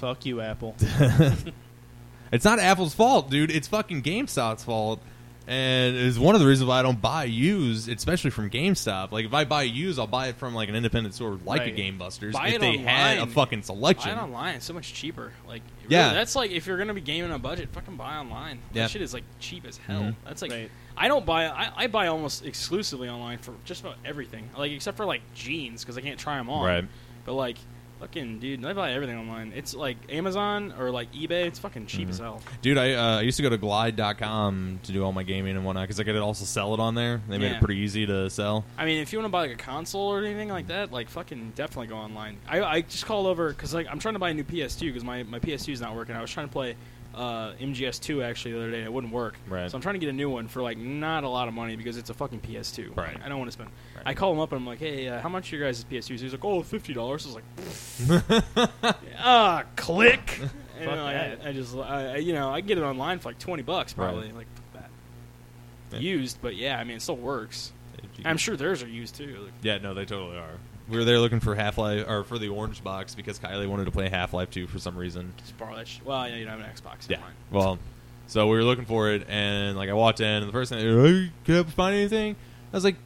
S5: Fuck you, Apple.
S4: It's not Apple's fault, dude. It's fucking GameStop's fault. And it's one of the reasons why I don't buy used, especially from GameStop. Like if I buy used, I'll buy it from like an independent store like
S5: Right.
S4: a GameBusters
S6: Buy
S4: if
S6: it
S4: they had a
S6: online.
S4: fucking
S6: Buy
S4: selection.
S6: it online. It's so much cheaper. Like, really,
S4: Yeah.
S6: that's like if you're gonna be gaming on a budget, fucking buy online.
S4: Yeah.
S6: That shit is like cheap as hell.
S4: Mhm.
S6: That's like,
S5: Right.
S6: I don't buy. I, I buy almost exclusively online for just about everything. Like except for like jeans because I can't try them on.
S4: Right.
S6: But like, fucking dude, I buy everything online. It's like Amazon or like eBay. It's fucking cheap as hell.
S4: Dude, I, uh, I used to go to glide.com to do all my gaming and whatnot because I could also sell it on there. They made
S6: Yeah.
S4: it pretty easy to sell.
S6: I mean, if you want to buy like a console or anything like that, like fucking definitely go online. I, I just called over because like I'm trying to buy a new PS2 because my my PS2 is not working. I was trying to play uh, MGS2 actually the other day and it wouldn't work.
S4: Right.
S6: So I'm trying to get a new one for like not a lot of money because it's a fucking PS2.
S4: Right.
S6: I don't want to spend.
S4: Right.
S6: I call him up and I'm like, hey, uh, how much are your guys' PS2s? He's like, oh, fifty dollars. I was like, ah, click. And
S5: Fuck
S6: I-
S5: that.
S6: I, I just I, I- you know I can get it online for like twenty bucks
S4: Right.
S6: probably like fuck that.
S4: Yeah.
S6: Used, but yeah, I mean it still works. I'm sure theirs are used too. Like,
S4: Yeah, no, they totally are. We were there looking for Half Life or for the Orange Box because Kylie wanted to play Half Life 2 for some reason.
S6: Just borrow that shit. Well, yeah, you don't have an Xbox.
S4: Yeah.
S6: never mind.
S4: Well, so we were looking for it, and like I walked in, and the person, hey, can I find anything? I was like,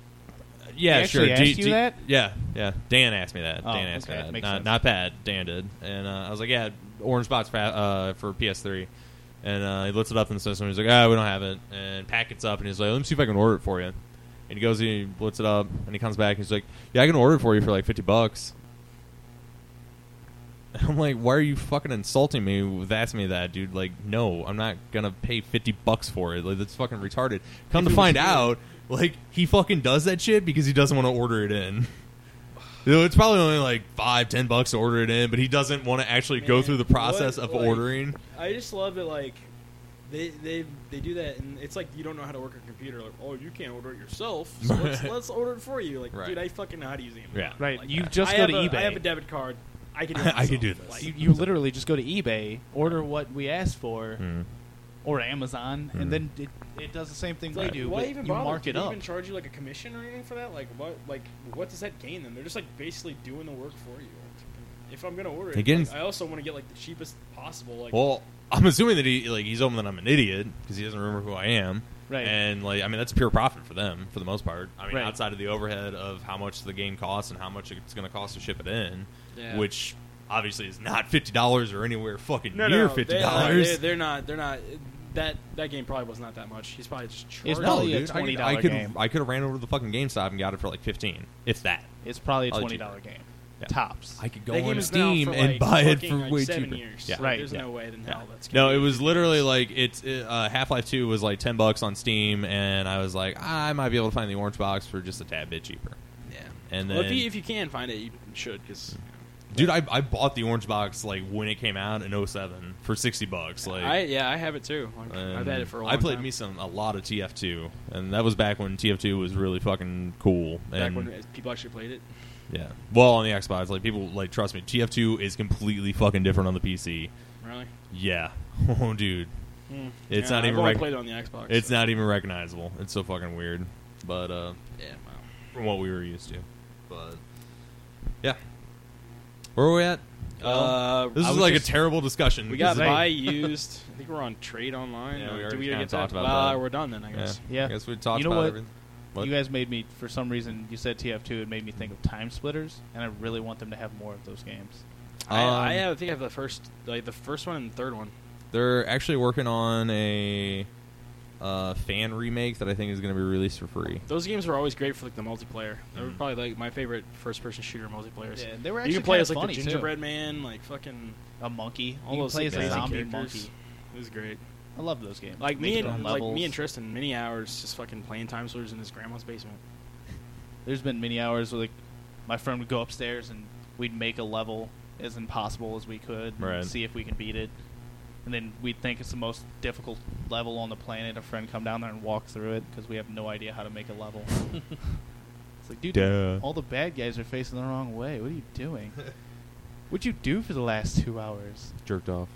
S4: yeah,
S5: They
S4: sure.
S5: actually asked you that?
S4: Yeah, yeah. Dan asked me that.
S5: Oh,
S4: Dan asked
S5: okay.
S4: me that.
S5: Makes
S4: Not,
S5: sense.
S4: not Pat. Dan did, and uh, I was like, yeah, Orange Box fa- uh, for PS3. And uh, he lifts it up in the system. He's like, "Ah, we don't have it." And packets up, and he's like, "Let me see if I can order it for you." And he goes, and he lifts it up, and he comes back, and he's like, "Yeah, I can order it for you for like fifty bucks." I'm like, why are you fucking insulting me with asking me that, dude? Like, no, I'm not gonna pay fifty bucks for it. Like, that's fucking retarded. Come to find out, like, he fucking does that shit because he doesn't want to order it in. You know, it's probably only like five, ten bucks to order it in, but he doesn't want to actually go
S6: Man,
S4: through the process
S6: what,
S4: of
S6: like-
S4: ordering.
S6: I just love that like They they they do that, and it's like you don't know how to work a computer. Like, oh, you can't order it yourself. So let's, let's order it for you. Like,
S4: Right.
S6: dude, I fucking know how to use Amazon.
S4: Yeah.
S5: Right,
S6: Like
S5: you
S6: that.
S5: just
S6: I
S5: go
S6: have
S5: to
S6: a-
S5: eBay.
S6: I have a debit card. I can. Do it
S4: I can
S6: myself.
S4: do this.
S6: Like,
S5: You, you literally just go to eBay, order what we asked for,
S4: Mm.
S5: or Amazon,
S4: Mhm.
S5: and then it, it does the same thing
S6: Like,
S5: we do.
S6: why
S5: but
S6: even
S5: you
S6: bother?
S5: mark
S6: Do
S5: it
S6: they
S5: up.
S6: even charge you like a commission or anything for that? Like what? Like what does that gain them? They're just like basically doing the work for you. If I'm gonna order it,
S4: Again-
S6: like, I also want to get like the cheapest possible. Like
S4: Well, I'm assuming that he like he's hoping that I'm an idiot because he doesn't remember who I am.
S5: Right.
S4: And like I mean that's pure profit for them for the most part. I mean
S5: Right.
S4: outside of the overhead of how much the game costs and how much it's going to cost to ship it in,
S6: Yeah.
S4: which obviously is not fifty dollars or anywhere fucking
S6: no, no,
S4: near
S6: no,
S4: fifty
S6: they- uh, They,
S4: dollars.
S6: they're not. They're not. That that game probably was not that much. He's probably just
S5: It's
S6: charged.
S5: probably- a
S4: I could-
S5: $20
S4: I could
S5: game.
S4: I could have ran over to the fucking GameStop and got it for like fifteen, if that.
S5: It's probably a
S4: Probably
S5: twenty dollar game,
S4: Oh, Yeah.
S5: tops.
S4: I could go
S6: That game
S4: on
S6: is now
S4: Steam
S6: for,
S4: and
S6: like,
S4: buy it
S6: fucking,
S4: for
S6: like,
S4: way
S6: seven
S4: cheaper.
S6: Years.
S4: Yeah.
S6: Like,
S5: Right,
S6: There's
S5: yeah.
S6: no way in hell that's.
S4: No,
S6: gonna
S4: it
S6: be-
S4: was literally like it's uh, Half Life Two was like ten bucks on Steam, and I was like, "Ah, I might be able to find the orange box for just a tad bit cheaper.
S6: Yeah.
S4: And
S6: well,
S4: then,
S6: if you, if you can find it, you should because
S4: dude, I, I bought the orange box like when it came out in 07 for sixty bucks. Like,
S6: I yeah I have it too. Like, I've
S4: and
S6: had it for a long
S4: I played
S6: time.
S4: me some a lot of TF2, and that was back when TF2 was really fucking cool.
S6: back
S4: and-
S6: when people actually played it.
S4: yeah, well, on the Xbox, like people like trust me, TF2 is completely fucking different on the PC.
S6: Really?
S4: Yeah, oh dude,
S6: Hmm.
S4: It's
S6: Yeah, I've
S4: not even
S6: only
S4: rec-
S6: played it on the Xbox.
S4: it's
S6: so-
S4: not even recognizable. It's so fucking weird. But uh,
S6: Yeah, wow.
S4: from what we were used to. But yeah, where were we at?
S6: Well,
S4: this
S6: Uh, I
S4: is
S6: was
S4: like
S6: just-
S4: a terrible discussion.
S6: We got
S4: because it-
S6: buy used. I think we're on trade online. or
S4: Yeah, we already
S6: did we
S4: kinda
S6: get that?
S4: talked about
S6: well,
S4: that.
S6: we're done then, I
S4: Yeah,
S6: guess.
S5: Yeah.
S4: I guess we talked
S5: You know
S4: about
S5: what?
S4: everything. What?
S5: You guys made me for some reason. You said TF2. It made me think of Time Splitters, and I really want them to have more of those games.
S6: I, I
S4: Um,
S6: have, I think I have the first, like the first one and the third one.
S4: They're actually working on a uh, fan remake that I think is going to be released for free.
S6: Those games were always great for like the multiplayer. They were
S4: Mhm.
S6: probably like my favorite first-person shooter multiplayers.
S5: Yeah, they were
S6: you
S5: actually
S6: can play
S5: kinda
S6: as like
S5: funny,
S6: the
S5: too.
S6: gingerbread man, like fucking
S5: A monkey.
S6: all
S5: you
S6: those
S5: play
S6: like,
S5: as a
S6: crazy
S5: zombie
S6: characters.
S5: monkey.
S6: It was great.
S5: I love those games.
S6: Like me
S5: Make your
S6: and
S5: own
S6: like
S5: levels.
S6: me and Tristan, many hours just fucking playing Time Splitters in his grandma's basement.
S5: There's been many hours where like my friend would go upstairs and we'd make a level as impossible as we could, and
S4: Right.
S5: see if we can beat it, and then we'd think it's the most difficult level on the planet. A friend come down there and walk through it because we have no idea how to make a level. it's like, dude,
S4: Duh.
S5: all the bad guys are facing the wrong way. What are you doing? What'd you do for the last two hours?
S4: Jerked off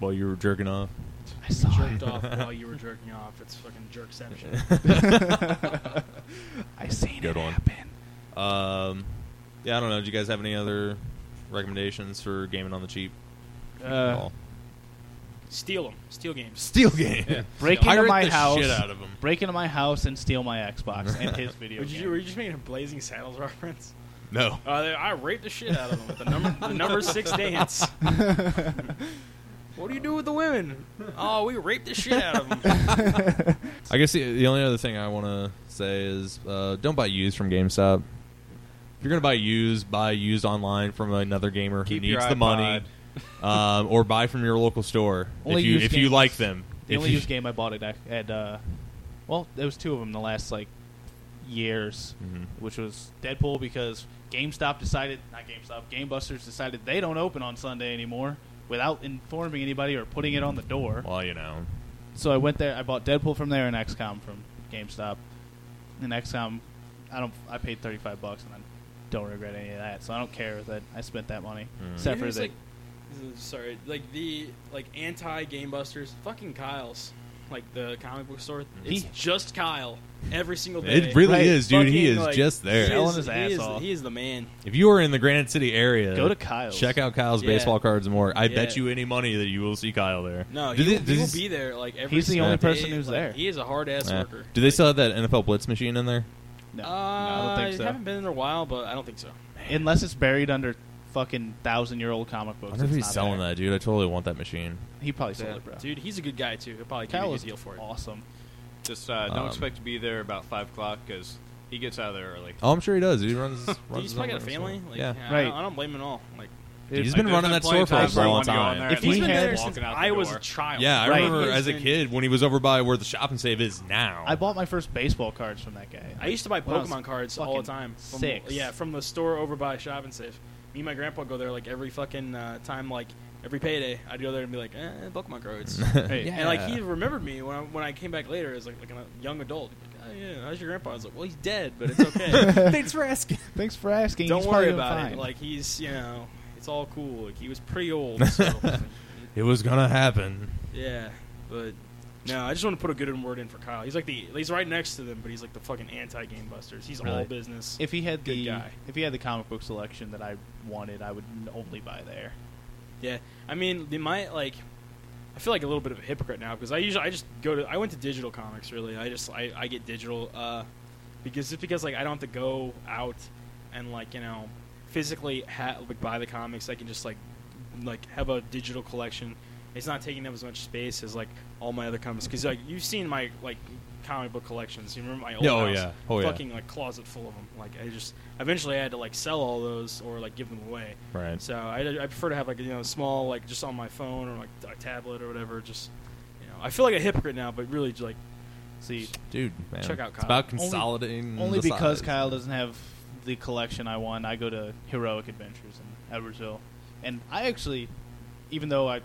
S4: while you were jerking off.
S5: I saw it.
S6: jerked off while you were jerking off. It's fucking jerkception.
S5: I seen it
S4: Good one.
S5: happen.
S4: Um, yeah, I don't know. Do you guys have any other recommendations for gaming on the cheap?
S5: Uh,
S6: Steal them. Steal games.
S4: Steal game.
S5: break into
S4: Pirate
S5: my
S4: the
S5: house.
S4: shit out of 'em.
S5: Break into my house and steal my Xbox and his video.
S6: Were
S5: game.
S6: you, were you just making a Blazing Saddles reference?
S4: No.
S6: Uh, they- I raped the shit out of them with the number, the number six dance. what do you do with the women? Oh, we raped the shit out of them.
S4: I guess the, the only other thing I want to say is uh, don't buy used from GameStop. If you're going to buy used, buy used online from another gamer
S7: Keep
S4: who
S7: your
S4: needs the money, um, or buy from your local store
S5: Only
S4: if you
S5: used
S4: if you
S5: games.
S4: like them.
S5: the
S4: If
S5: only
S4: you-
S5: used game I bought it at, at uh, well, there was two of them in the last like years,
S4: Mhm.
S5: which was Deadpool because GameStop decided not GameStop, GameBusters decided they don't open on Sunday anymore without informing anybody or putting it on the door.
S4: Well, you know,
S5: So I went there. I bought Deadpool from there and XCOM from GameStop. And XCOM, I don't. I paid thirty five bucks and I don't regret any of that. So I don't care that I spent that money.
S4: Mhm.
S5: Except for
S6: Who's
S5: that.
S6: like, sorry, like the like anti Gamebusters, fucking Kyle's, like the comic book store. It's
S5: He-
S6: just Kyle every single day.
S4: Mhm. it really
S5: Right.
S4: is, dude.
S6: Fucking,
S4: he is
S6: like,
S4: just
S6: he
S4: there.
S5: Selling
S6: is-
S5: his
S6: he
S5: ass
S6: is-
S5: off.
S6: He is the man.
S4: If you are in the Granite City area,
S5: Go to Kyle's.
S4: Check out Kyle's
S6: Yeah.
S4: baseball cards and more. I bet
S6: Yeah.
S4: you any money that you will see Kyle there.
S6: No,
S4: Do
S6: he,
S4: they-
S6: will,
S4: does
S6: he will
S4: this-
S6: be there like every.
S5: He's the
S6: single
S5: only
S6: day.
S5: person who's
S6: Like,
S5: there.
S6: He is a hard ass
S4: Yeah.
S6: worker.
S4: Do they
S6: Like,
S4: still have that NFL Blitz machine in there?
S5: no,
S6: Uh,
S5: no, I don't think so.
S6: haven't been in a while, but I don't think so.
S5: Unless it's buried under fucking thousand year old comic
S4: I
S5: books.
S4: wonder if
S5: it's
S4: he's
S5: not
S4: selling
S5: there.
S4: that, dude. I totally want that machine.
S5: He probably sold
S7: Yeah.
S5: it, bro.
S6: Dude, he's a good guy too. He'll probably give
S5: Kyle
S6: you a
S5: is
S6: good deal for it.
S5: awesome.
S7: Just uh, don't
S4: Um,
S7: expect to be there about five o'clock because he gets out of there early.
S4: Oh, I'm sure he does. He runs. runs
S6: Dude, he's
S4: his
S6: probably
S4: own
S6: got a
S4: business.
S6: family. Like,
S4: yeah.
S6: yeah, I,
S5: Right.
S6: don't, I don't blame him at all. Like,
S4: He's
S7: Like,
S4: been
S7: there's
S4: running
S7: been
S4: that
S7: plenty
S4: store
S7: of
S4: for a
S7: times where I
S4: long
S7: wanted to go in
S4: time.
S7: there
S5: If
S7: and,
S5: he
S6: he's been
S7: like,
S5: had-
S6: there
S7: walking
S6: since
S7: out the
S6: I was a
S7: door.
S6: child.
S4: Yeah, I
S5: Right.
S4: remember
S6: He's
S4: as a
S6: been-
S4: kid when he was over by where the shop and save is now.
S5: I bought my first baseball cards from that guy.
S6: I used to buy
S5: When I was
S6: Pokemon cards all
S5: fucking
S6: the time. From,
S5: six.
S6: Yeah, from the store over by Shop and Safe. Me and my grandpa go there like every fucking uh, time. Like Every payday, I'd go there and be like, eh, Pokemon cards.
S5: Hey,
S6: And like he remembered me when I, when I came back later as like like a young adult. Like, oh yeah, how's your grandpa? I was like, well, he's dead, but it's okay.
S4: Thanks for asking.
S2: Thanks for asking.
S6: Don't
S2: He's
S6: worry
S2: probably doing
S6: about
S2: fine.
S6: it. Like he's you know, it's all cool. Like he was pretty old. So,
S4: It was gonna happen.
S6: yeah, but no, I just want to put a good word in for Kyle. He's like the he's right next to them, but he's like the fucking anti game busters. He's all
S4: Really?
S6: business.
S5: if he had
S6: Good
S5: the
S6: guy.
S5: if he had the comic book selection that I wanted, I would n- only buy there.
S6: Yeah, I mean, they might like. I feel like a little bit of a hypocrite now because I usually I just go to I went to digital comics really. I just I, I get digital uh, because just because like I don't have to go out and like you know physically ha- like buy the comics. I can just like like have a digital collection. It's not taking up as much space as like all my other comics because like you've seen my like comic book collections. You remember my old
S4: Yeah, oh
S6: house?
S4: yeah. Oh yeah.
S6: fucking like closet full of them. Like I just eventually I had to like sell all those or like give them away.
S4: Right.
S6: So I, I prefer to have like you know small like just on my phone or like a tablet or whatever. Just you know, I feel like a hypocrite now, but really like
S5: See,
S4: Dude, man.
S6: Check out
S4: It's
S6: Kyle.
S4: about
S5: Only-
S4: consolidating.
S5: only
S4: the
S5: because
S4: size.
S5: Kyle doesn't have the collection I want, I go to Heroic Adventures in Edwardsville, and I actually, even though I,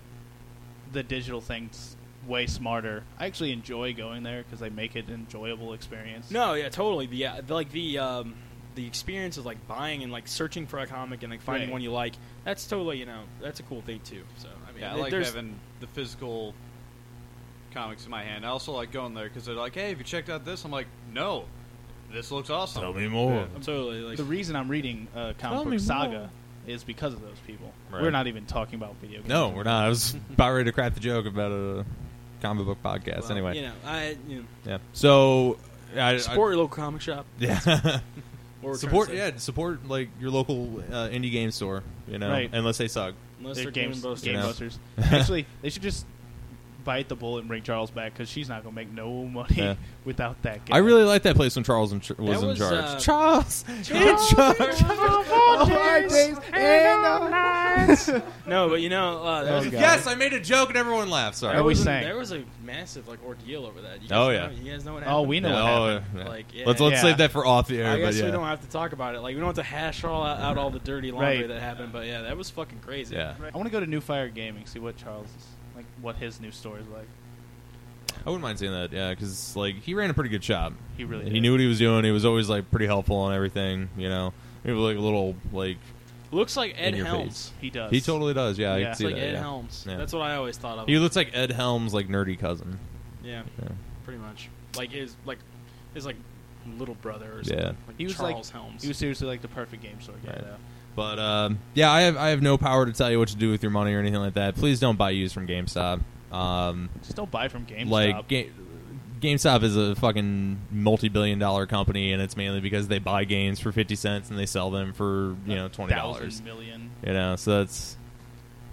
S5: the digital thing's way smarter, I actually enjoy going there because they make it an enjoyable experience.
S6: no, yeah, totally. The, uh, the like the um, the experience of like buying and like searching for a comic and like finding
S5: Right.
S6: one you like. That's totally you know that's a cool thing too. So I mean,
S7: Yeah, I
S6: th-
S7: like
S6: there's-
S7: having the physical comics in my hand. I also like going there because they're like, "Hey, have you checked out this?" I'm like, "No, this looks awesome."
S4: Tell me more.
S6: totally like
S5: the reason I'm reading uh,
S4: Tell
S5: comic
S4: me
S5: book
S4: more.
S5: saga is because of those people.
S4: Right.
S5: We're not even talking about video. games.
S4: No, we're not. I was about ready to craft a joke about a comic book podcast.
S6: well,
S4: anyway,
S6: You know, I you
S4: yeah. So, I, I-
S6: know, support your local comic shop.
S4: yeah.
S6: What we're trying to
S4: support.
S6: say.
S4: Yeah, support like your local uh, indie game store. You know,
S5: Right.
S4: unless they suck.
S6: Unless
S5: They're
S6: they're
S5: game,
S6: Game Busters.
S5: game
S4: Yeah.
S5: busters. Actually, they should just bite the bullet and bring Charles back because she's not gonna make no money
S4: Yeah.
S5: without that. Guy.
S4: I really like that place when Charles in ch- was
S6: That
S4: in
S6: was,
S4: charge.
S6: uh,
S4: Charles, in charge.
S6: No, but you know, uh, that was a
S4: yes, I made a joke and everyone laughed. Sorry.
S5: That
S6: There
S5: we
S6: was a-
S5: sang.
S6: There was a massive like ordeal over that. You guys
S4: Oh,
S6: know-
S4: yeah.
S6: you guys know what happened.
S5: Oh, we know.
S4: Yeah,
S5: what
S4: oh,
S5: happened.
S4: yeah.
S6: Like, yeah.
S4: let's let's
S5: Yeah.
S4: save that for off the air.
S6: I guess
S4: but yeah,
S6: we don't have to talk about it. Like we don't have to hash all out, out all the dirty laundry
S5: Right.
S6: that happened. But yeah, that was fucking crazy.
S4: yeah.
S5: I want to go to New Fire Gaming see what Charles is like, what his new store is like.
S4: I wouldn't mind seeing that. Yeah, because like he ran a pretty good shop.
S5: He really
S4: And
S5: did.
S4: he knew what he was doing. He was always like pretty helpful and everything. You know, he was like a little like
S6: Looks like Ed
S4: In your
S6: Helms.
S5: He does.
S4: he totally does. Yeah, I
S5: Yeah.
S4: can
S5: It's
S4: see
S6: It's like
S4: that.
S6: Ed
S4: yeah.
S6: Helms.
S4: Yeah.
S6: That's what I always thought of.
S4: He
S6: him.
S4: looks like Ed Helms' like nerdy cousin.
S6: yeah,
S4: Yeah.
S6: pretty much. Like his like his like little brother. Or
S4: Yeah.
S6: something. like
S5: He was
S6: Charles
S5: like
S6: Helms.
S5: he was seriously like the perfect game store guy.
S4: Right.
S5: Though.
S4: But um, yeah, I have I have no power to tell you what to do with your money or anything like that. Please don't buy used from GameStop. Um,
S5: Just don't buy from GameStop.
S4: like Ga- GameStop is a fucking multi-billion-dollar company, and it's mainly because they buy games for fifty cents and they sell them for you know twenty dollars.
S5: Thousand million.
S4: You know, so that's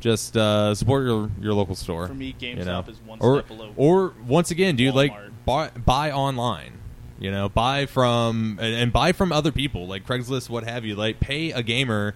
S4: just uh, support your your local store.
S5: For me,
S4: you
S5: GameStop
S4: know.
S5: is one
S4: or,
S5: step below.
S4: Or once again, dude,
S5: Walmart.
S4: like buy, buy online. You know, buy from and, and buy from other people, like Craigslist, what have you. Like pay a gamer.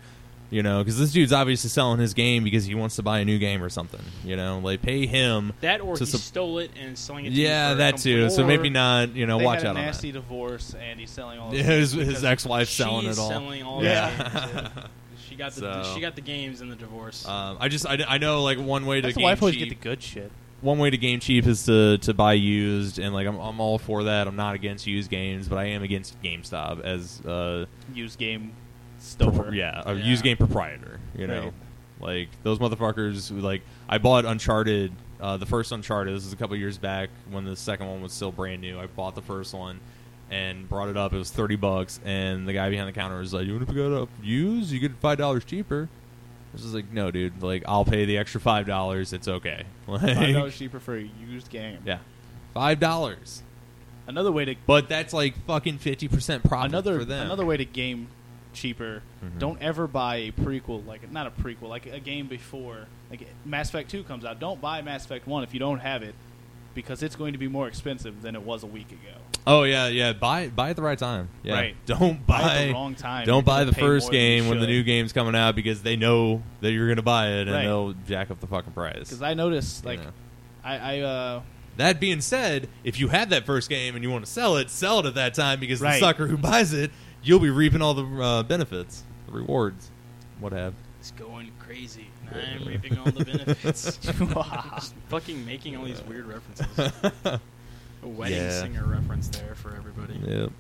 S4: You know, because this dude's obviously selling his game because he wants to buy a new game or something. You know, like pay him.
S6: that or
S4: to
S6: he
S4: sup-
S6: stole it and is selling it. to you
S4: Yeah,
S6: for
S4: that too. So
S5: Or
S4: maybe not. You know,
S5: they
S4: watch
S5: had a
S4: out on
S5: nasty
S4: that.
S5: divorce, and he's selling all.
S4: Yeah,
S5: His
S4: His, his
S5: because
S4: ex wife's
S6: She's
S4: selling it all.
S6: Selling all
S5: Yeah.
S6: the games. yeah. She got the
S4: So-
S6: she got the games and the divorce.
S4: um, I just I, I know like one way to
S5: That's
S4: game
S5: why I always
S4: cheap-
S5: get the good shit.
S4: one way to game cheap is to, to buy used, and like I'm, I'm all for that. I'm not against used games, but I am against GameStop as uh,
S5: Used game store.
S4: pro- yeah, a
S6: Yeah.
S4: used game proprietor. You know, like those motherfuckers. who, Like I bought Uncharted, uh, the first Uncharted. This is a couple years back when the second one was still brand new. I bought the first one and brought it up. It was thirty bucks, and the guy behind the counter was like, "You want to pick it up used? You get five dollars cheaper." I was just like, "No, dude. Like I'll pay the extra five dollars. It's okay." Like,
S5: Five dollars cheaper for a used game.
S4: yeah, five dollars.
S5: Another way to
S4: But that's like fucking fifty percent profit
S5: another
S4: for them. Mm-hmm.
S5: another way to game cheaper. Don't ever buy a prequel like not a prequel like a game before like Mass Effect Two comes out. Don't buy Mass Effect One if you don't have it because it's going to be more expensive than it was a week ago.
S4: Oh yeah, yeah. Buy buy at the right time. Yeah.
S5: Right.
S4: Don't
S5: Buy
S4: buy,
S5: at the wrong time. You're
S4: Don't buy
S5: gonna
S4: the
S5: pay
S4: first
S5: more than you
S4: game when the
S5: should.
S4: new game's coming out because they know that you're gonna buy it and
S5: Right.
S4: they'll jack up the fucking price.
S5: Because I noticed
S4: You
S5: like
S4: know.
S5: I, I uh,
S4: That being said, if you had that first game and you want to sell it, sell it at that time because the
S5: Right.
S4: sucker who buys it, you'll be reaping all the uh, benefits, the rewards, what have.
S6: is going crazy, and I'm reaping all the benefits. Just fucking making all these weird references. A wedding
S1: Yeah.
S6: singer reference there for everybody.
S4: Yep.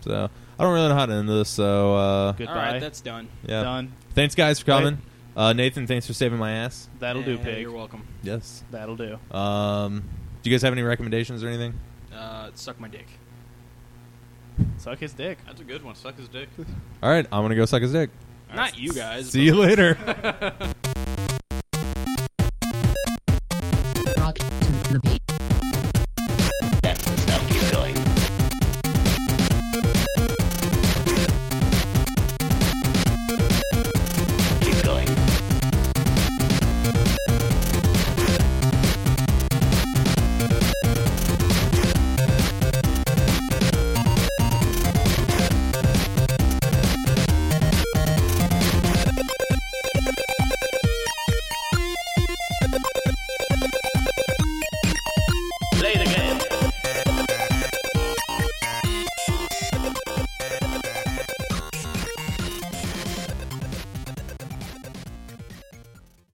S4: So I don't really know how to end this. So uh,
S5: Good.
S6: All
S5: Goodbye.
S6: right, that's done.
S4: yeah.
S5: Done.
S4: Thanks guys for
S5: Right.
S4: coming. Uh, Nathan, thanks for saving my ass.
S5: That'll do,
S6: Yeah,
S5: pig.
S6: You're welcome.
S4: Yes.
S5: That'll do.
S4: Um, do you guys have any recommendations or anything?
S6: Uh, suck my dick.
S5: Suck his dick.
S7: That's a good one. Suck his dick.
S4: All right, I'm gonna go suck his dick.
S6: Not you guys.
S4: See you later.
S6: but-